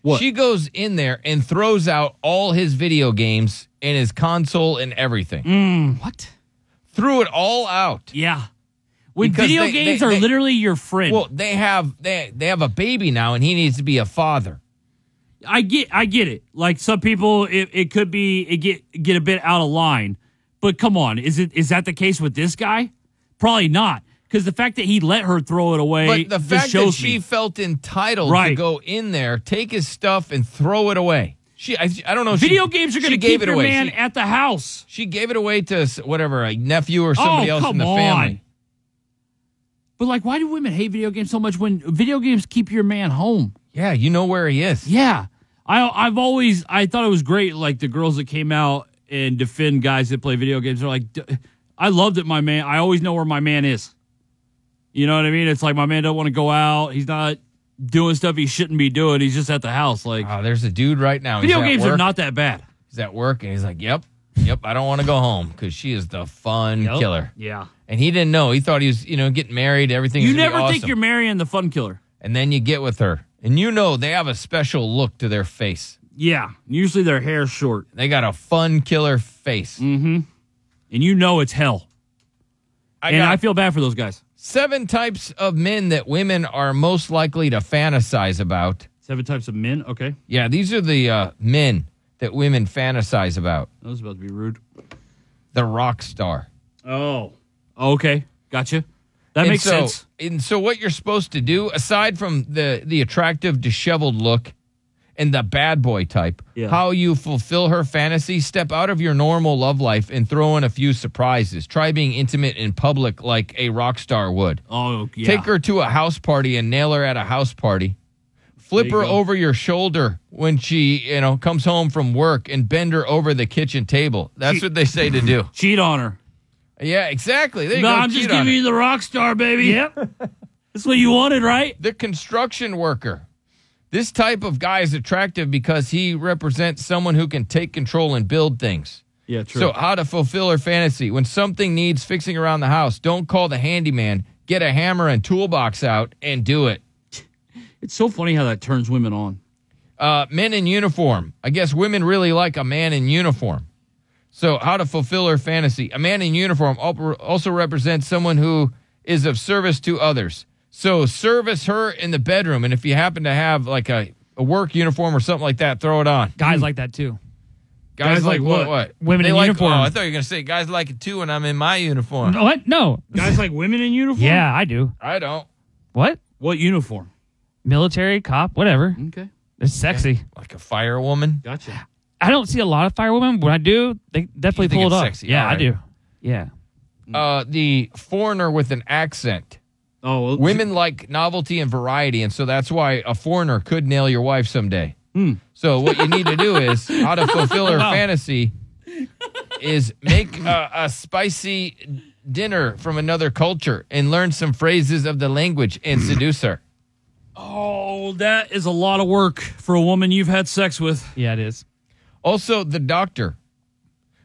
S7: What?
S6: She goes in there and throws out all his video games and his console and everything.
S7: what?
S6: Threw it all out.
S7: Mm. Yeah. When video games are literally your friend.
S6: Well, they have they they have a baby now, and he needs to be a father.
S7: I get, I get it. Like some people, it, it could be it get get a bit out of line. But come on, is it is that the case with this guy? Probably not, because the fact that he let her throw it away,
S6: But the
S7: just
S6: fact that
S7: shows
S6: she
S7: me.
S6: felt entitled to
S7: Right.
S6: go in there, take his stuff, and throw it away. She, I, I don't know. if
S7: Video
S6: she,
S7: games are
S6: she
S7: going to
S6: gave
S7: keep
S6: it
S7: your
S6: away.
S7: man
S6: She-
S7: at the house.
S6: She gave it away to s- whatever a nephew or somebody
S7: Oh,
S6: else in
S7: come
S6: the family.
S7: But like, why do women hate video games so much when video games keep your man home?
S6: Yeah, you know where he is.
S7: Yeah, I I've always I thought it was great. Like the girls that came out and defend guys that play video games. They're like, "D- I love that my man. I always know where my man is. You know what I mean? It's like my man don't want to go out. He's not doing stuff he shouldn't be doing. He's just at the house. Like
S6: Oh, there's a dude right now.
S7: video
S6: he's at
S7: games
S6: work.
S7: are not that bad.
S6: He's at work, and he's like, "Yep, yep, I don't want to go home because she is the fun
S7: Yep.
S6: killer."
S7: Yeah.
S6: And he didn't know. He thought he was, you know, getting married. Everything.
S7: You never think you're marrying the fun killer.
S6: and then you get with her, and you know they have a special look to their face.
S7: Yeah. Usually their hair's short.
S6: They got a fun killer face.
S7: Mm-hmm. And you know it's hell.
S6: I
S7: and
S6: got
S7: I feel bad for those guys.
S6: seven types of men that women are most likely to fantasize about.
S7: Seven types of men. Okay.
S6: Yeah, these are the uh, men that women fantasize about.
S7: That was about to be rude.
S6: The rock star.
S7: Oh. Okay. Gotcha. That
S6: And
S7: makes
S6: so-
S7: sense.
S6: And so, what you're supposed to do, aside from the the attractive, disheveled look and the bad boy type,
S7: Yeah.
S6: how you fulfill her fantasy, step out of your normal love life and throw in a few surprises. Try being intimate in public like a rock star would.
S7: Oh, yeah.
S6: Take her to a house party and nail her at a house party. Flip
S7: There you
S6: her
S7: go.
S6: over your shoulder when she, you know, comes home from work and bend her over the kitchen table. That's
S7: Che-
S6: what they say to do.
S7: Cheat on her.
S6: Yeah, exactly. There you
S7: no,
S6: go.
S7: I'm
S6: Cheat
S7: just
S6: on
S7: giving
S6: her.
S7: you the rock star, baby. Yep. That's what you wanted, right?
S6: The construction worker. This type of guy is attractive because he represents someone who can take control and build things.
S7: Yeah,
S6: So, how to fulfill her fantasy. When something needs fixing around the house, don't call the handyman. Get a hammer and toolbox out and do it.
S7: it's so funny how that turns women on.
S6: Uh, men in uniform. I guess women really like a man in uniform. So, how to fulfill her fantasy. A man in uniform al- also represents someone who is of service to others. So, service her in the bedroom. And if you happen to have like a, a work uniform or something like that, throw it on. Hmm.
S10: Guys like that too.
S6: Guys, like, what, what?
S10: Women
S6: They
S10: in
S6: like,
S10: uniform.
S6: Oh, I thought you were going to say guys like it too when I'm in my uniform.
S10: What? No.
S7: Guys like women in uniform?
S10: Yeah, I do.
S6: I don't.
S10: What?
S7: What uniform?
S10: Military, cop, whatever.
S7: Okay.
S10: It's sexy.
S6: Like a firewoman.
S7: Gotcha.
S10: I don't see a lot of firewomen. When I do, they definitely
S6: think
S10: pull it
S6: it's
S10: off.
S6: sexy.
S10: Yeah,
S6: All
S10: I
S6: right.
S10: do. Yeah.
S6: Uh, the foreigner with an accent. Oh, women like novelty and variety, and so that's why a foreigner could nail your wife someday.
S7: Hmm.
S6: So what you need to do is how to fulfill her
S37: Wow.
S6: fantasy is make a, a spicy dinner from another culture and learn some phrases of the language and seduce her.
S7: Oh, that is a lot of work for a woman you've had sex with.
S38: Yeah, it is.
S6: Also, the doctor.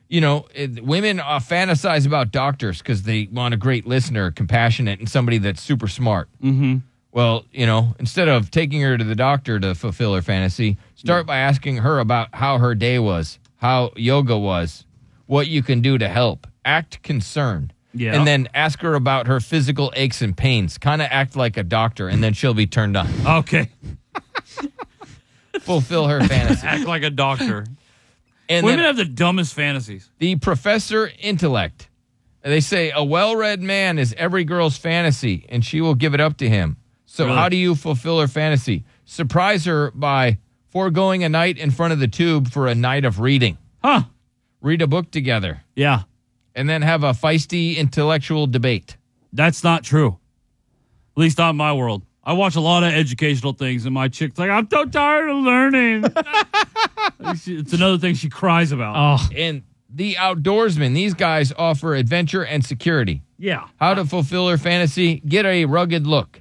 S6: You know, it, women uh, fantasize about doctors because they want a great listener, compassionate, and somebody that's super smart.
S11: Mm-hmm.
S6: Well, you know, instead of taking her to the doctor to fulfill her fantasy, start by asking her about how her day was, how yoga was, what you can do to help. Act concerned.
S11: Yeah.
S6: And then ask her about her physical aches and pains. Kind of act like a doctor, and then she'll be turned on.
S11: Okay.
S6: Fulfill her fantasy.
S11: Act like a doctor.
S6: And
S11: Women
S6: then-
S11: have the dumbest fantasies.
S6: The professor intellect. They say a well read man is every girl's fantasy, and she will give it up to him. So,
S11: Really?
S6: how do you fulfill her fantasy? Surprise her by foregoing a night in front of the tube for a night of reading.
S7: Huh.
S6: Read a book together.
S7: Yeah.
S6: And then have a feisty intellectual debate.
S7: That's not true. At least not in my world. I watch a lot of educational things, and my chick's like, I'm so tired of learning. it's another thing she cries about.
S6: And the outdoorsmen, these guys offer adventure and security.
S7: Yeah.
S6: How to fulfill her fantasy? Get a rugged look.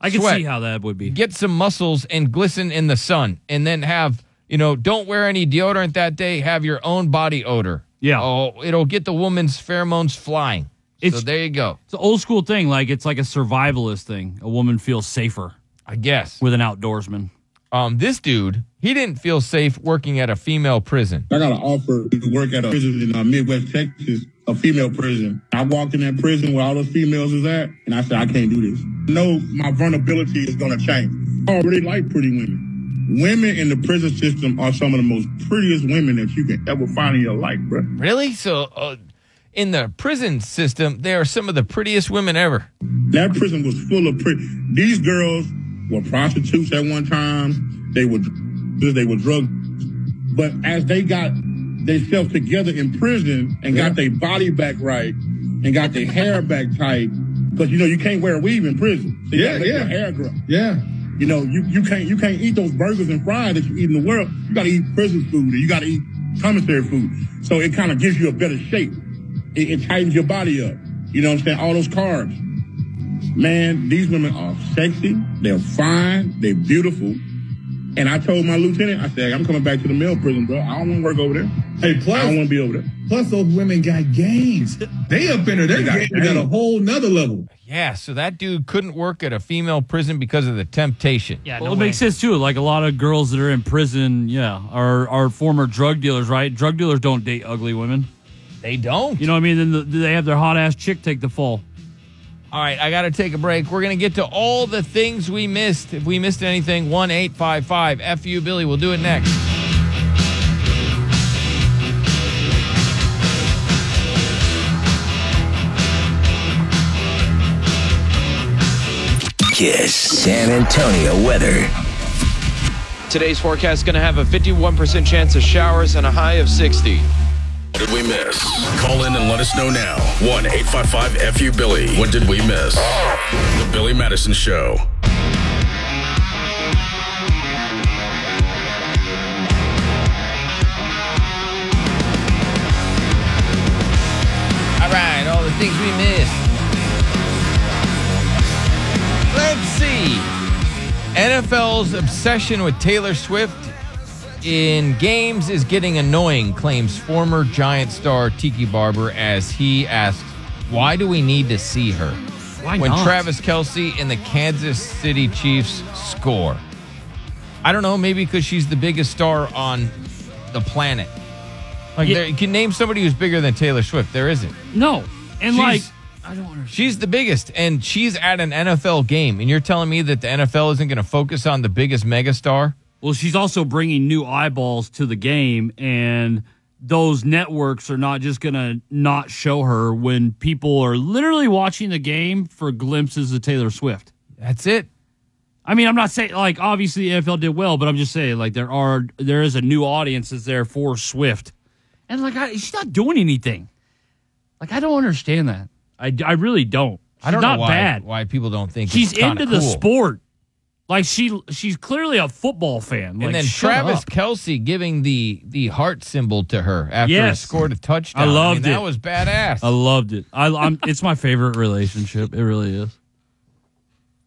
S7: I can
S6: Sweat.
S7: see how that would be.
S6: Get some muscles and glisten in the sun, and then have you know, don't wear any deodorant that day. Have your own body odor.
S7: Yeah.
S6: Oh, it'll get the woman's pheromones flying. so there you go.
S7: It's an old school thing. Like, it's like a survivalist thing. A woman feels safer.
S6: I guess.
S7: With an outdoorsman.
S6: Um, this dude, he didn't feel safe working at a female prison.
S19: I got an offer to work at a prison in uh, Midwest Texas, a female prison. I walked in that prison where all those females is at, and I said, I can't do this. No, my vulnerability is going to change. I already like pretty women. Women in the prison system are some of the most prettiest women that you can ever find in your life, bro.
S6: Really? So, uh, in the prison system, they are some of the prettiest women ever.
S19: That prison was full of pretty. These girls were prostitutes at one time. They were, they were drug. But as they got themselves together in prison and got their body back right and got their hair back tight, because you know you can't wear a weave in prison. So you
S39: Yeah,
S19: gotta let
S39: yeah.
S19: Your hair grow. Yeah. You know you, you can't you can't eat those burgers and fries that you eat in the world. You gotta eat prison food and you gotta eat commissary food. So it kind of gives you a better shape. It, it tightens your body up. You know what I'm saying? All those carbs. Man, these women are sexy. They're fine. They're beautiful. And I told my lieutenant, I said, I'm coming back to the male prison, bro. I don't want to work over there. Hey, plus, I don't want to be over there.
S40: Plus, those women got games. They up in there. They
S6: They
S40: got
S6: got
S40: games at a
S6: game.
S40: whole nother level.
S6: Yeah, so that dude couldn't work at a female prison because of the temptation.
S7: Yeah, well, it makes sense too. Like a lot of girls that are in prison, yeah, are are former drug dealers, right? Drug dealers don't date ugly women.
S6: They don't.
S7: You know what I mean? Then the, they have their hot ass chick take the fall.
S6: All right, I got to take a break. We're going to get to all the things we missed. If we missed anything, 1 855 FU Billy. We'll do it next.
S1: Kiss San Antonio weather.
S41: Today's forecast is going to have a 51% chance of showers and a high of 60.
S2: What did we miss? Call in and let us know now. 1 855 FU Billy. What did we miss? The Billy Madison Show.
S6: All right, all the things we missed. Let's see. NFL's obsession with Taylor Swift in games is getting annoying, claims former Giant star Tiki Barber as he asks, Why do we need to see her?
S11: Why
S6: when
S11: not?
S6: Travis Kelsey and the Kansas City Chiefs score. I don't know, maybe because she's the biggest star on the planet. Like, there, you can name somebody who's bigger than Taylor Swift. There isn't.
S7: No, and
S6: She's-
S7: like I don't understand.
S6: She's the biggest, and she's at an NFL game, and you're telling me that the NFL isn't going to focus on the biggest megastar?
S7: Well, she's also bringing new eyeballs to the game, and those networks are not just going to not show her when people are literally watching the game for glimpses of Taylor Swift.
S6: That's it.
S7: I mean, I'm not saying like obviously the NFL did well, but I'm just saying like there are there is a new audience that's there for Swift, and like I, she's not doing anything. Like I don't understand that. I, I really don't.
S6: I don't
S10: not
S6: know why,
S10: bad.
S6: why people don't think
S10: She's
S6: it's kinda
S10: into the
S6: cool.
S10: sport. Like she she's clearly a football fan.
S6: and then Travis Kelsey giving the the heart symbol to her after
S7: Yes.
S6: he scored a touchdown.
S7: I
S6: mean,
S7: loved it.
S6: That was badass.
S7: I loved it. I, I'm, it's my favorite relationship. It really is.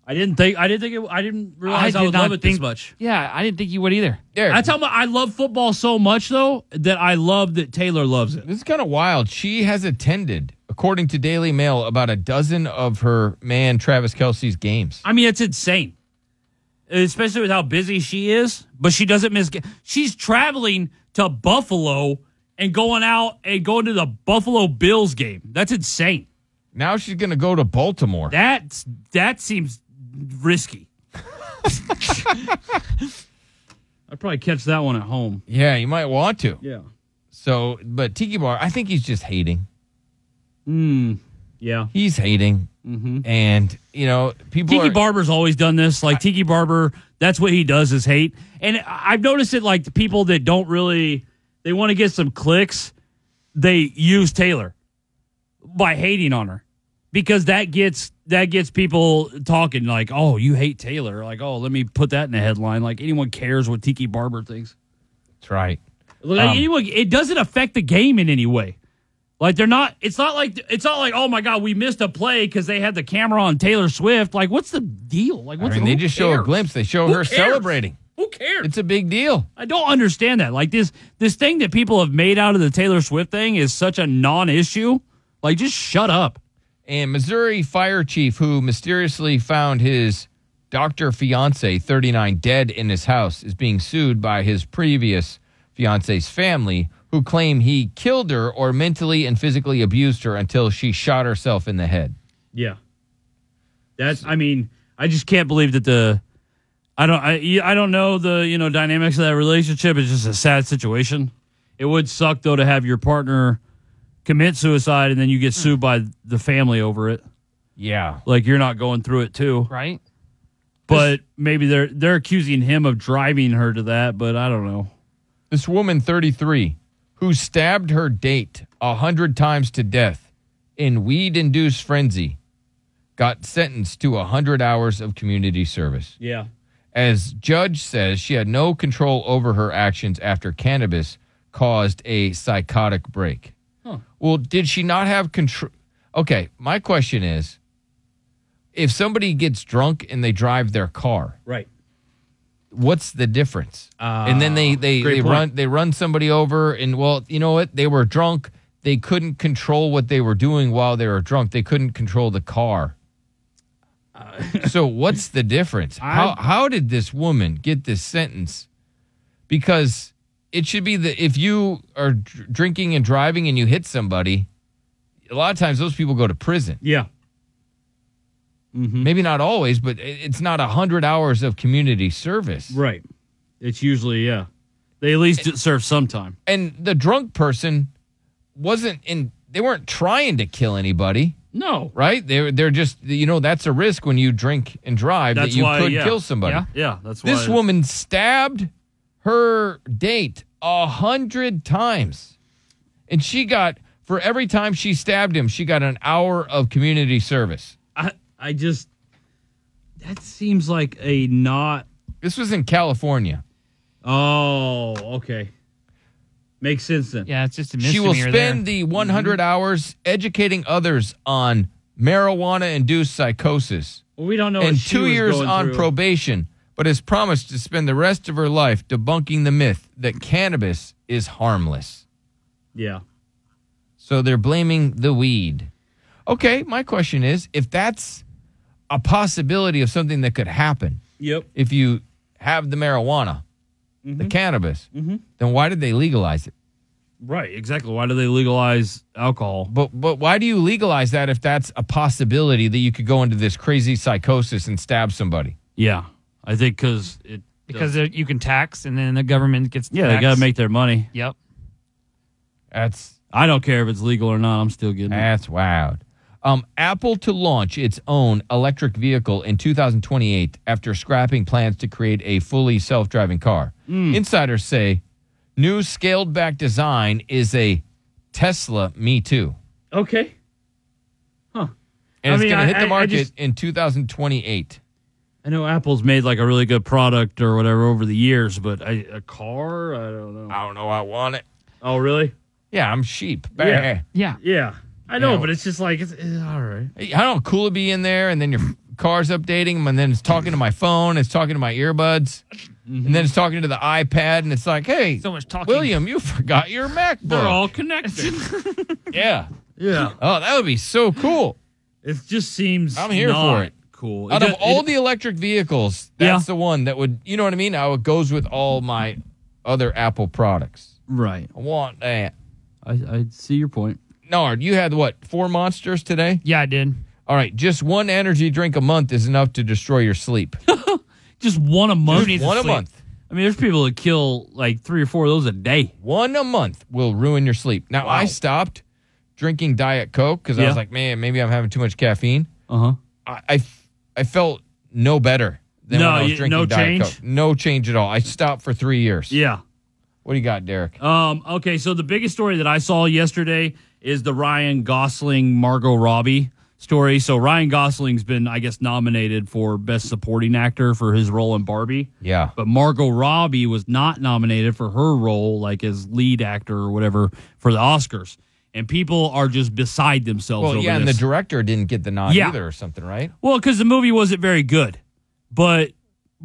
S7: I didn't think. I didn't think. It, I didn't realize I,
S10: did
S7: would
S10: not
S7: love it this
S10: think-
S7: much.
S10: Yeah, I didn't think you would either.
S7: I tell my, I love football so much though that I love that Taylor loves it.
S6: This is kind of wild. She has attended, according to Daily Mail, about a dozen of her man Travis Kelsey's games.
S10: I mean, it's insane.
S7: especially with how busy she is. But she doesn't miss. ga- She's traveling to Buffalo and going out and going to the Buffalo Bills game. That's insane.
S6: Now she's going to go to Baltimore.
S7: That's that seems risky. I'd probably catch that one at home.
S6: Yeah, you might want to.
S7: Yeah.
S6: So, but Tiki Bar, I think he's just hating.
S7: Mm, yeah.
S6: He's hating. And, Hmm. you know, people
S7: Tiki
S6: are.
S7: Barber's always done this. Like Tiki Barber, that's what he does is hate. And I- I've noticed it. Like the people that don't really, they want to get some clicks, they use Taylor by hating on her because that gets that gets people talking. Like, oh, you hate Taylor. Like, oh, let me put that in the headline. Like anyone cares what Tiki Barber thinks.
S6: That's right.
S7: Like
S6: Um,
S7: anyone, it doesn't affect the game in any way. Like they're not. It's not like it's not like oh my god, we missed a play because they had the camera on Taylor Swift. Like what's the deal? Like
S6: I
S7: what's
S6: mean, they
S7: who
S6: just show a
S7: cares?
S6: glimpse. They show
S7: Who
S6: her
S7: cares?
S6: celebrating.
S7: Who cares?
S6: It's a big deal.
S7: I don't understand that. Like this this thing that people have made out of the Taylor Swift thing is such a non-issue. Like just shut up.
S6: And Missouri fire chief who mysteriously found his doctor fiance, 39, dead in his house, is being sued by his previous fiance's family, who claim he killed her or mentally and physically abused her until she shot herself in the head.
S7: Yeah. That's I mean, I just can't believe that the I don't I I don't know the, you know, dynamics of that relationship. It's just a sad situation. It would suck though to have your partner commit suicide and then you get sued by the family over it.
S6: Yeah.
S7: Like you're not going through it too.
S10: Right?
S7: But maybe they're they're accusing him of driving her to that, but I don't know.
S6: This woman, 33, who stabbed her date a hundred times to death in weed induced frenzy, got sentenced to a hundred hours of community service.
S7: Yeah.
S6: As judge says, she had no control over her actions after cannabis caused a psychotic break.
S7: Huh.
S6: Well, did she not have control? Okay, my question is if somebody gets drunk and they drive their car,
S7: Right.
S6: what's the difference? and then they they,
S7: Ah, great
S6: they
S7: point.
S6: run they run somebody over and well, you know what? They were drunk. They couldn't control what they were doing while they were drunk. They couldn't control the car.
S7: Uh,
S6: so what's the difference? how how did this woman get this sentence? Because it should be that if you are dr- drinking and driving and you hit somebody, a lot of times those people go to prison.
S7: Yeah. Mm-hmm.
S6: Maybe not always, but it- it's not 100 hours of community service.
S7: Right. It's usually yeah. They at least serve some time.
S6: and the drunk person wasn't in they weren't trying to kill anybody
S7: No.
S6: right they're they're just you know that's a risk when you drink and drive
S7: That's
S6: that you
S7: why-
S6: could
S7: yeah.
S6: kill somebody
S7: Yeah, yeah, that's
S6: this
S7: why-
S6: woman stabbed her date a hundred times and she got for every time she stabbed him she got an hour of community service
S7: I I just that seems like a not
S6: this was in california
S7: Oh, okay. Makes sense then.
S10: Yeah, it's just a
S6: she will spend the
S7: Mm-hmm.
S6: 100 hours educating others on marijuana induced psychosis
S7: Well, we don't know.
S6: and
S7: what she
S6: two
S7: was
S6: years
S7: going
S6: on
S7: through.
S6: probation, but has promised to spend the rest of her life debunking the myth that cannabis is harmless.
S7: Yeah.
S6: So they're blaming the weed. Okay, my question is if that's a possibility of something that could happen,
S7: Yep.
S6: if you have the marijuana,
S7: Mm-hmm.
S6: the cannabis, then why did they legalize it?
S7: Right. Exactly. Why do they legalize alcohol?
S6: But but why do you legalize that if that's a possibility that you could go into this crazy psychosis and stab somebody?
S7: Yeah. I think because it
S10: Because they're- you can tax and then the government gets
S7: yeah they got to make their money.
S10: Yep.
S6: That's
S7: I don't care if it's legal or not. I'm still getting it.
S6: That's wild. Um, Apple to launch its own electric vehicle in 2028 after scrapping plans to create a fully self driving car.
S7: Hmm.
S6: Insiders say new scaled back design is a Tesla Me Too.
S7: Okay.
S6: And
S7: I
S6: it's
S7: mean,
S6: going to
S7: I-
S6: hit
S7: I-
S6: the
S7: I
S6: market
S7: just-
S6: in 2028.
S7: I know Apple's made like a really good product or whatever over the years, but I, a car, I don't know.
S6: I don't know. I want it.
S7: Oh, really?
S6: Yeah, I'm cheap.
S7: Yeah.
S6: Yeah.
S42: Yeah.
S7: Yeah. I know,
S6: Yeah.
S7: but it's just like, it's, it's all right.
S6: I don't know. Cool to be in there, and then your car's updating, 'em, and then it's talking to my phone, it's talking to my earbuds,
S7: Mm-hmm.
S6: and then it's talking to the iPad, and it's like, hey, so much talking. William, you forgot your MacBook.
S7: They're all connected.
S6: yeah.
S7: yeah.
S6: Oh, that would be so cool.
S7: It just seems
S6: I'm here for
S7: not
S6: it.
S7: Cool. It
S6: Out
S7: does-
S6: of all
S7: it-
S6: the electric vehicles, that's the one that would, you know what I mean? How it goes with all my other Apple products.
S7: Right.
S6: I want that.
S7: I, I see your point.
S6: Nard, you had what, four monsters today?
S42: Yeah, I did.
S6: All right, just one energy drink a month is enough to destroy your sleep.
S7: Just one a month.
S6: needs to One a sleep? month.
S7: I mean, there's people that kill like three or four of those a day.
S6: One a month will ruin your sleep. Now, I stopped drinking Diet Coke because I
S7: Yeah.
S6: was like, man, maybe I'm having too much caffeine.
S7: Uh huh.
S6: I, I, f- I felt no better than
S7: No,
S6: when I was
S7: you-
S6: drinking
S7: no
S6: Diet
S7: change?
S6: Coke. No change at all. I stopped for three years.
S7: Yeah.
S6: What do you got, Derek?
S7: Um, okay, so the biggest story that I saw yesterday is the Ryan Gosling Margot Robbie story. So Ryan Gosling's been, I guess, nominated for Best Supporting Actor for his role in Barbie.
S6: Yeah.
S7: But Margot Robbie was not nominated for her role, like as lead actor or whatever, for the Oscars. And people are just beside themselves.
S6: Well,
S7: over
S6: yeah, and the
S7: this.
S6: director didn't get the nod
S7: Yeah.
S6: either or something, right?
S7: Well, because the movie wasn't very good, but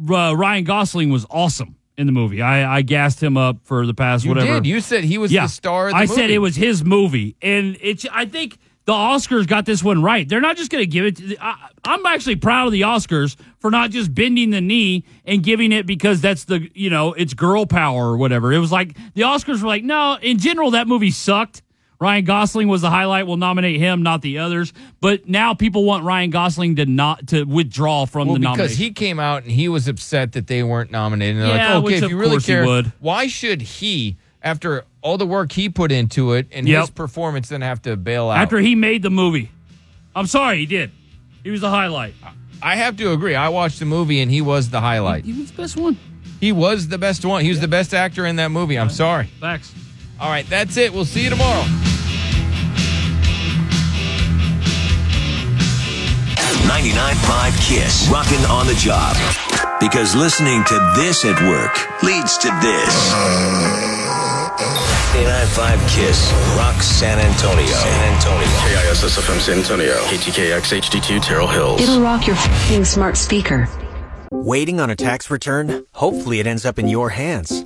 S7: uh, Ryan Gosling was awesome in the movie. I, I gassed him up for the past
S6: You
S7: whatever.
S6: did. You said he was
S7: yeah.
S6: the star of the
S7: I
S6: movie.
S7: said it was his movie, and it's. I think the Oscars got this one right. They're not just going to give it. To the, I, I'm actually proud of the Oscars for not just bending the knee and giving it because that's the you know it's girl power or whatever. It was like the Oscars were like, no, in general that movie sucked. Ryan Gosling was the highlight. We'll nominate him, not the others. But now people want Ryan Gosling to not to withdraw from
S6: Well,
S7: the
S6: because
S7: nomination.
S6: he came out and he was upset that they weren't nominated. And they're
S7: Yeah,
S6: like, "Oh, okay,
S7: which
S6: if
S7: of
S6: you really
S7: course he
S6: care,
S7: would.
S6: why should he, after all the work he put into it and
S7: Yep.
S6: his performance, then have to bail out?
S7: After he made the movie, I'm sorry, he did. He was the highlight.
S6: I have to agree. I watched the movie and he was the highlight.
S7: He was the best one.
S6: He was the best one. He was the best actor in that movie. I'm sorry.
S7: Facts.
S6: All right, that's it. We'll see you tomorrow.
S1: Ninety-nine-five Kiss. Rocking on the job. Because listening to this at work leads to this. 99.5 Kiss. Rock San Antonio. San Antonio.
S2: KISSFM San Antonio. KTKX HD2 Terrell Hills.
S3: It'll rock your fing smart speaker.
S43: Waiting on a tax return? Hopefully, it ends up in your hands.